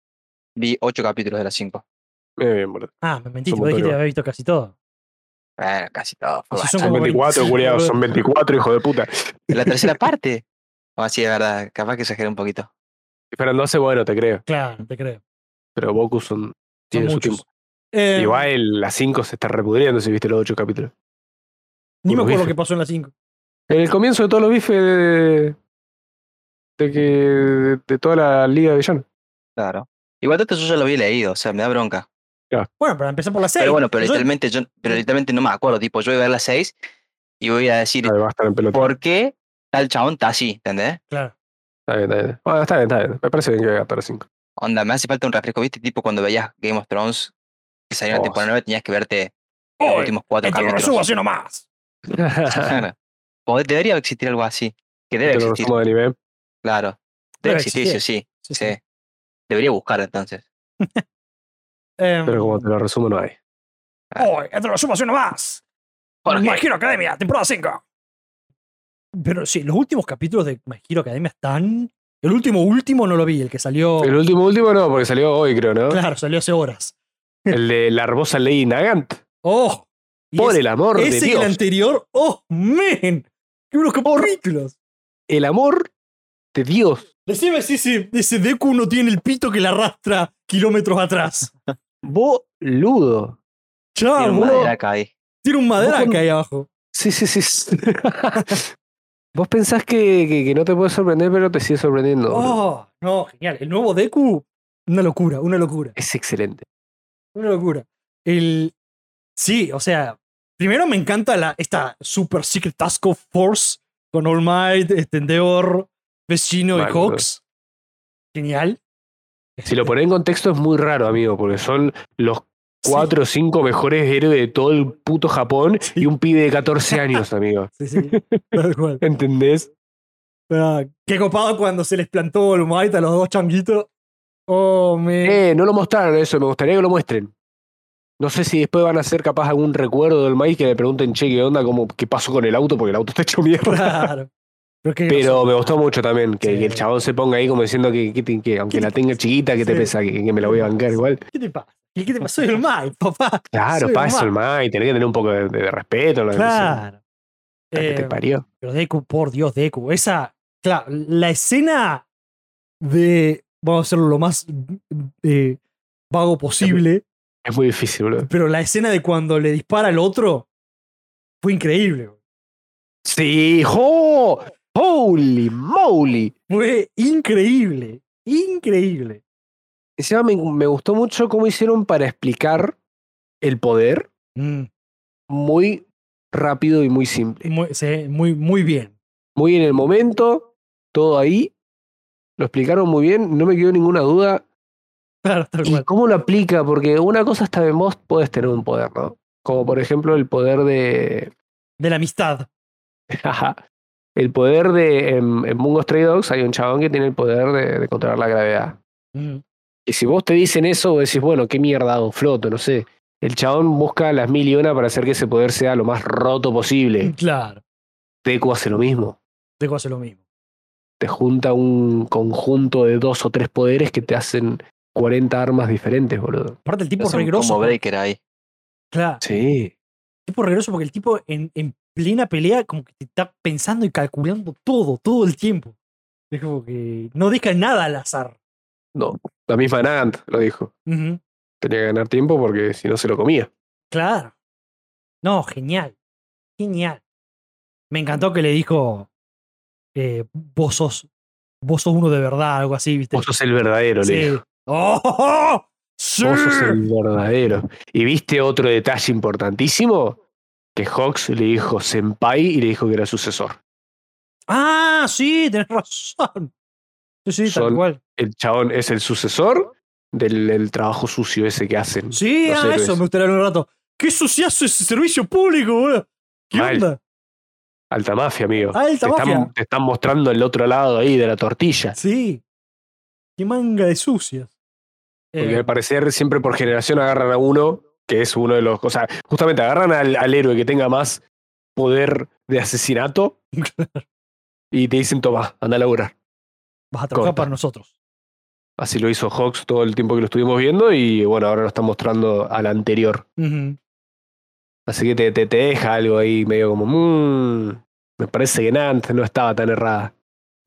[SPEAKER 2] Vi ocho capítulos de las cinco.
[SPEAKER 3] Bien, bien, boludo.
[SPEAKER 1] Ah, me mentiste,
[SPEAKER 3] Somos
[SPEAKER 1] vos dijiste
[SPEAKER 3] todos
[SPEAKER 1] que había visto casi todo.
[SPEAKER 2] Bueno, casi todo. fue
[SPEAKER 1] Y si son
[SPEAKER 2] bastante.
[SPEAKER 3] Son
[SPEAKER 1] como
[SPEAKER 3] 24,
[SPEAKER 1] 25,
[SPEAKER 3] culiados.
[SPEAKER 1] boludo.
[SPEAKER 3] Son 24, hijo de puta.
[SPEAKER 2] La tercera parte. No, sí, es verdad. Capaz que exageré un poquito.
[SPEAKER 3] Si fueran 12, bueno, te creo.
[SPEAKER 1] Claro, te creo.
[SPEAKER 3] Pero Boku son.
[SPEAKER 1] Son
[SPEAKER 3] Tiene su
[SPEAKER 1] muchos.
[SPEAKER 3] tiempo.
[SPEAKER 1] Eh,
[SPEAKER 3] Igual las 5 se está repudriendo si viste los 8 capítulos.
[SPEAKER 1] ni me
[SPEAKER 3] unos
[SPEAKER 1] acuerdo
[SPEAKER 3] bifes.
[SPEAKER 1] qué pasó en la 5.
[SPEAKER 3] En el comienzo de todos los bifes de, de que de, toda la liga de villanos.
[SPEAKER 2] Claro. Igual tanto yo ya lo había leído, o sea, me da bronca.
[SPEAKER 1] Bueno, para empezar por la 6.
[SPEAKER 2] Pero bueno, pero
[SPEAKER 1] Yo-
[SPEAKER 2] literalmente, yo, pero literalmente no me acuerdo. Tipo, yo voy a ver las seis y voy a decir,
[SPEAKER 3] Está bien, va a estar en pelota.
[SPEAKER 2] ¿por qué tal chabón está así? ¿Entendés?
[SPEAKER 1] Claro.
[SPEAKER 3] Está bien, está bien. Bueno, está bien, está bien. Me parece bien que haga todas las 5.
[SPEAKER 2] Onda, me hace falta un refresco, ¿viste? Tipo cuando veías Game of Thrones, que salió en
[SPEAKER 3] Oh,
[SPEAKER 2] la temporada 9, tenías que verte los
[SPEAKER 1] Oh,
[SPEAKER 2] últimos cuatro
[SPEAKER 1] este, me subo
[SPEAKER 2] capítulos.
[SPEAKER 1] así nomás.
[SPEAKER 2] Claro. Pod- Debería existir algo así. Que debe
[SPEAKER 3] Te lo
[SPEAKER 2] existir,
[SPEAKER 3] resumo de anime.
[SPEAKER 2] claro.
[SPEAKER 1] Debe
[SPEAKER 2] Debe existir, sí, sí,
[SPEAKER 1] Sí, sí.
[SPEAKER 2] sí. Debería buscar entonces.
[SPEAKER 1] Em,
[SPEAKER 3] Pero como te lo resumo, no hay.
[SPEAKER 1] oh, este lo subo así nomás.
[SPEAKER 2] Jorge.
[SPEAKER 1] My Hero Academia, temporada 5. Pero sí, los últimos capítulos de My Hero Academia están. El último, último no lo vi, el que salió.
[SPEAKER 3] El último, último no, porque salió hoy, creo, ¿no?
[SPEAKER 1] Claro, salió hace horas.
[SPEAKER 3] El de la hermosa Lady Nagant.
[SPEAKER 1] ¡Oh! Y
[SPEAKER 3] Por
[SPEAKER 1] ese-
[SPEAKER 3] el amor de
[SPEAKER 1] ese y el
[SPEAKER 3] Dios.
[SPEAKER 1] anterior. ¡Oh, man! ¡Qué unos capítulos!
[SPEAKER 3] El amor de Dios.
[SPEAKER 1] Decime si ese, ese Deku no tiene el pito que la arrastra kilómetros atrás.
[SPEAKER 3] Boludo.
[SPEAKER 2] Tiene
[SPEAKER 1] Chao,
[SPEAKER 2] un
[SPEAKER 1] boludo.
[SPEAKER 2] maderaca ahí.
[SPEAKER 1] Tiene un madera
[SPEAKER 3] Vos con-
[SPEAKER 1] ahí abajo.
[SPEAKER 3] Sí, sí, sí. sí. Vos pensás que, que- que no te puede sorprender, pero te sigue sorprendiendo. boludo.
[SPEAKER 1] Oh, no, genial. El nuevo Deku, una locura, una locura,
[SPEAKER 3] Es excelente.
[SPEAKER 1] una locura. El. Sí, o sea, primero me encanta la, esta Super Secret Task Force con All Might, Extendedor, Vecino y
[SPEAKER 3] Mal, boludo.
[SPEAKER 1] Hawks. Genial. Este,
[SPEAKER 3] Si lo ponés en contexto es muy raro, amigo, porque son los
[SPEAKER 1] Sí,
[SPEAKER 3] cuatro o cinco mejores héroes de todo el puto Japón y un pibe de 14 años, amigo.
[SPEAKER 1] Sí, sí, tal cual.
[SPEAKER 3] ¿Entendés?
[SPEAKER 1] Ah, qué copado cuando se les plantó All Might a los dos changuitos. Oh, me.
[SPEAKER 3] Eh, no lo mostraron eso, me gustaría que lo muestren. No sé si después van a hacer capaz algún recuerdo del maíz que le pregunten, che, ¿qué onda? ¿Cómo, ¿Qué pasó con el auto? Porque el auto está hecho mierda.
[SPEAKER 1] Claro. Pero, qué
[SPEAKER 3] Pero
[SPEAKER 1] gracioso.
[SPEAKER 3] me gustó mucho también que,
[SPEAKER 1] Sí.
[SPEAKER 3] que el chabón se ponga ahí como diciendo que, que, te- que aunque
[SPEAKER 1] ¿Qué
[SPEAKER 3] la
[SPEAKER 1] te-
[SPEAKER 3] tenga chiquita, que te
[SPEAKER 1] sí.
[SPEAKER 3] pesa, que, que me la voy a bancar igual.
[SPEAKER 1] ¿Qué te pasa? ¿Qué te pasó? Soy el Might, papá.
[SPEAKER 3] Claro,
[SPEAKER 1] Soy
[SPEAKER 3] pasa
[SPEAKER 1] All
[SPEAKER 3] el maíz, tenés que tener un poco de, de respeto. lo que sea.
[SPEAKER 1] Claro.
[SPEAKER 3] La que te
[SPEAKER 1] Eh,
[SPEAKER 3] parió.
[SPEAKER 1] pero Deku, por Dios, Deku. Esa, claro, la escena de, vamos a hacerlo lo más eh, vago posible,
[SPEAKER 3] Es muy difícil, boludo.
[SPEAKER 1] pero la escena de cuando le dispara al otro fue increíble. bro.
[SPEAKER 3] Sí, ¡jo! ¡Holy moly!
[SPEAKER 1] Fue increíble, increíble.
[SPEAKER 3] Encima me, me gustó mucho cómo hicieron para explicar el poder
[SPEAKER 1] Mm,
[SPEAKER 3] muy rápido y muy simple.
[SPEAKER 1] muy, se- muy, muy bien.
[SPEAKER 3] Muy en el momento, todo ahí. Lo explicaron muy bien, no me quedó ninguna duda.
[SPEAKER 1] Claro, tal
[SPEAKER 3] ¿Y
[SPEAKER 1] cual.
[SPEAKER 3] cómo lo aplica? Porque una cosa está en vos, podés tener un poder, ¿no? Como por ejemplo el poder de.
[SPEAKER 1] De la amistad.
[SPEAKER 3] Ajá. el poder de. En, en Mungo Stray Dogs hay un chabón que tiene el poder de- de controlar la gravedad.
[SPEAKER 1] Mm,
[SPEAKER 3] Y si vos te dicen eso, vos decís, bueno, qué mierda hago, floto, no sé. El chabón busca las mil y una para hacer que ese poder sea lo más roto posible.
[SPEAKER 1] Claro,
[SPEAKER 3] Deku hace lo mismo.
[SPEAKER 1] Deku hace lo mismo.
[SPEAKER 3] Te junta un conjunto de dos o tres poderes que te hacen 40 armas diferentes, boludo.
[SPEAKER 1] Aparte, el tipo es
[SPEAKER 2] Es un
[SPEAKER 1] regroso. pues.
[SPEAKER 2] combo
[SPEAKER 1] porque-
[SPEAKER 2] breaker ahí.
[SPEAKER 1] Claro.
[SPEAKER 3] Sí.
[SPEAKER 1] tipo regreso porque el tipo en, en plena pelea como que te está pensando y calculando todo, todo el tiempo. Es como que no deja nada al azar.
[SPEAKER 3] No. La misma Nagant lo dijo.
[SPEAKER 1] Ujú,
[SPEAKER 3] Tenía que ganar tiempo porque si no se lo comía.
[SPEAKER 1] Claro. No, genial. Genial. Me encantó que le dijo, eh, vos sos, vos sos uno de verdad, algo así, ¿viste?
[SPEAKER 3] Vos sos el verdadero,
[SPEAKER 1] Sí.
[SPEAKER 3] le dijo.
[SPEAKER 1] ¡Oh, oh, oh! ¡Sí!
[SPEAKER 3] Vos sos el verdadero. Y viste otro detalle importantísimo: que Hawks le dijo Senpai y le dijo que era sucesor.
[SPEAKER 1] Ah, sí, tenés razón. Sí, sí, tal
[SPEAKER 3] Son-
[SPEAKER 1] cual.
[SPEAKER 3] el chabón es el sucesor del, del trabajo sucio ese que hacen.
[SPEAKER 1] Sí,
[SPEAKER 3] los
[SPEAKER 1] ah,
[SPEAKER 3] héroes.
[SPEAKER 1] eso me gustaría hablar un rato. ¡Qué suciazo ese servicio público, boludo! ¿Qué
[SPEAKER 3] Mal.
[SPEAKER 1] onda?
[SPEAKER 3] Alta mafia, amigo.
[SPEAKER 1] Alta
[SPEAKER 3] te,
[SPEAKER 1] mafia.
[SPEAKER 3] Están, te están mostrando el otro lado ahí de la tortilla.
[SPEAKER 1] Sí. Qué manga de sucias.
[SPEAKER 3] Porque
[SPEAKER 1] Eh,
[SPEAKER 3] al parecer siempre por generación agarran a uno, que es uno de los... O sea, justamente agarran al, al héroe que tenga más poder de asesinato y te dicen, toma, anda a laburar.
[SPEAKER 1] vas a trabajar
[SPEAKER 3] corta.
[SPEAKER 1] para nosotros.
[SPEAKER 3] Así lo hizo Hawks todo el tiempo que lo estuvimos viendo y bueno, ahora lo están mostrando al anterior.
[SPEAKER 1] Ujú.
[SPEAKER 3] Así que te, te- te deja algo ahí medio como... "Mm, me parece que Nant no estaba tan errada.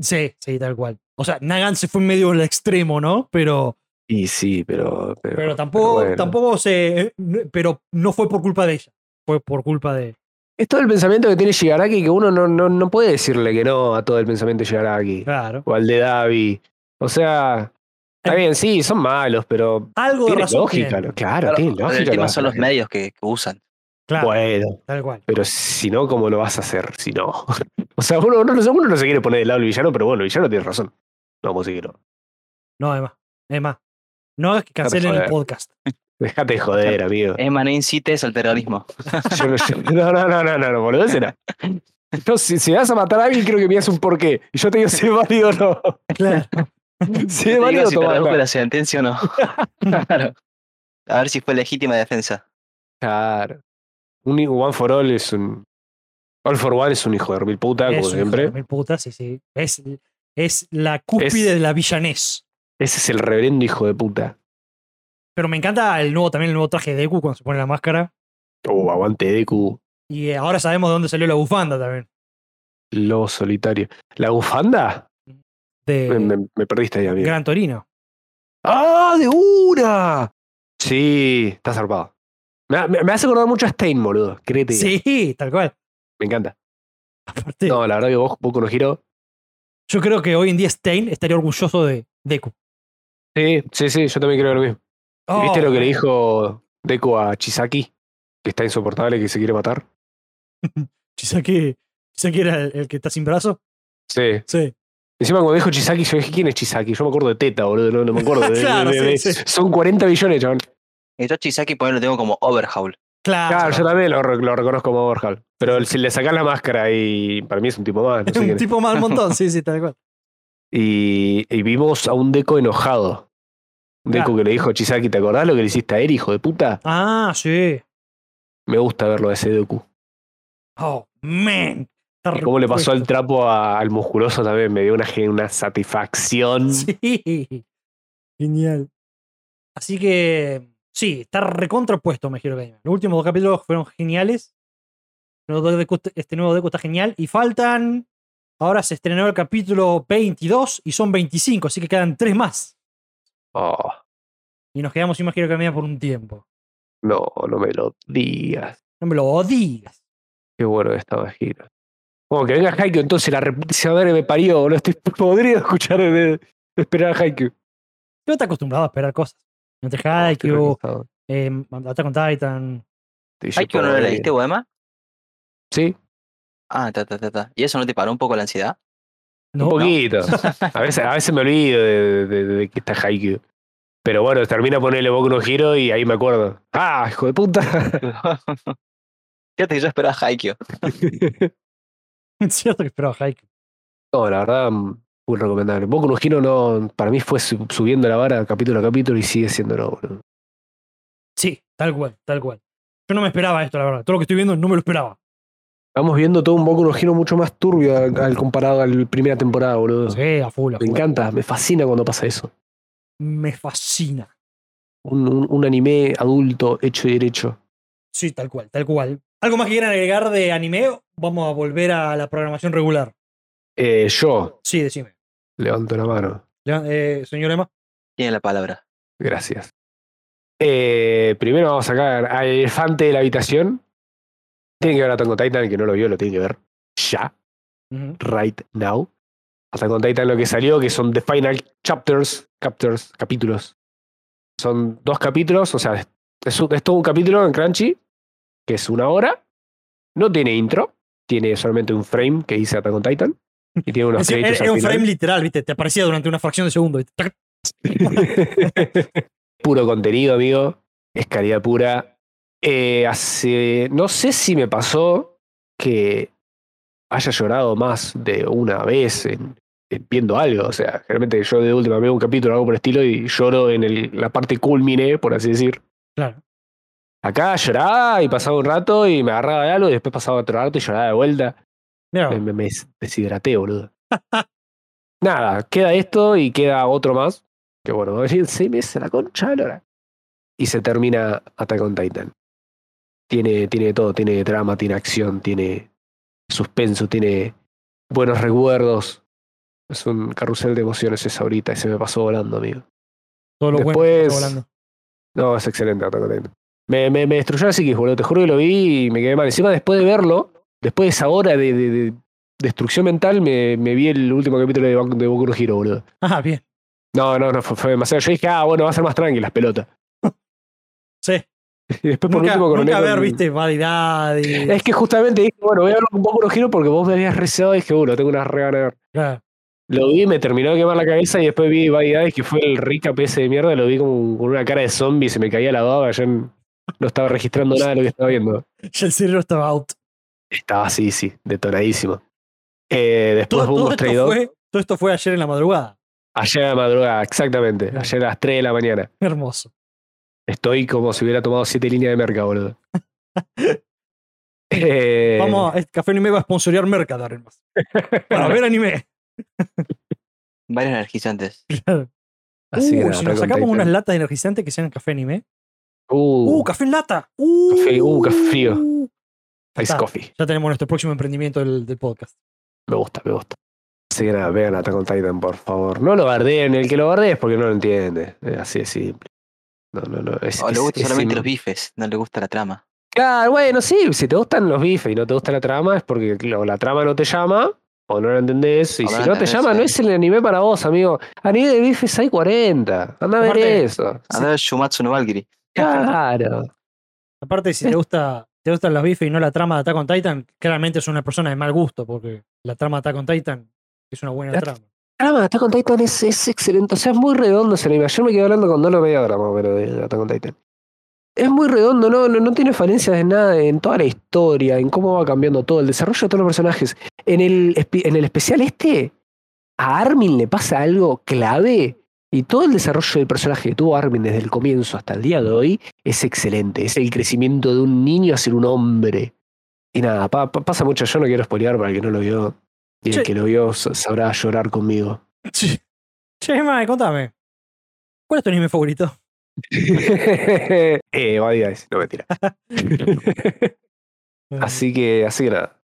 [SPEAKER 1] Sí, sí, tal cual. O sea, Nagan se fue medio al extremo, ¿no? Pero,
[SPEAKER 3] Y sí, pero. Pero,
[SPEAKER 1] pero tampoco,
[SPEAKER 3] bueno.
[SPEAKER 1] tampoco se. n- Pero no fue por culpa de ella. Fue por culpa de.
[SPEAKER 3] Es todo el pensamiento que tiene Shigaraki que uno no, no, no puede decirle que no a todo el pensamiento de Shigaraki.
[SPEAKER 1] Claro.
[SPEAKER 3] O al de Davi. O sea. Está
[SPEAKER 1] Em-
[SPEAKER 3] bien, sí, son malos, pero.
[SPEAKER 1] Algo de
[SPEAKER 3] Eh. Tiene
[SPEAKER 1] razón.
[SPEAKER 3] lógica,
[SPEAKER 1] tiene.
[SPEAKER 3] lo- claro,
[SPEAKER 2] Claro,
[SPEAKER 3] tiene
[SPEAKER 2] pero
[SPEAKER 3] lógica.
[SPEAKER 2] el tema
[SPEAKER 3] lo-
[SPEAKER 2] son los medios que, que usan.
[SPEAKER 1] Claro,
[SPEAKER 3] Bueno,
[SPEAKER 1] tal cual.
[SPEAKER 3] pero si no, ¿cómo lo vas a hacer? Si no. o sea, uno, uno no se- uno no se quiere poner del lado del villano, pero bueno, el villano tiene razón. No, vamos a seguirlo.
[SPEAKER 1] No, es más. Es más. No hagas que
[SPEAKER 3] Déjate
[SPEAKER 1] cancelen el
[SPEAKER 3] joder.
[SPEAKER 1] podcast.
[SPEAKER 3] Déjate de joder, amigo.
[SPEAKER 2] Emma, no incites al terrorismo.
[SPEAKER 3] Yo no, yo- no, no, no, no, no, no, boludo, ese no. Yo, si, si vas a matar a alguien, creo que me das un porqué. Y yo te digo si es válido o no.
[SPEAKER 1] Claro.
[SPEAKER 3] Si
[SPEAKER 2] Te
[SPEAKER 3] es
[SPEAKER 2] digo
[SPEAKER 3] válido,
[SPEAKER 2] si te
[SPEAKER 3] tomala.
[SPEAKER 2] reduzco la sentencia o no. Claro. A ver si fue legítima defensa.
[SPEAKER 3] Claro. Un hijo- One for All es un. All for One es un hijo de mil puta, como
[SPEAKER 1] Es un hijo
[SPEAKER 3] siempre.
[SPEAKER 1] de mil putas, sí, sí. Es, es la cúspide
[SPEAKER 3] Es-
[SPEAKER 1] de la villanés.
[SPEAKER 3] Ese es el reverendo hijo de puta.
[SPEAKER 1] Pero me encanta el nuevo, también el nuevo traje de Deku cuando se pone la máscara.
[SPEAKER 3] Oh, aguante Deku.
[SPEAKER 1] Y eh, ahora sabemos de dónde salió la bufanda también.
[SPEAKER 3] Lobo solitario. ¿La bufanda? Me,
[SPEAKER 1] De
[SPEAKER 3] me- me perdiste ahí, amigo.
[SPEAKER 1] Gran Torino.
[SPEAKER 3] ¡Ah, de una! Sí, está zarpado. Me, me- me hace acordar mucho a Stein, boludo. Créete.
[SPEAKER 1] Sí, tal cual.
[SPEAKER 3] Me encanta.
[SPEAKER 1] Aparte,
[SPEAKER 3] No, la verdad que vos, Boku no Hero.
[SPEAKER 1] yo creo que hoy en día Stein estaría orgulloso de Deku.
[SPEAKER 3] Sí, sí, sí, yo también creo lo mismo.
[SPEAKER 1] Oh,
[SPEAKER 3] ¿Viste lo que le dijo Deku a Chisaki? Que está insoportable, que se quiere matar.
[SPEAKER 1] Chisaki, Chisaki era el, el que está sin brazo.
[SPEAKER 3] Sí.
[SPEAKER 1] Sí.
[SPEAKER 3] Encima cuando dijo Chisaki, yo dije, ¿quién es Chisaki? Yo me acuerdo de Teta, boludo. No, no me acuerdo. de-
[SPEAKER 1] Claro,
[SPEAKER 3] de- de-
[SPEAKER 1] sí, sí.
[SPEAKER 3] Son 40 billones, chaval.
[SPEAKER 2] Y yo Chisaki por ahí lo tengo como Overhaul.
[SPEAKER 1] Claro.
[SPEAKER 3] Claro, yo también lo, re- lo reconozco como Overhaul. Pero si le sacás la máscara y para mí es un tipo más. no sé
[SPEAKER 1] Es un
[SPEAKER 3] quién es.
[SPEAKER 1] tipo más del montón, sí, sí, tal cual.
[SPEAKER 3] Y, y vimos a un Deco enojado. Un Deco
[SPEAKER 1] Claro.
[SPEAKER 3] que le dijo a Chisaki, ¿te acordás lo que le hiciste a él, hijo de puta?
[SPEAKER 1] Ah, sí.
[SPEAKER 3] Me gusta verlo a ese Deku.
[SPEAKER 1] Oh, man. Está
[SPEAKER 3] Y cómo le pasó al
[SPEAKER 1] repuesto.
[SPEAKER 3] trapo a- al musculoso también. Me dio una, gen- una satisfacción.
[SPEAKER 1] Sí. Genial. Así que, sí, está recontrapuesto Me giro Los últimos dos capítulos fueron geniales. El nuevo Deku- Este nuevo Deku está genial. Y faltan. Ahora se estrenó el capítulo 22 y son 25, así que quedan tres más.
[SPEAKER 3] Oh,
[SPEAKER 1] Y nos quedamos sin Giro Academia por un tiempo.
[SPEAKER 3] no, no me lo digas.
[SPEAKER 1] No me lo digas.
[SPEAKER 3] Qué bueno que estaba gira. Bueno, que venga Haikyuu entonces, la reputísima madre me parió, boludo. Estoy podrido de escuchar en vez de esperar a Haikyuu.
[SPEAKER 1] Yo estoy acostumbrado a esperar cosas. Entre
[SPEAKER 3] Estoy
[SPEAKER 1] Haikyuu,
[SPEAKER 3] reconfortado.
[SPEAKER 1] eh, Attack on Titan,
[SPEAKER 3] Estoy yo
[SPEAKER 2] Haikyuu no lo
[SPEAKER 3] podrido.
[SPEAKER 2] leíste, Boema?
[SPEAKER 3] Sí,
[SPEAKER 2] Ah, ta, ta, ta, ta. ¿Y eso no te paró un poco la ansiedad?
[SPEAKER 1] ¿no?
[SPEAKER 3] un poquito. A, veces, a veces me olvido de, de- de que está Haikyuu. Pero bueno, termina ponerle Boku no giro y ahí me acuerdo. ¡Ah, hijo de puta!
[SPEAKER 2] Fíjate que yo esperaba Haikyuu.
[SPEAKER 1] Es cierto que esperaba Haikyuu.
[SPEAKER 3] No, la verdad, mm, muy recomendable. Boku no Hero no, para mí fue sub- subiendo la vara capítulo a capítulo y sigue siendo no, boludo.
[SPEAKER 1] Sí, tal cual, tal cual. Yo no me esperaba esto, la verdad. Todo lo que estoy viendo no me lo esperaba.
[SPEAKER 3] Estamos viendo todo un Boku no Hero mucho más turbio al, al comparado a la primera temporada, boludo.
[SPEAKER 1] Sí, a full, a
[SPEAKER 3] Me
[SPEAKER 1] full.
[SPEAKER 3] encanta, me fascina cuando pasa eso.
[SPEAKER 1] Me fascina.
[SPEAKER 3] Un, un- un anime adulto hecho y derecho.
[SPEAKER 1] Sí, tal cual, tal cual. ¿Algo más que quieran agregar de anime? Vamos a volver a la programación regular.
[SPEAKER 3] Eh, yo
[SPEAKER 1] Sí, decime.
[SPEAKER 3] levanto la mano.
[SPEAKER 1] Leva- eh, señor Emma.
[SPEAKER 2] Tiene la palabra.
[SPEAKER 3] Gracias. Eh, primero vamos a sacar al elefante de la habitación. Tienen que ver a Tango Titan, el que no lo vio, lo tienen que ver ya.
[SPEAKER 1] Ujú.
[SPEAKER 3] right now. Hasta con Titan lo que salió, que son The Final Chapters, chapters capítulos. Son dos capítulos, o sea, es, un- es todo un capítulo en Crunchy, que es una hora. No tiene intro, tiene solamente un frame que dice Attack on Titan. Y tiene unos
[SPEAKER 1] Es decir,
[SPEAKER 3] créditos
[SPEAKER 1] era
[SPEAKER 3] al
[SPEAKER 1] era un
[SPEAKER 3] final.
[SPEAKER 1] frame literal, ¿viste? Te aparecía durante una fracción de segundo. ¿viste? Tac.
[SPEAKER 3] Puro contenido, amigo. Es calidad pura. Eh, hace. No sé si me pasó que haya llorado más de una vez en- en viendo algo. O sea, realmente yo de última veo un capítulo o algo por el estilo y lloro en el- la parte culmine, por así decir.
[SPEAKER 1] Claro.
[SPEAKER 3] Acá lloraba y pasaba un rato y me agarraba de algo y después pasaba otro rato y lloraba de vuelta.
[SPEAKER 1] Mira,
[SPEAKER 3] Me, me- me des- deshidraté, boludo. Nada, queda esto y queda otro más. Que bueno, va a venir en seis meses a la concha de la lora. Y se termina Attack on Titan. Tiene, tiene todo, tiene drama, tiene acción, tiene suspenso, tiene buenos recuerdos. Es un carrusel de emociones esa ahorita y se me pasó volando, amigo.
[SPEAKER 1] todo lo bueno que
[SPEAKER 3] después-
[SPEAKER 1] está volando.
[SPEAKER 3] No, es excelente, Attack on Titan. Me, me, me destruyó la psiquis, boludo. Te juro que lo vi y me quedé mal. Encima, después de verlo, después de esa hora de, de- de destrucción mental, me, me vi el último capítulo de, Bak- de Boku no Hero, boludo.
[SPEAKER 1] Ah, bien.
[SPEAKER 3] No, no, no, fue, fue demasiado. Yo dije, ah, bueno, va a ser más tranqui las pelotas.
[SPEAKER 1] Sí.
[SPEAKER 3] Y después, por
[SPEAKER 1] Nunca,
[SPEAKER 3] último, coroné
[SPEAKER 1] nunca
[SPEAKER 3] con-
[SPEAKER 1] ver, ¿viste? Buddy Daddy.
[SPEAKER 3] Es que justamente dije, bueno, voy a verlo con Boku no Hero porque vos me habías rezado y dije, bueno, tengo unas re ganas de ver.
[SPEAKER 1] Claro.
[SPEAKER 3] Lo vi, me terminó de quemar la cabeza y después vi Vaidades, que fue el rica ese de mierda. Lo vi como con una cara de zombie, se me caía la baba. Yo n- no estaba registrando nada de lo que estaba viendo.
[SPEAKER 1] Ya el cerebro estaba out.
[SPEAKER 3] Estaba así, sí, detonadísimo. Eh, después
[SPEAKER 1] Todo, todo
[SPEAKER 3] Bungo Stray
[SPEAKER 1] esto
[SPEAKER 3] Dog.
[SPEAKER 1] fue, todo esto fue ayer en la madrugada.
[SPEAKER 3] Ayer a la madrugada, exactamente.
[SPEAKER 1] Claro.
[SPEAKER 3] Ayer a las 3 de la mañana.
[SPEAKER 1] Hermoso.
[SPEAKER 3] Estoy como si hubiera tomado 7 líneas de merca, boludo. Eh,
[SPEAKER 1] Vamos, a- Café Anime va a sponsorear Mercadar en más. Para ver anime.
[SPEAKER 2] Varios energizantes.
[SPEAKER 3] así que
[SPEAKER 1] Uh,
[SPEAKER 3] nada,
[SPEAKER 1] si nos
[SPEAKER 3] re
[SPEAKER 1] sacamos
[SPEAKER 3] contento.
[SPEAKER 1] unas latas de energizante que sean Café Anime.
[SPEAKER 3] Uh,
[SPEAKER 1] Uh, café en lata. Uh,
[SPEAKER 3] Café, uh, café frío.
[SPEAKER 1] Ya
[SPEAKER 3] Ice
[SPEAKER 1] está.
[SPEAKER 3] Coffee.
[SPEAKER 1] Ya tenemos nuestro próximo emprendimiento del, del podcast.
[SPEAKER 3] Me gusta, me gusta. Así que nada, vean Attack on Titan, por favor. No lo bardeen, el que lo bardee es porque no lo entiende. Eh, Así de simple. No, no, no. Es,
[SPEAKER 2] O le
[SPEAKER 3] es-
[SPEAKER 2] gustan
[SPEAKER 3] es
[SPEAKER 2] solamente
[SPEAKER 3] in-
[SPEAKER 2] los bifes, no le gusta la trama.
[SPEAKER 3] Claro, bueno, sí, si te gustan los bifes y no te gusta la trama, es porque o la trama no te llama, o no la entendés,
[SPEAKER 2] O
[SPEAKER 3] y
[SPEAKER 2] no
[SPEAKER 3] si
[SPEAKER 2] la
[SPEAKER 3] no te
[SPEAKER 2] entendés,
[SPEAKER 3] llama, no
[SPEAKER 2] sí.
[SPEAKER 3] es el anime para vos, amigo. Anime de bifes hay 40. Anda a ver
[SPEAKER 1] Aparte-
[SPEAKER 3] eso.
[SPEAKER 2] A ver, Shumatsu no Valkyrie.
[SPEAKER 3] Claro.
[SPEAKER 1] Aparte, si te gusta, te gustan las bifes y no la trama de Attack on Titan, claramente es una persona de mal gusto, porque la trama de Attack on Titan es una buena
[SPEAKER 3] La-
[SPEAKER 1] trama.
[SPEAKER 3] Trama de Ah, Attack on Titan es, es excelente. O sea, es muy redondo ese anime. Ayer me quedé hablando con Dolo media hora más o menos de Attack on Titan. Es muy redondo, no, no, no tiene falencias en nada, en toda la historia, en cómo va cambiando todo, el desarrollo de todos los personajes. En el, espe- en el especial este, a Armin le pasa algo clave y todo el desarrollo del personaje que tuvo Armin desde el comienzo hasta el día de hoy es excelente. Es el crecimiento de un niño a ser un hombre. Y nada, pa- pa- pasa mucho. Yo no quiero spoilear para el que no lo vio. Y el
[SPEAKER 1] Che.
[SPEAKER 3] que lo vio sa- sabrá llorar conmigo.
[SPEAKER 1] Che, Che, Mae, contame. ¿Cuál es tu anime favorito?
[SPEAKER 3] eh, Body Guys, no mentira. así que, así que nada.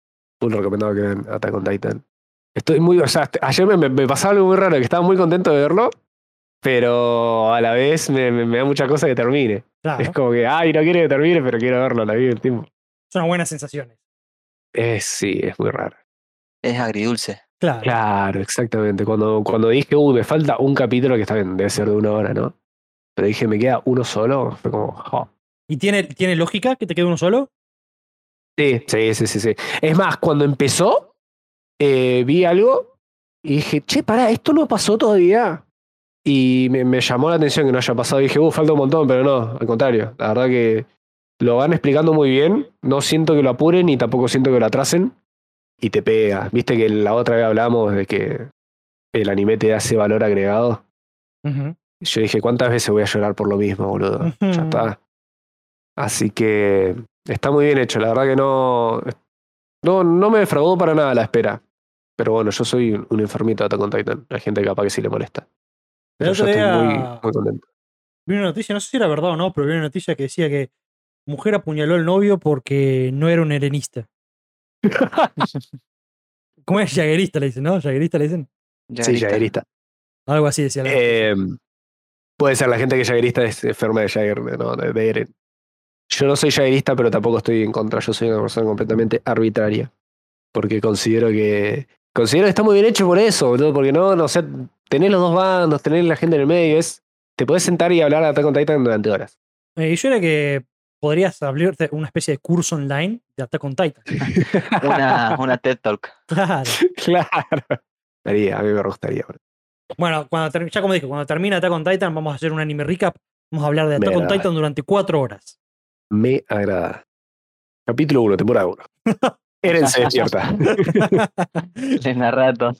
[SPEAKER 3] Full recomendado que vean Attack on Titan. Estoy muy. O sea, este- ayer me, me- me pasaba algo muy raro, que estaba muy contento de verlo, pero a la vez me, me- me da mucha cosa que termine.
[SPEAKER 1] Claro,
[SPEAKER 3] Es como que, ay, no quiero que termine, pero quiero verlo, la vi el tiempo.
[SPEAKER 1] son buenas sensaciones.
[SPEAKER 3] Eh, sí, es muy raro.
[SPEAKER 2] Es agridulce.
[SPEAKER 1] Claro.
[SPEAKER 3] Claro, exactamente. Cuando, cuando dije, uy, me falta un capítulo, que está bien, debe ser de una hora, ¿no? Pero dije, me queda uno solo. Fue como, "Jo".
[SPEAKER 1] ¿Y tiene, tiene lógica que te quede uno solo?
[SPEAKER 3] Sí, sí, sí, sí, sí. Es más, cuando empezó, eh, vi algo y dije, che, pará, esto no pasó todavía. Y me, me llamó la atención que no haya pasado. dije, uh, falta un montón, pero no, al contrario. La verdad que lo van explicando muy bien. No siento que lo apuren y tampoco siento que lo atrasen. Y te pega. Viste que la otra vez hablamos de que el anime te da ese valor agregado. Yo dije, ¿cuántas veces voy a llorar por lo mismo, boludo? Ya está. Así que está muy bien hecho. La verdad que no. No, no me defraudó para nada la espera. Pero bueno, yo soy un un enfermito de Attack on Titan. Hay gente que capaz que sí le molesta. Pero
[SPEAKER 1] El
[SPEAKER 3] yo
[SPEAKER 1] otro
[SPEAKER 3] estoy muy,
[SPEAKER 1] día
[SPEAKER 3] muy contento.
[SPEAKER 1] vi una noticia, no sé si era verdad o no, pero vi una noticia que decía que mujer apuñaló al novio porque no era un erenista. ¿Cómo es? Jaguerista le dicen, ¿no? Jaguerista le dicen.
[SPEAKER 2] Ya
[SPEAKER 3] Sí,
[SPEAKER 2] grita.
[SPEAKER 3] jaguerista.
[SPEAKER 1] Algo así decía. la-
[SPEAKER 3] Eh, puede ser la gente que es jaguerista es enferma de Jagger, de- no, de, de Eren. Yo no soy jaguerista, pero tampoco estoy en contra. Yo soy una persona completamente arbitraria. Porque considero que. Considero que está muy bien hecho por eso, boludo, Porque no, no, o sea, tenés los dos bandos, tenés la gente en el medio, es. Te podés sentar y hablar a Attack on Titan durante horas.
[SPEAKER 1] Eh, y yo era que podrías abrirte una especie de curso online de Attack on Titan.
[SPEAKER 2] Una, una TED Talk.
[SPEAKER 1] Claro.
[SPEAKER 3] claro. Estaría, a mí me gustaría, boludo.
[SPEAKER 1] Bueno, cuando term- ya como dije, cuando termina Attack on Titan, vamos a hacer un anime recap. Vamos a hablar de Attack on
[SPEAKER 3] Verdad.
[SPEAKER 1] Titan durante cuatro horas.
[SPEAKER 3] Me agrada. Capítulo 1, temporada 1. Eren se despierta.
[SPEAKER 2] Le narra todo.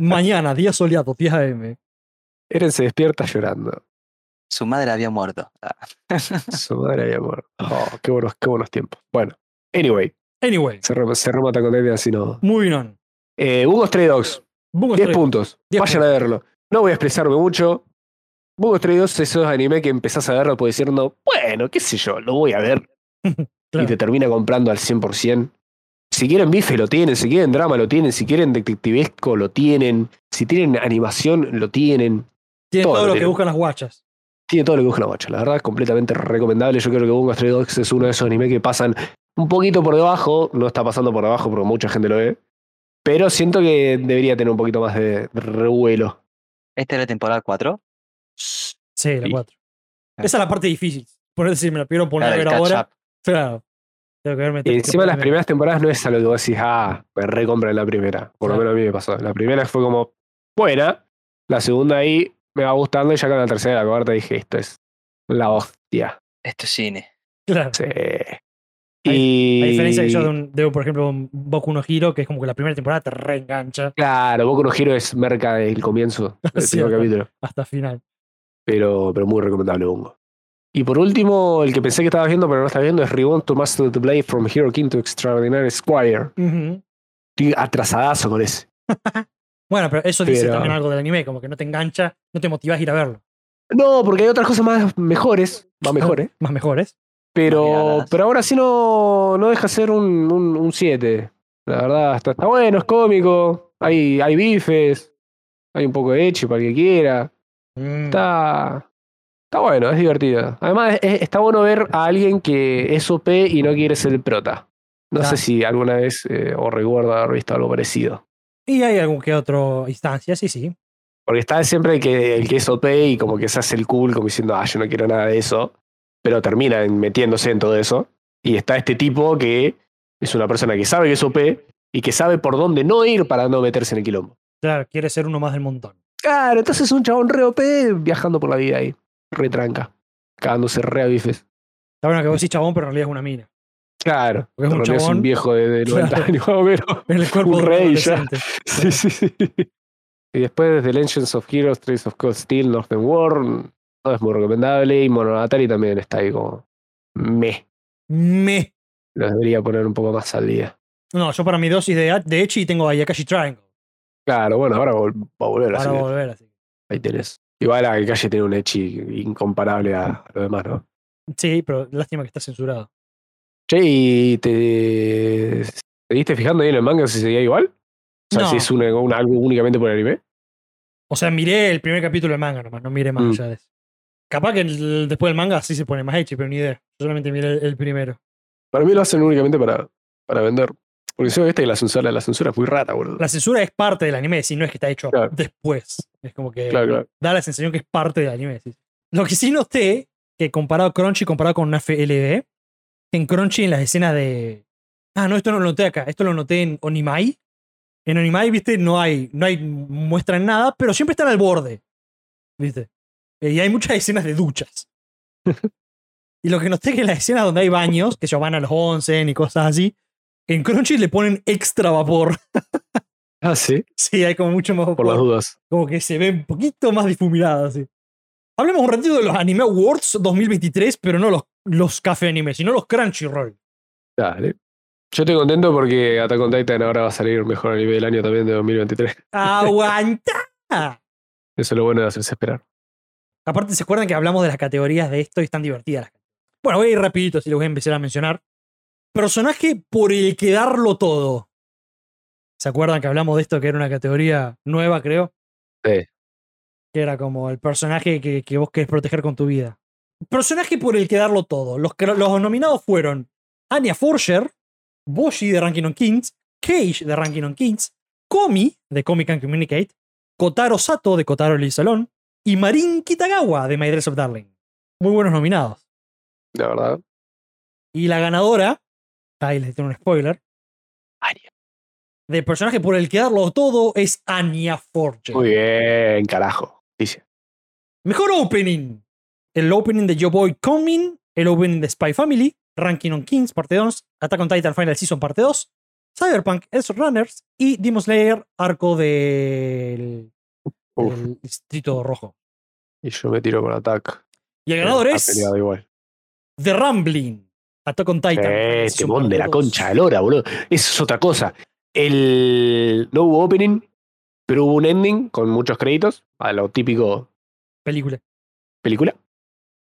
[SPEAKER 1] Mañana, día soleado, 10 AM.
[SPEAKER 3] Eren se despierta llorando.
[SPEAKER 2] Su madre había muerto. Ah,
[SPEAKER 3] Su madre de amor. Oh, qué buenos, qué buenos tiempos. Bueno, anyway,
[SPEAKER 1] Anyway,
[SPEAKER 3] cerramos, cerramos Attack on Titan, así no.
[SPEAKER 1] moving on.
[SPEAKER 3] Eh, Bungo Stray Dogs,
[SPEAKER 1] Bungo
[SPEAKER 3] 10
[SPEAKER 1] Stray-
[SPEAKER 3] puntos.
[SPEAKER 1] 10
[SPEAKER 3] Vayan a verlo. No voy a expresarme mucho. Bungo Stray Dogs es esos anime que empezás a verlo por diciendo, bueno, qué sé yo, lo voy a ver.
[SPEAKER 1] Claro.
[SPEAKER 3] Y te termina comprando al 100%. Si quieren bife, lo tienen. Si quieren drama, lo tienen. Si quieren detectivesco, lo tienen. Si tienen animación, lo tienen.
[SPEAKER 1] Tiene
[SPEAKER 3] Todo
[SPEAKER 1] todo,
[SPEAKER 3] lo
[SPEAKER 1] lo que
[SPEAKER 3] tiene.
[SPEAKER 1] buscan las guachas.
[SPEAKER 3] tiene todo lo que busca la guacha. La verdad es completamente recomendable. Yo creo que Bungo Stray Dogs es uno de esos animes que pasan un poquito por debajo. No está pasando por debajo porque mucha gente lo ve. Pero siento que debería tener un poquito más de revuelo.
[SPEAKER 2] ¿Esta era temporada 4?
[SPEAKER 1] Sí, la
[SPEAKER 3] Sí. Ah.
[SPEAKER 1] 4. Esa es la parte difícil. Por eso si me la pidieron poner
[SPEAKER 2] Claro,
[SPEAKER 1] a
[SPEAKER 2] el
[SPEAKER 1] ver
[SPEAKER 2] catch
[SPEAKER 1] ahora.
[SPEAKER 2] up.
[SPEAKER 1] Claro. Tengo que verme. este
[SPEAKER 3] Y encima las primeras temporadas no es algo que vos decís, ah, me recompra en la primera. Por lo
[SPEAKER 1] Claro.
[SPEAKER 3] menos a mí me pasó. La primera fue como, buena. La segunda ahí me va gustando. Y ya con la tercera y la cuarta dije, esto es la hostia.
[SPEAKER 2] Esto es cine.
[SPEAKER 1] Claro.
[SPEAKER 3] Sí.
[SPEAKER 1] A
[SPEAKER 3] y...
[SPEAKER 1] diferencia de yo de, un, de un, por ejemplo, un Boku no Hero, que es como que la primera temporada te reengancha
[SPEAKER 3] Claro, Boku no Hero es merca del comienzo del
[SPEAKER 1] Cierto.
[SPEAKER 3] primer capítulo.
[SPEAKER 1] hasta el final.
[SPEAKER 3] Pero, pero muy recomendable, Bungo. Y por último, el que pensé que estaba viendo, pero no está viendo, es Reborn to Master the Blade from Hero King to Extraordinary Squire.
[SPEAKER 1] Ujú.
[SPEAKER 3] Estoy atrasadazo con ese.
[SPEAKER 1] Bueno, pero eso dice
[SPEAKER 3] Pero-
[SPEAKER 1] también algo del anime, como que no te engancha, no te motivas a ir a verlo.
[SPEAKER 3] No, porque hay otras cosas más mejores, más mejores,
[SPEAKER 1] Más mejores.
[SPEAKER 3] pero,
[SPEAKER 2] miradas.
[SPEAKER 3] pero ahora sí no, no deja ser un 7. la verdad, está, está bueno, es cómico, hay, hay bifes, hay un poco de hecho para el que quiera.
[SPEAKER 1] Mm.
[SPEAKER 3] Está, está bueno, es divertido. Además, es- está bueno ver a alguien que es OP y no quiere ser el prota. No
[SPEAKER 1] Ah.
[SPEAKER 3] sé si alguna vez eh, o recuerdo haber visto algo parecido.
[SPEAKER 1] Y hay algún que otro instancia, sí, sí.
[SPEAKER 3] Porque está siempre el que, el que es OP y como que se hace el cool, como diciendo, ah, yo no quiero nada de eso. Pero termina en- metiéndose en todo eso. Y está este tipo que es una persona que sabe que es OP y que sabe por dónde no ir para no meterse en el quilombo.
[SPEAKER 1] Claro, quiere ser uno más del montón.
[SPEAKER 3] Claro, entonces es un chabón re OP viajando por la vida ahí. Retranca. Cagándose re a bifes.
[SPEAKER 1] Está bueno que vos decís chabón, pero en realidad es una mina.
[SPEAKER 3] Claro,
[SPEAKER 1] Porque es un
[SPEAKER 3] Torneo es
[SPEAKER 1] chabón.
[SPEAKER 3] un viejo de, de 90
[SPEAKER 1] Claro.
[SPEAKER 3] años, más o menos.
[SPEAKER 1] En el cuerpo
[SPEAKER 3] Un
[SPEAKER 1] de
[SPEAKER 3] rey ya.
[SPEAKER 1] adolescente.
[SPEAKER 3] Sí, sí, sí. Y después de Legends of Heroes, Trails of Cold Steel, Northern War, no es muy recomendable. Y Monogatari también está ahí como me.
[SPEAKER 1] Me.
[SPEAKER 3] Los debería poner un poco más al día.
[SPEAKER 1] No, yo para mi dosis de, de Echi tengo a Yakashi Triangle.
[SPEAKER 3] Claro, bueno, ahora vol- va a volver así
[SPEAKER 1] Para
[SPEAKER 3] que
[SPEAKER 1] volver así.
[SPEAKER 3] Ahí tenés. Igual a que calle tiene un echi incomparable a lo demás, ¿no?
[SPEAKER 1] Sí, pero lástima que está censurado.
[SPEAKER 3] Che, ¿y te, te diste fijando ahí en el manga si seguía igual? O sea,
[SPEAKER 1] No.
[SPEAKER 3] si es una- una- algo únicamente por el anime.
[SPEAKER 1] O sea, miré el primer capítulo del manga nomás, no miré más
[SPEAKER 3] Mm.
[SPEAKER 1] allá de eso. Capaz que el- después del manga sí se pone más Echi, pero ni idea. Yo solamente miré el, el primero.
[SPEAKER 3] Para mí lo hacen únicamente para, para vender. Porque encima viste que la censura, la censura es muy rata, boludo.
[SPEAKER 1] La censura es parte del anime, si no es que está hecho
[SPEAKER 3] Claro.
[SPEAKER 1] después. Es como que
[SPEAKER 3] Claro, claro.
[SPEAKER 1] da la sensación que es parte del anime. sí. Lo que sí noté, que comparado a Crunchy, comparado con una FLB, en Crunchy en las escenas de... Ah, no, esto no lo noté acá, esto lo noté en Onimai. En Onimai, viste, no hay, no hay muestra en nada, pero siempre están al borde. ¿Viste? Eh, Y hay muchas escenas de duchas. y lo que noté es que en las escenas donde hay baños, que se van a los 11 y cosas así, en Crunchy le ponen extra vapor.
[SPEAKER 3] Ah, sí,
[SPEAKER 1] sí, hay como mucho más vapor
[SPEAKER 3] por las dudas.
[SPEAKER 1] como que se ve un poquito más difuminada, sí. Hablemos un ratito de los Anime Awards 2023, pero no los, los Café Anime, sino los Crunchyroll.
[SPEAKER 3] Dale. Yo estoy contento porque Attack on Titan ahora va a salir mejor a nivel del año también de 2023.
[SPEAKER 1] ¡Aguanta!
[SPEAKER 3] Eso es lo bueno de hacerse esperar.
[SPEAKER 1] Aparte, ¿se acuerdan que hablamos de las categorías de esto y están divertidas? las- Bueno, voy a ir rapidito, si les voy a empezar a mencionar. Personaje por el que darlo todo. ¿Se acuerdan que hablamos de esto, que era una categoría nueva, creo?
[SPEAKER 3] Sí.
[SPEAKER 1] Que era como el personaje que, que vos querés proteger con tu vida. Personaje por el que darlo todo. Los, que- los nominados fueron Anya Forger, Boshi de Ranking on Kings, Cage de Ranking on Kings, Komi de Comic and Communicate, Kotaro Sato de Kotaro el Salón, y Marin Kitagawa de My Dress of Darling. Muy buenos nominados.
[SPEAKER 3] La verdad.
[SPEAKER 1] Y la ganadora, ahí les tengo un spoiler,
[SPEAKER 3] Anya.
[SPEAKER 1] de personaje por el que darlo todo es Anya Forger.
[SPEAKER 3] Muy bien, carajo. Dice.
[SPEAKER 1] Mejor opening. El opening de Yo Boy Coming, el opening de Spy Family, Ranking on Kings, parte 2, Attack on Titan Final Season, parte 2, Cyberpunk, Edge Runners y Demon Slayer, arco del,
[SPEAKER 3] Uf,
[SPEAKER 1] del Distrito Rojo.
[SPEAKER 3] y yo me tiro con Attack. Eh,
[SPEAKER 1] Y el ganador
[SPEAKER 3] Ha
[SPEAKER 1] es
[SPEAKER 3] peleado igual.
[SPEAKER 1] The Rambling, Attack on Titan. Final
[SPEAKER 3] Eh,
[SPEAKER 1] Season,
[SPEAKER 3] temón
[SPEAKER 1] parte
[SPEAKER 3] de la
[SPEAKER 1] 2.
[SPEAKER 3] concha de Lora, boludo. Eso es otra cosa. El... No hubo opening, pero hubo un ending con muchos créditos, a lo típico
[SPEAKER 1] Película.
[SPEAKER 3] película.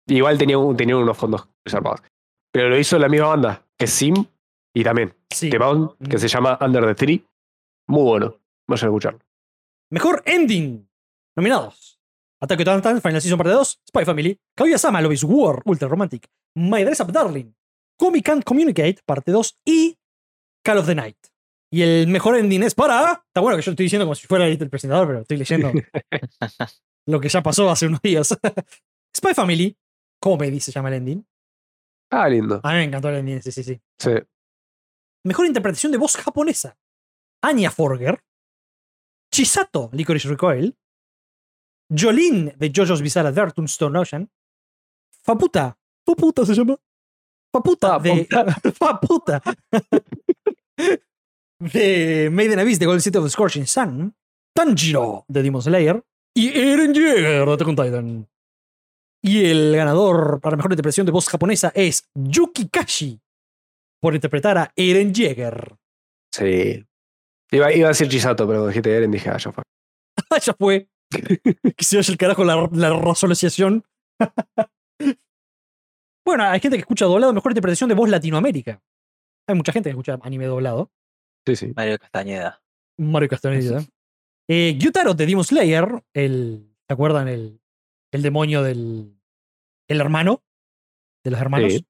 [SPEAKER 3] Igual tenía, un- tenía unos fondos reservados. Pero lo hizo la misma banda, que es Sim, y también
[SPEAKER 1] Sí.
[SPEAKER 3] Temón,
[SPEAKER 1] Mm.
[SPEAKER 3] que se llama Under the Tree. Muy bueno. Vayan a escucharlo.
[SPEAKER 1] Mejor ending. Nominados. Attack on Titan, Final Season Parte 2, Spy Family, Kaguya-sama, Love is War, Ultra Romantic, My Dress Up Darling, Comic Can't Communicate, Parte 2 y Call of the Night. Y el mejor ending es para... Está bueno que yo lo estoy diciendo como si fuera el presentador, pero estoy leyendo lo que ya pasó hace unos días. Spy Family, Comedy se llama el ending.
[SPEAKER 3] Ah, lindo.
[SPEAKER 1] A mí me encantó el ending, sí, sí, sí.
[SPEAKER 3] Sí.
[SPEAKER 1] Mejor interpretación de voz japonesa. Anya Forger. Chisato, Licorice Recoil. Jolene, de JoJo's Bizarre Adventure Stone Ocean. Faputa. Faputa se llama.
[SPEAKER 3] Ah,
[SPEAKER 1] Faputa. de, Faputa. de Maiden Abyss, de Golden City of the Scorching Sun. Tanjiro, de Demon Slayer. Y Eren Yeager, de Attack on Titan. Y el ganador para mejor interpretación de voz japonesa es Yuki Kashi por interpretar a Eren Jaeger.
[SPEAKER 3] Sí. Iba, iba a decir Chisato, pero cuando dijiste Eren dije, ah, ya fue.
[SPEAKER 1] Ah, ya fue. que se vaya el carajo la, la resolución. bueno, hay gente que escucha doblado, mejor interpretación de voz Latinoamérica. Hay mucha gente que escucha anime doblado.
[SPEAKER 3] Sí, sí.
[SPEAKER 2] Mario Castañeda.
[SPEAKER 1] Mario Castaneda. Eh, Gyutaro de Demon Slayer, el, ¿se acuerdan? El, el demonio del el hermano, de los hermanos.
[SPEAKER 3] Sí.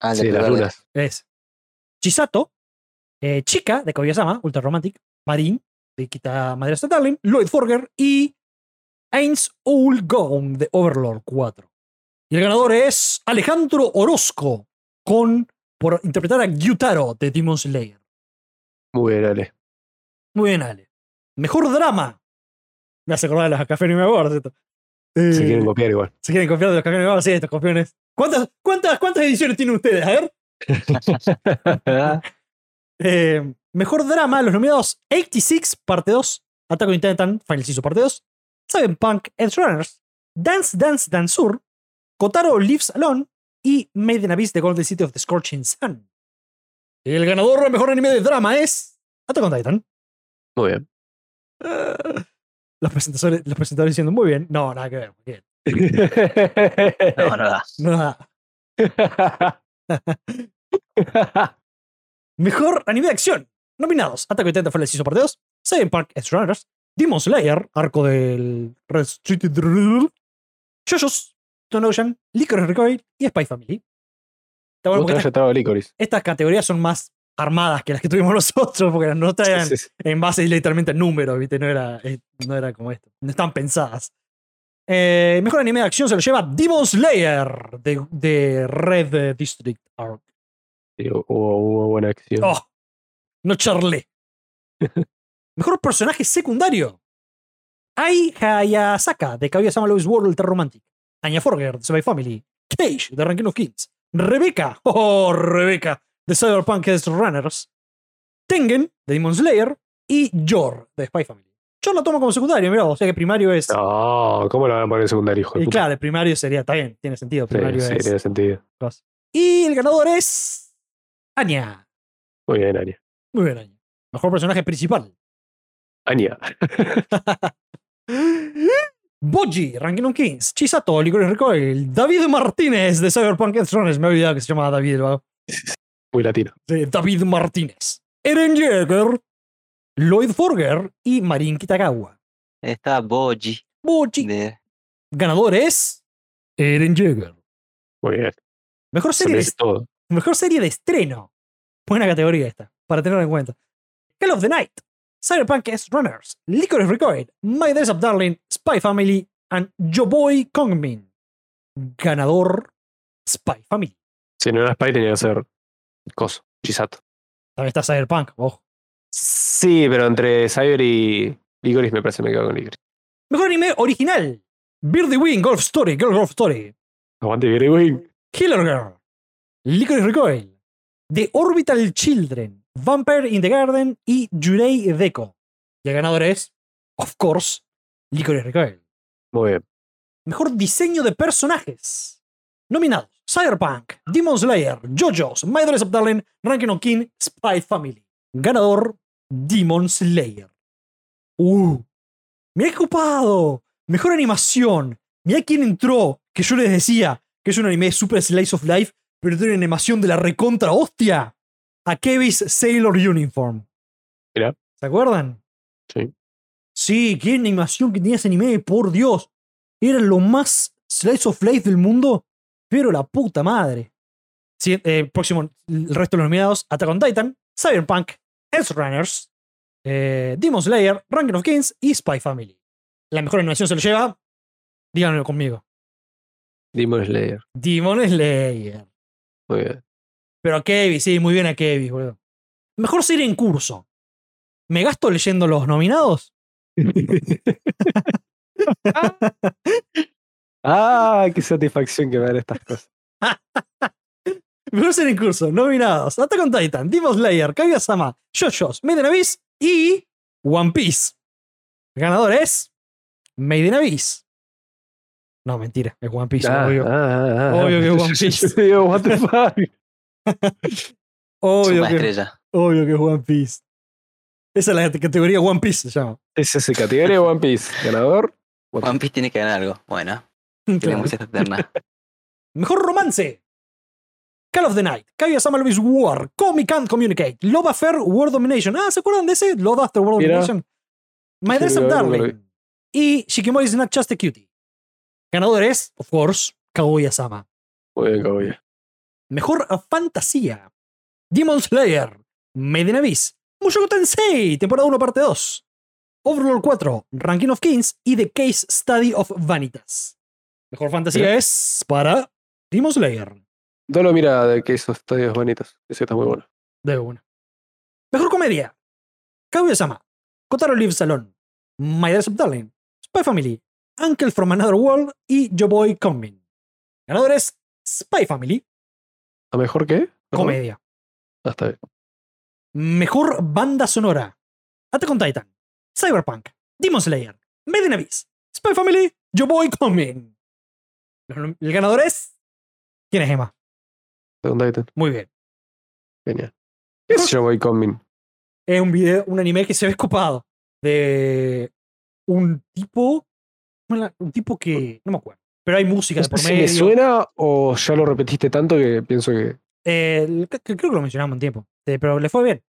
[SPEAKER 2] Ah, el de
[SPEAKER 3] sí, las
[SPEAKER 2] Cruella.
[SPEAKER 3] lunas.
[SPEAKER 1] Es Chisato, eh, Chica de Kaguya-sama, Ultra Romantic, Marin de Kita Madera Darling, Lloyd Forger y Ains Old Gone de Overlord 4. Y el ganador es Alejandro Orozco con, por interpretar a Gyutaro de Demon Slayer.
[SPEAKER 3] Muy bien, Ale.
[SPEAKER 1] Muy bien, Ale. Mejor drama. Me hace acordar a los Café Anime Awards. esto. Eh,
[SPEAKER 3] Se quieren copiar igual.
[SPEAKER 1] se quieren confiar de los Café Anime Awards, sí, estos campeones. ¿Cuántas, cuántas, ¿Cuántas ediciones tienen ustedes? A ver.
[SPEAKER 2] Ah,
[SPEAKER 1] Eh, mejor drama, los nominados 86, parte 2, Attack on Titan, Final Season, parte 2, Seven Punk, Edge Runners, Dance Dance Dansur, Kotaro Lives Alone y Made in Abyss, The Golden City of the Scorching Sun. El ganador del mejor anime de drama es Attack on Titan.
[SPEAKER 3] Muy bien.
[SPEAKER 1] Eh, Los presentadores, los presentadores diciendo muy bien. No, nada que ver. muy bien.
[SPEAKER 2] No, no da.
[SPEAKER 1] Nada. Mejor anime de acción. Nominados: Attack on Titan Final Season Part 2, Seven Park Edge Runners, Demon Slayer, Arco del Restricted Rule, JoJo's, Stone Ocean, Licorice Recoil y Spy Family. Está bueno
[SPEAKER 3] Vos
[SPEAKER 1] porque
[SPEAKER 3] te
[SPEAKER 1] estas,
[SPEAKER 3] haya traba Licoris.
[SPEAKER 1] estas categorías son más armadas que las que tuvimos nosotros porque las notas eran
[SPEAKER 3] Sí, sí, sí.
[SPEAKER 1] en base literalmente al número, ¿viste? No era, eh, no era como esto. No están pensadas. Eh, mejor anime de acción se lo lleva Demon Slayer de, de Red eh, District Arc.
[SPEAKER 3] Sí, Hubo, hubo buena acción.
[SPEAKER 1] Oh, no charlé. Mejor personaje secundario. Ai Hayasaka de Kaguya Sama Louis World Ultra Romantic. Anya Forger de Spy Family. Cage de Ranking of Kings. Rebecca. Oh, Rebecca de Cyberpunk Edge Runners. Tengen de Demon Slayer. Y Yor de Spy Family. Yo lo tomo como secundario, mira, o sea que primario es.
[SPEAKER 3] No, ¿cómo lo van a poner en secundario, hijo?
[SPEAKER 1] y
[SPEAKER 3] de puta?
[SPEAKER 1] claro, el primario sería, está bien, tiene sentido. Primario
[SPEAKER 3] sí, sí,
[SPEAKER 1] es.
[SPEAKER 3] tiene sentido.
[SPEAKER 1] cosa. Y el ganador es. Anya.
[SPEAKER 3] Muy bien, Ania.
[SPEAKER 1] Muy bien, Anya. Mejor personaje principal.
[SPEAKER 3] Ania.
[SPEAKER 1] Boji, Rankin on Kings, Chisato, Licorice Recoil, David Martínez de Cyberpunk Edge Runners, me he olvidado que se llamaba David, el vago.
[SPEAKER 3] Muy latino.
[SPEAKER 1] de David Martínez, Eren Jaeger, Lloyd Forger y Marin Kitagawa.
[SPEAKER 2] Está Boji.
[SPEAKER 1] Boji,
[SPEAKER 2] De...
[SPEAKER 1] ganador es Eren Jaeger.
[SPEAKER 3] Muy bien.
[SPEAKER 1] Mejor
[SPEAKER 3] Se
[SPEAKER 1] serie, de,
[SPEAKER 3] merece todo.
[SPEAKER 1] mejor serie de estreno. Buena categoría esta, para tenerla en cuenta. Hell of the Night, Cyberpunk Edge Runners, Licorice Recoil, My Days of Darling, Spy Family and Yo Boy Kongmin. Ganador, Spy Family.
[SPEAKER 3] Si no era Spy, tenía que ser Coso, Chisato.
[SPEAKER 1] También está Cyberpunk, ojo.
[SPEAKER 3] Sí, pero entre Cyber y Licoris me parece que me quedo con Licoris.
[SPEAKER 1] Mejor anime original. Birdie Wing, Golf Story, Girl Golf Story.
[SPEAKER 3] Aguante, Gary Wing.
[SPEAKER 1] Killer Girl. Licorice Recoil. The Orbital Children. Vampire in the Garden y Jurei Deco. Y el ganador es, of course, Licorice Recoil.
[SPEAKER 3] Muy bien.
[SPEAKER 1] Mejor diseño de personajes. Nominados.
[SPEAKER 3] Ah.
[SPEAKER 1] Cyberpunk, Demon Slayer, JoJo's, My Dress Up Darling, Ranking on King, Spy Family. Ganador, Demon Slayer. ¡Uh! ¡Mirá qué copado! Mejor animación. Mirá quién entró, que yo les decía que es un anime super slice of life, pero tiene una animación de la recontra hostia. A Kevis Sailor Uniform.
[SPEAKER 3] Mirá.
[SPEAKER 1] ¿Se acuerdan?
[SPEAKER 3] Sí.
[SPEAKER 1] Sí, qué animación que tenía ese anime, por Dios. Era lo más slice of life del mundo, pero la puta madre. Sí, eh, próximo, el resto de los nominados: Attack on Titan, Cyberpunk, Edge Runners, eh, Demon Slayer, Ranking of Kings y Spy Family. La mejor animación se lo lleva. Díganlo conmigo.
[SPEAKER 3] Demon Slayer.
[SPEAKER 1] Demon Slayer.
[SPEAKER 3] Muy bien.
[SPEAKER 1] Pero a Kevin, sí, muy bien a Kevin, boludo. Mejor serie en curso. ¿Me gasto leyendo los nominados?
[SPEAKER 3] ah, qué satisfacción que me dan estas cosas.
[SPEAKER 1] Mejor serie en curso, nominados. Attack on Titan, Demon Slayer, Kaguya-sama, JoJo's, Made in Abyss y One Piece. El ganador es Made in Abyss. No, mentira, es One Piece,
[SPEAKER 3] Ah,
[SPEAKER 1] obvio.
[SPEAKER 3] ah, ah, ah.
[SPEAKER 1] Obvio que One
[SPEAKER 3] Yo- yo- yo
[SPEAKER 1] Piece.
[SPEAKER 3] digo, what the fuck.
[SPEAKER 1] Obvio,
[SPEAKER 2] Suma
[SPEAKER 1] que,
[SPEAKER 2] estrella.
[SPEAKER 1] obvio que es One Piece. Esa es la categoría One Piece, se llama.
[SPEAKER 3] Es ese categoría de One Piece. Ganador.
[SPEAKER 2] One Piece tiene que ganar algo. Bueno,
[SPEAKER 1] Claro.
[SPEAKER 2] queremos esta eterna.
[SPEAKER 1] Mejor romance. Call of the Night, Kaguya-sama Love is War, Comic Can't Communicate, Love Affair, World Domination. Ah, ¿se acuerdan de ese? Love After World
[SPEAKER 3] Mira.
[SPEAKER 1] Domination. My Dress Up
[SPEAKER 3] Sí, lo vi, lo vi.
[SPEAKER 1] Darling. Y Shikimori is not just a cutie. Ganador es, of course, Kaguya-sama.
[SPEAKER 3] Muy bien, Kaguya.
[SPEAKER 1] Mejor fantasía. Demon Slayer, Made in Abyss, Mushoku Tensei, temporada 1, parte 2. Overlord 4, Ranking of Kings y The Case Study of Vanitas. Mejor fantasía
[SPEAKER 3] Mira.
[SPEAKER 1] es para Demon Slayer.
[SPEAKER 3] Dolo mira de que esos estadios bonitos. Eso está muy bueno.
[SPEAKER 1] De una. Mejor comedia. Kaguya-sama. Kotaro Live Salon. My Dress Up Darling. Spy Family. Uncle from Another World y Yo Boy Combin. Ganadores Spy Family.
[SPEAKER 3] ¿A mejor qué? Perdón.
[SPEAKER 1] Comedia.
[SPEAKER 3] Ah, está bien.
[SPEAKER 1] Mejor banda sonora. Attack on Titan. Cyberpunk. Demon Slayer. Made in Abyss. Spy Family. Yo Boy Combin. El ganador es... ¿Quién es Emma?
[SPEAKER 3] Segunda ítem.
[SPEAKER 1] Muy bien.
[SPEAKER 3] Genial. ¿Qué es Joy Combin?
[SPEAKER 1] es un video, un anime que se ve escopado de un tipo, bueno, un tipo que no me acuerdo, pero hay música
[SPEAKER 3] No
[SPEAKER 1] de
[SPEAKER 3] sé
[SPEAKER 1] por
[SPEAKER 3] si me
[SPEAKER 1] medio.
[SPEAKER 3] ¿Este suena o ya lo repetiste tanto que pienso que.
[SPEAKER 1] Eh, el- cre- creo que lo mencionamos un tiempo, eh, pero le fue bien.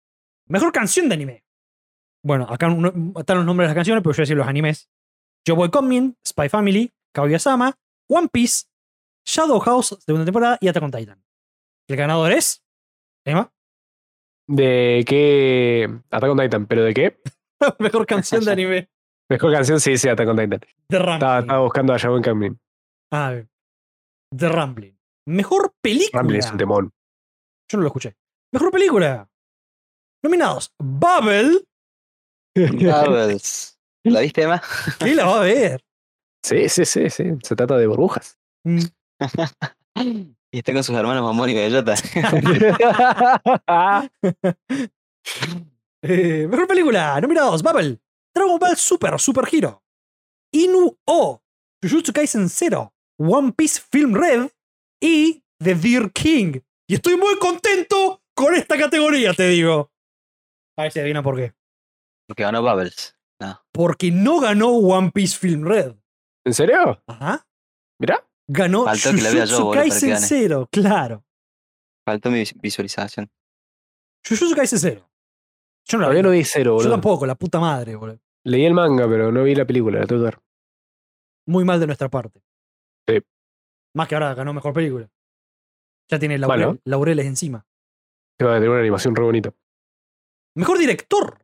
[SPEAKER 1] Mejor canción de anime. Bueno, acá no- están los nombres de las canciones, pero yo voy a decir los animes. Yo Boy Coming, Spy Family, Kaguya-sama, One Piece, Shadow House, segunda temporada y Attack on Titan. El ganador es Emma,
[SPEAKER 3] ¿De qué? Attack on Titan, pero ¿de qué?
[SPEAKER 1] mejor canción de anime
[SPEAKER 3] Mejor canción, sí, sí, Attack on Titan.
[SPEAKER 1] de
[SPEAKER 3] Estaba,
[SPEAKER 1] Ranking.
[SPEAKER 3] estaba buscando a Joy Combin.
[SPEAKER 1] Ah, bien. The Rambling. Mejor película.
[SPEAKER 3] Ramble es un temón.
[SPEAKER 1] Yo no lo escuché. Mejor película. Nominados. Bubble.
[SPEAKER 2] Ah, Bubbles. ¿La viste, Emma?
[SPEAKER 1] ¿Quién la va a ver?
[SPEAKER 3] Sí, sí, sí, sí. Se trata de burbujas.
[SPEAKER 1] Mm,
[SPEAKER 2] Y está con sus hermanos Mamón y Bellota.
[SPEAKER 1] eh, mejor película. Nominados. Bubble. Dragon Ball Super. Super Hero. Inu O. Jujutsu Kaisen Zero. One Piece Film Red. Y The Deer King. Y estoy muy contento con esta categoría, te digo. A ver si adivina por qué.
[SPEAKER 2] Porque ganó Bubbles.
[SPEAKER 1] Porque no ganó One Piece Film Red.
[SPEAKER 3] ¿En serio?
[SPEAKER 1] Ajá.
[SPEAKER 3] Mirá.
[SPEAKER 1] Ganó
[SPEAKER 2] Faltó que la vea yo,
[SPEAKER 1] Jujutsu
[SPEAKER 2] boludo, para que
[SPEAKER 1] Kaisen
[SPEAKER 2] gane.
[SPEAKER 1] Zero, claro.
[SPEAKER 2] Faltó mi vis- visualización.
[SPEAKER 1] Jujutsu Kaisen Zero. Yo no la vi.
[SPEAKER 3] Todavía no vi cero,
[SPEAKER 1] yo
[SPEAKER 3] boludo.
[SPEAKER 1] tampoco, la puta madre, boludo.
[SPEAKER 3] Leí el manga, pero no vi la película, la tengo que ver.
[SPEAKER 1] Muy mal de nuestra parte.
[SPEAKER 3] Sí.
[SPEAKER 1] Más que ahora ganó mejor película. Ya tiene laurel-
[SPEAKER 3] Bueno.
[SPEAKER 1] laureles encima.
[SPEAKER 3] Que va a tener una animación re bonita.
[SPEAKER 1] Mejor director.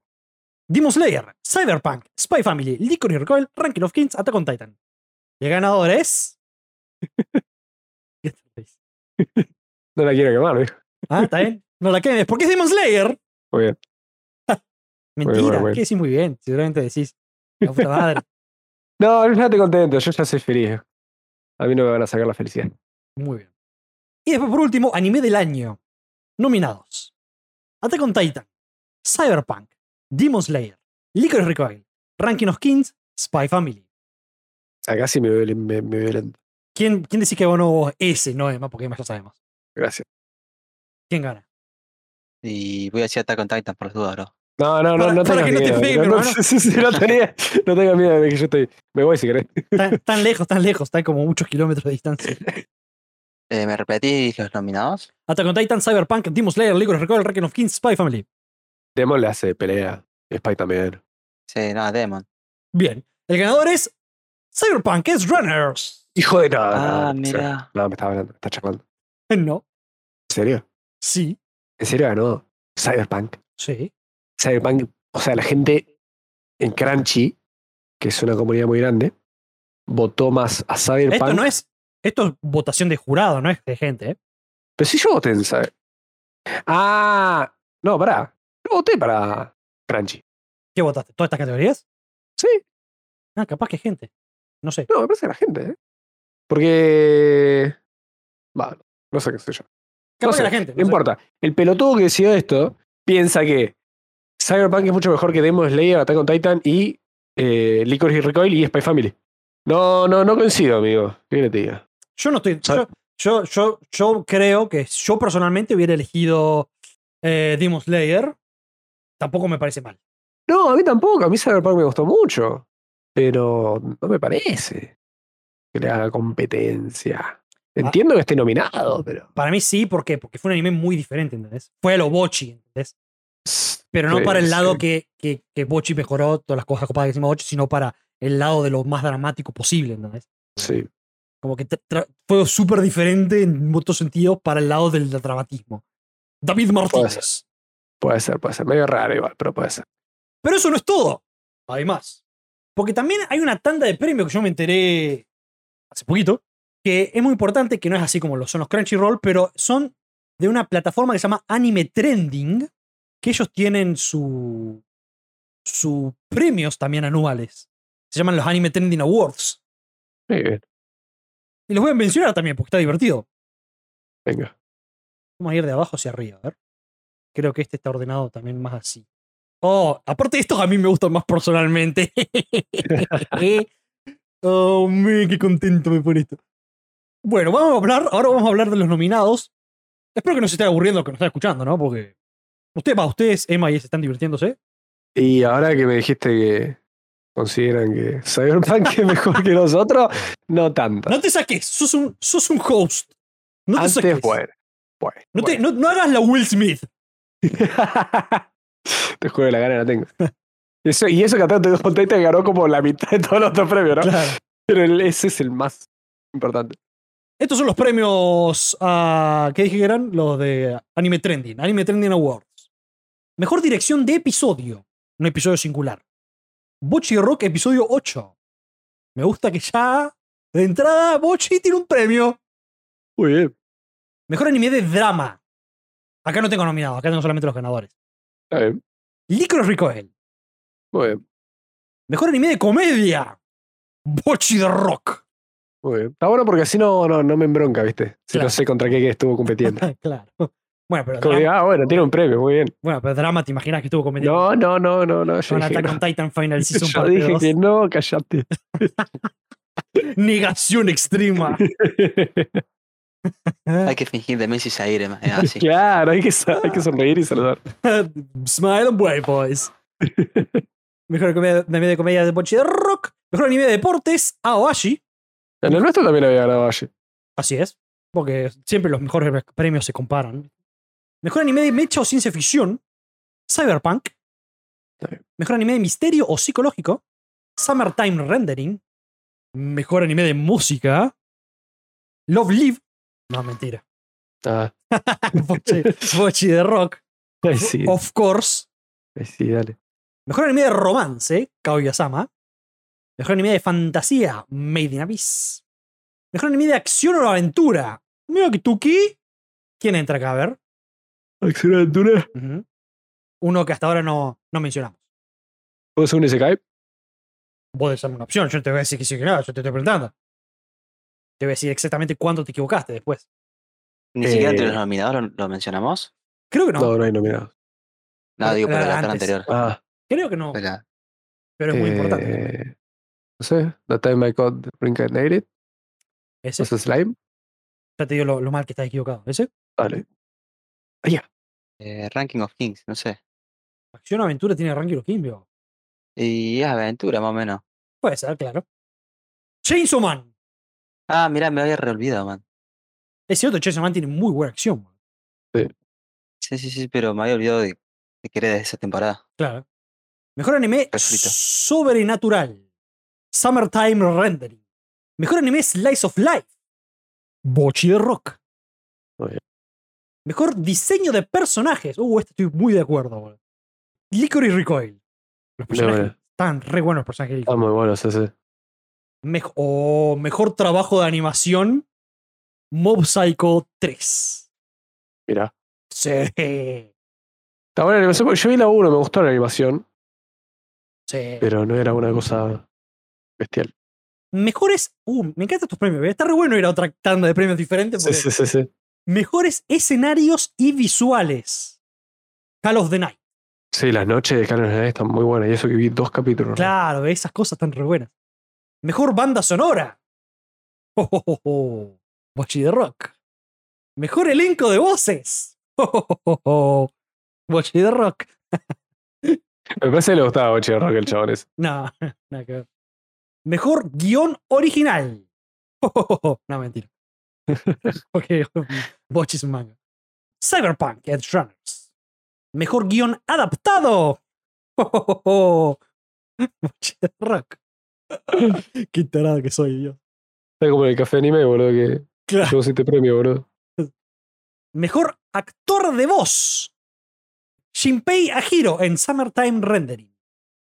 [SPEAKER 1] Demon Slayer, Cyberpunk, Spy Family, Licorice Recoil, Ranking of Kings, Attack on Titan. Y el ganador es... ¿Qué te reís?
[SPEAKER 3] No la quiero quemar, viejo.
[SPEAKER 1] ah, está bien. No la quemes, porque es Demon Slayer.
[SPEAKER 3] Muy bien.
[SPEAKER 1] Mentira,
[SPEAKER 3] bueno, bueno.
[SPEAKER 1] que decís muy bien. Seguramente decís. La puta madre.
[SPEAKER 3] No, yo ya te contento, yo ya soy feliz. viejo. A mí no me van a sacar la felicidad.
[SPEAKER 1] Muy bien. Y después, por último, anime del año. Nominados: Attack on Titan, Cyberpunk, Demon Slayer, Licorice Recoil, Ranking of Kings, Spy Family.
[SPEAKER 3] Acá sí me, viol- me, me violan.
[SPEAKER 1] ¿Quién, quién decís que ganó vos? ese, no Emma? Porque Emma ya sabemos.
[SPEAKER 3] Gracias.
[SPEAKER 1] ¿Quién gana?
[SPEAKER 2] Y voy a decir Attack on Titan por las dudas, bro.
[SPEAKER 3] No, no, no,
[SPEAKER 1] Para-
[SPEAKER 3] no
[SPEAKER 1] para
[SPEAKER 3] tengas
[SPEAKER 1] que no te
[SPEAKER 3] miedo.
[SPEAKER 1] pegue, mi
[SPEAKER 3] no,
[SPEAKER 1] hermano.
[SPEAKER 3] sí, sí, no tenía- no tengas miedo de que yo estoy. Me voy si querés.
[SPEAKER 1] Tan, tan lejos, tan lejos, están como muchos kilómetros de distancia.
[SPEAKER 2] Eh, ¿Me repetís los nominados?
[SPEAKER 1] Attack on Titan, Cyberpunk, Demon Slayer, Licorice Recoil, Ranking of Kings, Spy Family.
[SPEAKER 3] Demon le hace pelea. Spy también.
[SPEAKER 2] Sí, no, Demon.
[SPEAKER 1] Bien. El ganador es Cyberpunk, es Runners.
[SPEAKER 3] Hijo de nada.
[SPEAKER 2] Ah,
[SPEAKER 3] no, no,
[SPEAKER 2] mira.
[SPEAKER 3] No, me está hablando, me está charlando.
[SPEAKER 1] Eh, No,
[SPEAKER 3] ¿En serio?
[SPEAKER 1] sí,
[SPEAKER 3] ¿En serio ganó Cyberpunk?
[SPEAKER 1] sí.
[SPEAKER 3] Cyberpunk, o sea, la gente en Crunchy, que es una comunidad muy grande, votó más a Cyberpunk.
[SPEAKER 1] Esto no es. Esto es votación de jurado, no es de gente, ¿eh?
[SPEAKER 3] Pero si yo voté en Cyberpunk. Ah, no, pará. Yo voté para Crunchy.
[SPEAKER 1] ¿Qué votaste? ¿Todas estas categorías?
[SPEAKER 3] Sí,
[SPEAKER 1] Ah, capaz que gente. No sé.
[SPEAKER 3] no, me parece que la gente, ¿eh? Porque. Va, no sé qué sé yo.
[SPEAKER 1] Capaz
[SPEAKER 3] sé,
[SPEAKER 1] que la gente.
[SPEAKER 3] No
[SPEAKER 1] no sé.
[SPEAKER 3] importa. El pelotudo que decidió esto piensa que Cyberpunk es mucho mejor que Demon Slayer, Attack on Titan y eh, Licorice Recoil y Spy Family. No, no, no coincido, amigo. ¿Qué querés que te diga?
[SPEAKER 1] Yo no estoy.
[SPEAKER 3] Sa-
[SPEAKER 1] Yo, yo, yo, yo creo que yo personalmente hubiera elegido eh, Demon Slayer. Tampoco me parece mal.
[SPEAKER 3] No, a mí tampoco. A mí Cyberpunk me gustó mucho. Pero no me parece que le haga
[SPEAKER 1] Ah.
[SPEAKER 3] competencia. Entiendo que esté nominado, pero.
[SPEAKER 1] Para mí sí, ¿por qué? Porque fue un anime muy diferente, ¿entendés? Fue a lo Bochi, ¿entendés? Pero no
[SPEAKER 3] Sí,
[SPEAKER 1] para el lado
[SPEAKER 3] sí.
[SPEAKER 1] que, que, que Bochi mejoró todas las cosas copadas que hicimos Bochi, sino para el lado de lo más dramático posible, ¿entendés?
[SPEAKER 3] Sí.
[SPEAKER 1] Como que tra- tra- fue súper diferente en muchos sentidos para el lado del dramatismo. David
[SPEAKER 3] ser.
[SPEAKER 1] Martínez.
[SPEAKER 3] Puede ser, puede ser. Medio raro igual, pero puede ser.
[SPEAKER 1] Pero eso no es todo. Hay más. Porque también hay una tanda de premios que yo me enteré hace poquito, que es muy importante, que no es así como lo son los Crunchyroll, pero son de una plataforma que se llama Anime Trending, que ellos tienen su, su premios también anuales. Se llaman los Anime Trending Awards.
[SPEAKER 3] Muy bien.
[SPEAKER 1] Y los voy a mencionar también porque está divertido.
[SPEAKER 3] Venga.
[SPEAKER 1] Vamos a ir de abajo hacia arriba, a ver. Creo que este está ordenado también más así. Oh, aparte de estos a mí me gustan más personalmente. ¿Eh? oh, me, qué contento me pone esto. Bueno, vamos a hablar, ahora vamos a hablar de los nominados. Espero que no se esté aburriendo el que nos está escuchando, ¿no? Porque usted va, ustedes, Emma y se están divirtiéndose.
[SPEAKER 3] Y ahora que me dijiste que consideran que Cyberpunk es mejor que nosotros, no tanto.
[SPEAKER 1] No te saques, sos un, sos un host. No te
[SPEAKER 3] Antes,
[SPEAKER 1] saques.
[SPEAKER 3] bueno. Bueno.
[SPEAKER 1] No, te- no- no hagas la Will Smith.
[SPEAKER 3] Te juro que la gana la tengo. Y eso, y eso que atrás te doy contenta que ganó como la mitad de todos los otros premios, ¿no?
[SPEAKER 1] Claro.
[SPEAKER 3] Pero el- ese es el más importante.
[SPEAKER 1] Estos son los premios a. ¿Qué dije que eran? Los de Anime Trending, Anime Trending Awards. Mejor dirección de episodio, no episodio singular. Bochi Rock, episodio 8. Me gusta que ya, de entrada, Bochi tiene un premio.
[SPEAKER 3] Muy bien.
[SPEAKER 1] Mejor anime de drama. Acá no tengo nominados, acá tengo solamente los ganadores.
[SPEAKER 3] Está bien.
[SPEAKER 1] Licros Ricoel.
[SPEAKER 3] Muy bien.
[SPEAKER 1] Mejor anime de comedia. Bochi de Rock.
[SPEAKER 3] Muy bien. Está bueno porque así no, no, no me embronca, ¿viste? Si
[SPEAKER 1] Claro.
[SPEAKER 3] no sé contra qué estuvo compitiendo.
[SPEAKER 1] claro. Bueno pero,
[SPEAKER 3] Como que,
[SPEAKER 1] drama,
[SPEAKER 3] ah, bueno, tiene un premio, muy bien.
[SPEAKER 1] bueno, pero drama, te imaginas que estuvo comediando.
[SPEAKER 3] No, no, no, no, no. Yo
[SPEAKER 1] Con
[SPEAKER 3] dije,
[SPEAKER 1] Attack
[SPEAKER 3] que no.
[SPEAKER 1] on Titan Final Season
[SPEAKER 3] Yo
[SPEAKER 1] parte
[SPEAKER 3] dije
[SPEAKER 1] dos.
[SPEAKER 3] que no, callate.
[SPEAKER 1] Negación extrema.
[SPEAKER 2] Hay que fingir demencia y salir, es
[SPEAKER 1] Ah,
[SPEAKER 2] así.
[SPEAKER 3] claro, hay que, sa- hay que sonreír y saludar.
[SPEAKER 1] Smile and Wave Boys. Mejor comedia- anime de comedia de Pochi de Rock. Mejor anime de deportes, Aoashi.
[SPEAKER 3] En el nuestro también había ganado Valle.
[SPEAKER 1] Así es. Porque siempre los mejores premios se comparan. Mejor anime de mecha o ciencia ficción, Cyberpunk.
[SPEAKER 3] Está bien.
[SPEAKER 1] Mejor anime de misterio o psicológico, Summertime Rendering. Mejor anime de música, Love Live. No, mentira.
[SPEAKER 3] Ah,
[SPEAKER 1] Pochi, Pochi de Rock.
[SPEAKER 3] ahí sí,
[SPEAKER 1] Of course.
[SPEAKER 3] ahí sí, dale.
[SPEAKER 1] Mejor anime de romance, Kaguya-sama. Mejor anime de fantasía, Made in Abyss. Mejor anime de acción o aventura, Miyokituki. ¿Quién entra acá a ver?
[SPEAKER 3] Acción aventura.
[SPEAKER 1] Ujú. Uno que hasta ahora no, no mencionamos.
[SPEAKER 3] ¿Puedo hacer un Isekai?
[SPEAKER 1] Vos decís una opción, yo no te voy a decir que sí que no, yo te estoy preguntando. Te voy a decir exactamente cuándo te equivocaste después.
[SPEAKER 2] Ni siquiera entre
[SPEAKER 3] Eh.
[SPEAKER 2] los nominados lo, lo mencionamos.
[SPEAKER 1] Creo que no.
[SPEAKER 3] No, no, hay nominado.
[SPEAKER 2] No,
[SPEAKER 1] Pero
[SPEAKER 2] digo, para
[SPEAKER 1] era
[SPEAKER 2] la cara
[SPEAKER 1] antes.
[SPEAKER 2] anterior.
[SPEAKER 3] Ah,
[SPEAKER 1] Creo que no,
[SPEAKER 2] Era-
[SPEAKER 1] pero es muy
[SPEAKER 3] eh,
[SPEAKER 1] importante.
[SPEAKER 3] No sé, The Time I Got Reincarnated,
[SPEAKER 1] Ese,
[SPEAKER 3] ¿es Slime?
[SPEAKER 1] ya te digo lo, lo mal que estás equivocado. Ese,
[SPEAKER 3] Dale.
[SPEAKER 2] eh, ranking of Kings, no sé.
[SPEAKER 1] acción o aventura tiene ranking los Kimbio.
[SPEAKER 2] Y es aventura, más o menos.
[SPEAKER 1] Puede ser, claro. Chainsaw Man.
[SPEAKER 2] Ah, mirá, me había reolvidado, man.
[SPEAKER 1] Es cierto, Chainsaw Man tiene muy buena acción. man.
[SPEAKER 2] Sí, sí, sí, pero me había olvidado de, de que era de esa temporada.
[SPEAKER 1] Claro. Mejor anime
[SPEAKER 2] Perfecto.
[SPEAKER 1] sobrenatural. Summertime Rendering. Mejor anime Slice of Life. Bochi de Rock.
[SPEAKER 3] Muy bien.
[SPEAKER 1] Mejor diseño de personajes. Uh, este estoy muy de acuerdo, boludo. Licorice Recoil. Los personajes
[SPEAKER 3] bueno.
[SPEAKER 1] están re buenos los personajes. de
[SPEAKER 3] Ah,
[SPEAKER 1] Licorice.
[SPEAKER 3] muy bueno, sí, sí. Ah.
[SPEAKER 1] Mej- o mejor trabajo de animación. Mob Psycho 3.
[SPEAKER 3] Mirá.
[SPEAKER 1] Sí.
[SPEAKER 3] Está buena la animación porque yo vi la 1, me gustó la animación,
[SPEAKER 1] Sí.
[SPEAKER 3] pero no era una cosa bestial.
[SPEAKER 1] Mejores. Uh, me encantan estos premios. ¿eh? Está re bueno ir a otra tanda de premios diferentes.
[SPEAKER 3] Sí,
[SPEAKER 1] porque-
[SPEAKER 3] sí, sí, sí.
[SPEAKER 1] Mejores escenarios y visuales. Call of the Night.
[SPEAKER 3] Sí, las noches de Canon están muy buenas y eso que vi dos capítulos. ¿no?
[SPEAKER 1] Claro, esas cosas tan re buenas. Mejor banda sonora. Oh, oh, oh, oh. Bochi de rock. Mejor elenco de voces. Oh, oh, oh, oh. Bochi de rock.
[SPEAKER 3] Me parece que le gustaba Bochi de Rock el chabón ese.
[SPEAKER 1] No, nada que ver. Mejor guión original. Oh, oh, oh, oh. No, mentira. Porque Bochi es un manga. Cyberpunk Edge Runners. Mejor guión adaptado. Oh, oh, oh, oh. Bochi de rock. Qué tarado que soy yo.
[SPEAKER 3] Está como en el café anime, boludo, que
[SPEAKER 1] Claro.
[SPEAKER 3] llevó este premio, boludo.
[SPEAKER 1] Mejor actor de voz. Shinpei Ajiro en Summertime Rendering.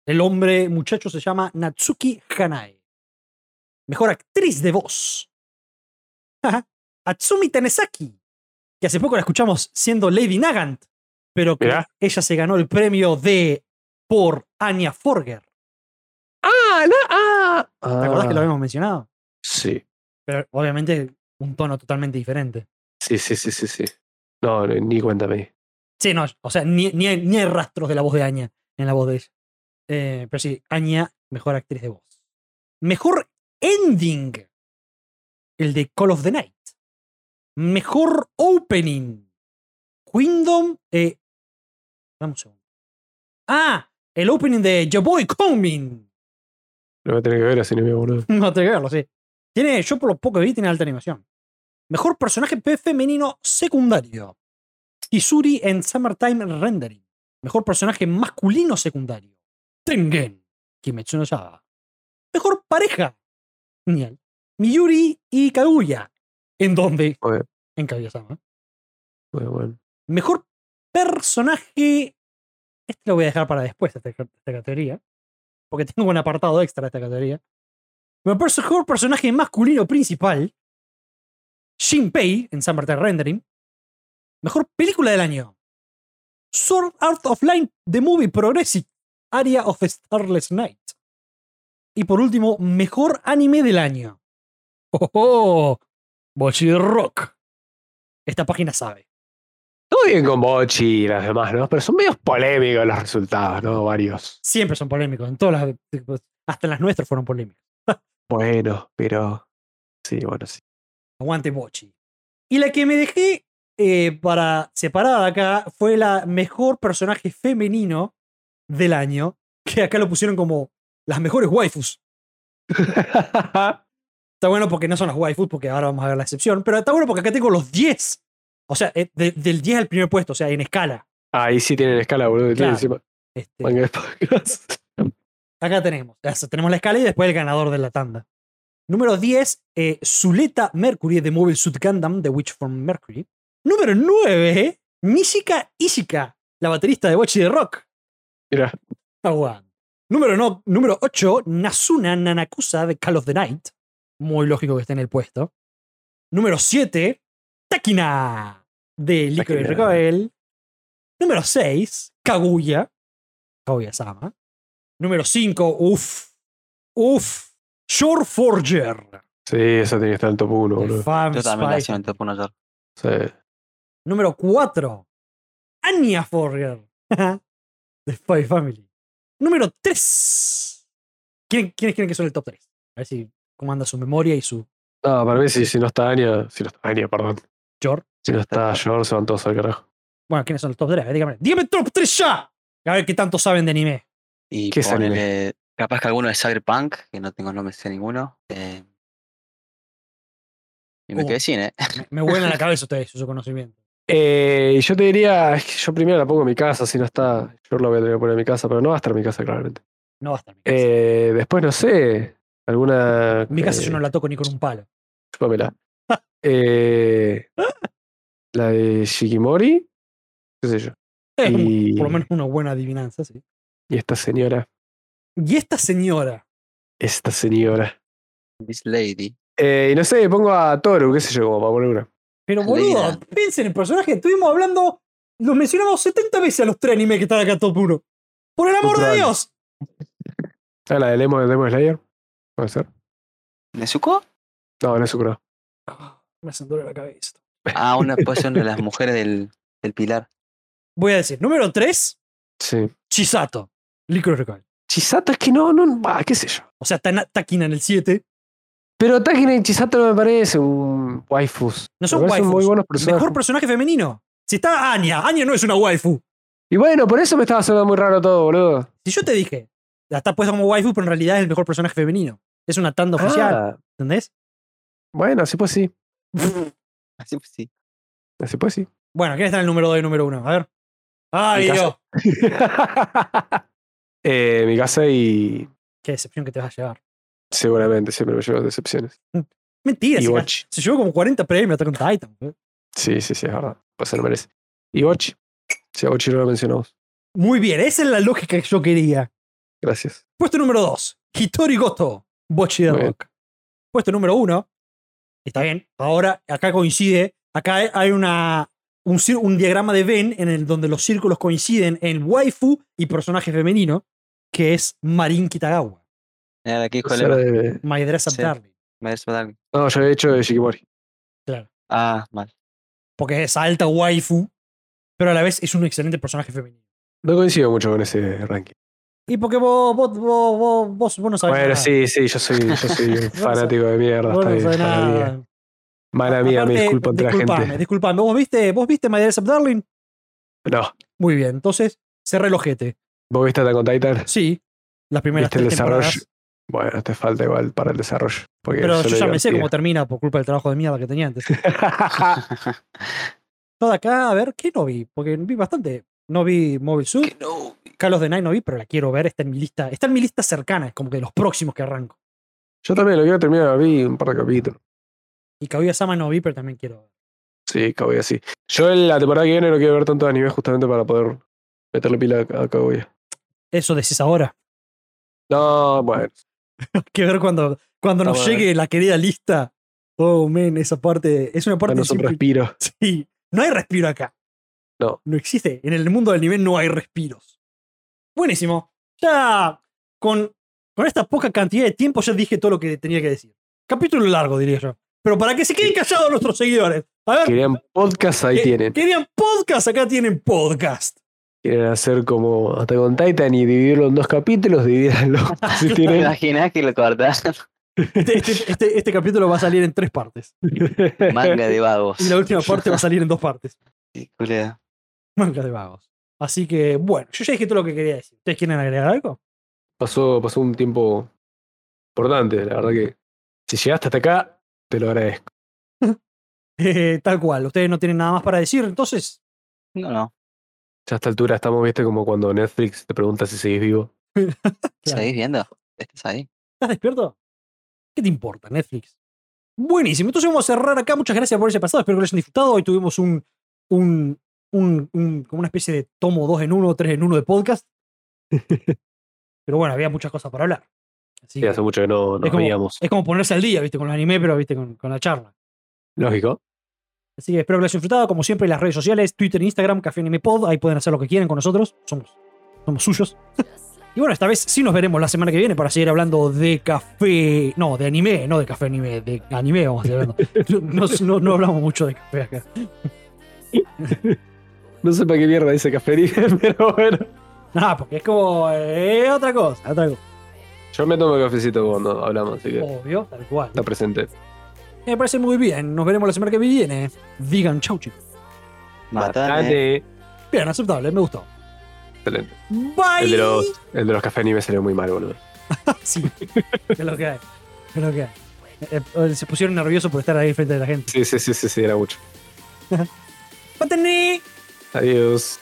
[SPEAKER 1] El hombre muchacho se llama Natsuki Hanae. Mejor actriz de voz. Atsumi Tanesaki, que hace poco la escuchamos siendo Lady Nagant, pero que
[SPEAKER 3] Mirá.
[SPEAKER 1] ella se ganó el premio de por Anya Forger.
[SPEAKER 3] ¡Ah! La, ¡Ah!
[SPEAKER 1] ¿Te acordás que lo habíamos mencionado?
[SPEAKER 3] Sí.
[SPEAKER 1] Pero obviamente un tono totalmente diferente.
[SPEAKER 3] Sí, sí, sí, sí, sí. No, no, ni cuéntame.
[SPEAKER 1] Sí, no, o sea, ni, ni, hay- ni hay rastros de la voz de Anya en la voz de ella. Eh, pero sí, Anya, mejor actriz de voz. Mejor ending, el de Call of the Night. Mejor opening, Kingdom. Eh, dame un segundo. Ah, el opening de Your Boy Coming.
[SPEAKER 3] Lo voy a tener que ver ese anime, boludo.
[SPEAKER 1] No te verlo, sí. Tiene, yo por lo poco que vi, tiene alta animación. Mejor personaje pe- femenino secundario. Isuri en Summertime Rendering. Mejor personaje masculino secundario. Tengen. Kimetsu no Yaiba. Mejor pareja. Genial. Miyuri y Kaguya. ¿En dónde?
[SPEAKER 3] Joder.
[SPEAKER 1] En Kaguya-sama.
[SPEAKER 3] Bueno, bueno.
[SPEAKER 1] Mejor personaje. Este lo voy a dejar para después, esta, esta categoría. Porque tengo un apartado extra de esta categoría. Mejor personaje masculino principal. Shinpei en San Martín Rendering. Mejor película del año. Sword Art of Line, The Movie Progressive, Area of Starless Night. Y por último, mejor anime del año. ¡Oh, oh! Bochi Rock. Esta página sabe.
[SPEAKER 3] Todo bien con Bochi y las demás, ¿no? Pero son medios polémicos los resultados, ¿no? Varios.
[SPEAKER 1] siempre son polémicos. En todas las, hasta en las nuestras fueron polémicas.
[SPEAKER 3] Bueno, pero. Sí, bueno, sí.
[SPEAKER 1] Aguante Bochi. Y la que me dejé eh, para separada acá fue la mejor personaje femenino del año, que acá lo pusieron como las mejores waifus. Está bueno porque no son las waifus, porque ahora vamos a ver la excepción, pero está bueno porque acá tengo los 10. O sea, eh, de- del 10 al primer puesto, o sea, en escala.
[SPEAKER 3] Ahí sí tienen escala, boludo.
[SPEAKER 1] Claro.
[SPEAKER 3] Tienen encima.
[SPEAKER 1] Este,
[SPEAKER 3] Manga de podcast.
[SPEAKER 1] Acá tenemos. o sea, Tenemos la escala y después el ganador de la tanda. Número 10, eh, Zuleta Mercury de Mobile Suit Gundam de Witch from Mercury. Número 9, Nishika Ishika, la baterista de Bochi de Rock.
[SPEAKER 3] Mira,
[SPEAKER 1] Aguante. Número, no, número 8, Nasuna Nanakusa de Call of the Night. Muy lógico que esté en el puesto. Número 7, Takina de Liquid
[SPEAKER 3] Takina.
[SPEAKER 1] Recoil. Número 6, Kaguya. Kaguya Sama. Número 5, uff. Uff. Shore Forger.
[SPEAKER 3] sí, esa tiene que estar en top 1,
[SPEAKER 1] de
[SPEAKER 3] boludo.
[SPEAKER 1] Fam
[SPEAKER 2] Yo también la
[SPEAKER 1] Spy.
[SPEAKER 2] hacía en top 1 ayer.
[SPEAKER 3] Sí.
[SPEAKER 1] Número 4. Anya Forger. de Spy Family. Número 3. ¿Quiénes quieren que son el top 3? A ver si cómo anda su memoria y su
[SPEAKER 3] No, para mí, si, si no está Anya. Si no está Anya, perdón.
[SPEAKER 1] Jor.
[SPEAKER 3] Si no está George, se van todos al carajo.
[SPEAKER 1] Bueno, ¿quiénes son los top 3? Dígame, dígame top 3 ya. A ver qué tanto saben de anime.
[SPEAKER 2] Y
[SPEAKER 3] ¿Qué es anime?
[SPEAKER 2] ponele- capaz que alguno de Cyberpunk, que no tengo nombres de ninguno. eh, y me
[SPEAKER 1] Uh.
[SPEAKER 2] quedé sin, ¿eh?
[SPEAKER 1] Me- Me vuelan la cabeza ustedes, su conocimiento.
[SPEAKER 3] Eh, yo te diría, es que yo primero la pongo en mi casa, si no está, yo lo voy a tener que poner en mi casa, pero no va a estar en mi casa, claramente.
[SPEAKER 1] No va a estar mi casa.
[SPEAKER 3] Eh, después, no sé, alguna...
[SPEAKER 1] mi casa
[SPEAKER 3] eh,
[SPEAKER 1] yo no la toco ni con un palo.
[SPEAKER 3] chúpamela. Eh, la de Shikimori, qué sé yo.
[SPEAKER 1] Es un-
[SPEAKER 3] Y,
[SPEAKER 1] Eh, por lo menos una buena adivinanza, sí.
[SPEAKER 3] y esta señora,
[SPEAKER 1] Y esta señora.
[SPEAKER 3] esta señora.
[SPEAKER 2] This Lady.
[SPEAKER 3] Eh, y no sé, pongo a Toru, qué sé yo, como para poner una.
[SPEAKER 1] Pero
[SPEAKER 2] Leira.
[SPEAKER 1] boludo, piensen en el personaje. Estuvimos hablando, los mencionamos 70 veces a los tres animes que están acá top 1. ¡Por el amor de
[SPEAKER 3] Total.
[SPEAKER 1] Dios!
[SPEAKER 3] Ah, la de Lemon, Lemon Slayer, puede ser.
[SPEAKER 2] ¿Nezuko?
[SPEAKER 3] No, no es Sucro.
[SPEAKER 1] Me hacen doler la cabeza.
[SPEAKER 2] Ah, una puede ser una de las mujeres del, del pilar.
[SPEAKER 1] Voy a decir, número 3,
[SPEAKER 3] Sí.
[SPEAKER 1] Chisato. Licorice Recall.
[SPEAKER 3] Chisato es que no, no, bah, qué sé yo.
[SPEAKER 1] O sea, está na- Takina en el 7.
[SPEAKER 3] Pero Takina y Chisato no me parece un waifus.
[SPEAKER 1] No son
[SPEAKER 3] Me parecen
[SPEAKER 1] waifus.
[SPEAKER 3] muy buenos personajes.
[SPEAKER 1] Mejor personaje femenino. Si está Anya, Anya no es una waifu.
[SPEAKER 3] Y bueno, por eso me estaba sonando muy raro todo, boludo.
[SPEAKER 1] Si yo te dije, la está puesta como waifu, pero en realidad es el mejor personaje femenino. Es una tanda oficial,
[SPEAKER 3] Ah,
[SPEAKER 1] ¿entendés?
[SPEAKER 3] bueno, así pues sí.
[SPEAKER 2] Así pues sí.
[SPEAKER 3] Así pues sí.
[SPEAKER 1] Bueno, ¿quién está en el número 2 y número 1? A ver. ¡Ay,
[SPEAKER 3] Mi casa.
[SPEAKER 1] Dios!
[SPEAKER 3] eh, mi casa y
[SPEAKER 1] Qué decepción que te vas a llevar.
[SPEAKER 3] seguramente siempre me llevo decepciones.
[SPEAKER 1] Mentira,
[SPEAKER 3] Y
[SPEAKER 1] se,
[SPEAKER 3] Watch.
[SPEAKER 1] se llevó como 40 premios hasta con Titan. ¿eh?
[SPEAKER 3] Sí, sí, sí, es verdad. Pues se lo merece. Y Bochi. Sí, a Bochi no lo mencionamos.
[SPEAKER 1] Muy bien, esa es la lógica que yo quería.
[SPEAKER 3] Gracias.
[SPEAKER 1] Puesto número 2, Hitori Goto, Bochi de
[SPEAKER 3] Muy bien.
[SPEAKER 1] Rock. Puesto número 1, está bien, ahora acá coincide, acá hay una, un, cir- un diagrama de Venn en el donde los círculos coinciden en waifu y personaje femenino, que es Marin Kitagawa,
[SPEAKER 2] Era aquí,
[SPEAKER 3] Esa era
[SPEAKER 2] joder.
[SPEAKER 3] de-
[SPEAKER 1] My Dress Up
[SPEAKER 2] Sí.
[SPEAKER 1] Darling.
[SPEAKER 2] Me des- dale.
[SPEAKER 3] No, yo he hecho de Shikimori.
[SPEAKER 2] Ah, mal.
[SPEAKER 1] porque es alta waifu, pero a la vez es un excelente personaje femenino.
[SPEAKER 3] No coincido mucho con ese ranking.
[SPEAKER 1] Y porque vos, vos, vos, vos, vos, vos no sabés
[SPEAKER 3] Bueno,
[SPEAKER 1] nada.
[SPEAKER 3] sí, sí, yo soy, yo soy un fanático de mierda.
[SPEAKER 1] Vos
[SPEAKER 3] está
[SPEAKER 1] no
[SPEAKER 3] bien,
[SPEAKER 1] sabés
[SPEAKER 3] mala
[SPEAKER 1] nada.
[SPEAKER 3] mía. Mala mía, me
[SPEAKER 1] Aparte,
[SPEAKER 3] disculpo ante la
[SPEAKER 1] disculpame,
[SPEAKER 3] gente.
[SPEAKER 1] disculpame. ¿Vos viste, vos viste My Dress Up Darling?
[SPEAKER 3] No,
[SPEAKER 1] Muy bien, entonces cerré el ojete.
[SPEAKER 3] ¿vos viste Attack on Titan?
[SPEAKER 1] Sí, las primeras
[SPEAKER 3] ¿Viste el
[SPEAKER 1] tres temporadas.
[SPEAKER 3] desarrollo? Bueno, te falta igual para el desarrollo. Porque
[SPEAKER 1] Pero
[SPEAKER 3] solo
[SPEAKER 1] yo ya me sé
[SPEAKER 3] divertida.
[SPEAKER 1] cómo termina por culpa del trabajo de mierda que tenía antes. Todo acá, a ver, ¿qué no vi? Porque vi bastante. No vi Mobile Suit,
[SPEAKER 2] no.
[SPEAKER 1] Carlos de Night no vi, pero la quiero ver, está en mi lista. Está en mi lista cercana, es como que de los próximos que arranco.
[SPEAKER 3] Yo también lo quiero terminar, vi un par de capítulos.
[SPEAKER 1] Y Kaguya Sama no vi, pero también quiero ver.
[SPEAKER 3] Sí, Kaguya, sí. Yo en la temporada que viene no quiero ver tanto anime justamente para poder meterle pila a a Kaguya.
[SPEAKER 1] Eso decís ahora.
[SPEAKER 3] No, bueno.
[SPEAKER 1] que ver cuando, cuando nos
[SPEAKER 3] Vamos a ver.
[SPEAKER 1] llegue la querida lista. Oh, men, esa parte es una parte
[SPEAKER 3] Danos un
[SPEAKER 1] simple-
[SPEAKER 3] respiro.
[SPEAKER 1] Sí, no hay respiro acá.
[SPEAKER 3] No.
[SPEAKER 1] No existe. En el mundo del nivel no hay respiros. Buenísimo. Ya con, con esta poca cantidad de tiempo ya dije todo lo que tenía que decir. Capítulo largo, diría yo. Pero para que se queden callados nuestros seguidores. A ver,
[SPEAKER 3] Querían podcast, ahí
[SPEAKER 1] que-
[SPEAKER 3] tienen.
[SPEAKER 1] querían podcast, acá tienen podcast.
[SPEAKER 3] Quieren hacer como Attack on Titan y dividirlo en dos capítulos, dividirlo. si
[SPEAKER 2] ¿Te
[SPEAKER 3] tienen.
[SPEAKER 2] imaginas que lo cortas?
[SPEAKER 1] Este, este- este- este capítulo va a salir en tres partes.
[SPEAKER 2] Manga de vagos.
[SPEAKER 1] Y la última parte va a salir en dos partes.
[SPEAKER 2] Sí, boludo.
[SPEAKER 1] Manga de vagos. Así que, bueno, yo ya dije todo lo que quería decir. ¿Ustedes quieren agregar algo?
[SPEAKER 3] pasó, pasó un tiempo importante, la verdad que. Si llegaste hasta acá, te lo agradezco.
[SPEAKER 1] Eh, tal cual, ustedes no tienen nada más para decir, entonces,
[SPEAKER 2] No, no.
[SPEAKER 3] Ya a esta altura estamos, viste, como cuando Netflix te pregunta si seguís vivo.
[SPEAKER 1] Claro.
[SPEAKER 2] ¿Seguís viendo? ¿Estás ahí?
[SPEAKER 1] ¿estás despierto? ¿Qué te importa, Netflix? Buenísimo, entonces vamos a cerrar acá. Muchas gracias por haberse pasado, espero que lo hayan disfrutado. Hoy tuvimos un, un, un- un- como una especie de tomo 2 en 1, 3 en 1 de podcast. Pero bueno, había muchas cosas para hablar. Así
[SPEAKER 3] Sí,
[SPEAKER 1] que
[SPEAKER 3] hace mucho que no nos
[SPEAKER 1] como-
[SPEAKER 3] veíamos.
[SPEAKER 1] es como ponerse al día, viste, con los anime, pero viste, con- con la charla.
[SPEAKER 3] Lógico.
[SPEAKER 1] Así que espero que lo hayan disfrutado. Como siempre, las redes sociales, Twitter, Instagram, Café Anime Pod. Ahí pueden hacer lo que quieran con nosotros. Somos, somos suyos. y bueno, esta vez sí nos veremos la semana que viene para seguir hablando de café. No, de anime, no de café anime, de anime vamos a seguir hablando. No, no- no hablamos mucho de café acá.
[SPEAKER 3] No sé para qué mierda dice Café pero bueno.
[SPEAKER 1] Nada, Ah, porque es como eh, otra cosa, otra cosa.
[SPEAKER 3] Yo me tomo cafecito cuando hablamos, así que
[SPEAKER 1] Obvio, tal cual.
[SPEAKER 3] está presente.
[SPEAKER 1] Me parece muy bien. Nos veremos la semana que viene. Digan chau, chicos.
[SPEAKER 2] Matame.
[SPEAKER 1] Bien, aceptable, me gustó.
[SPEAKER 3] Excelente.
[SPEAKER 1] Bye.
[SPEAKER 3] El de los, el de los café anime salió muy mal, boludo.
[SPEAKER 1] Sí, es lo que hay. Es lo que hay. Eh, eh, Se pusieron nerviosos por estar ahí frente de la gente.
[SPEAKER 3] Sí, sí, sí, sí, sí, era mucho.
[SPEAKER 1] ¡Patení!
[SPEAKER 3] Adiós.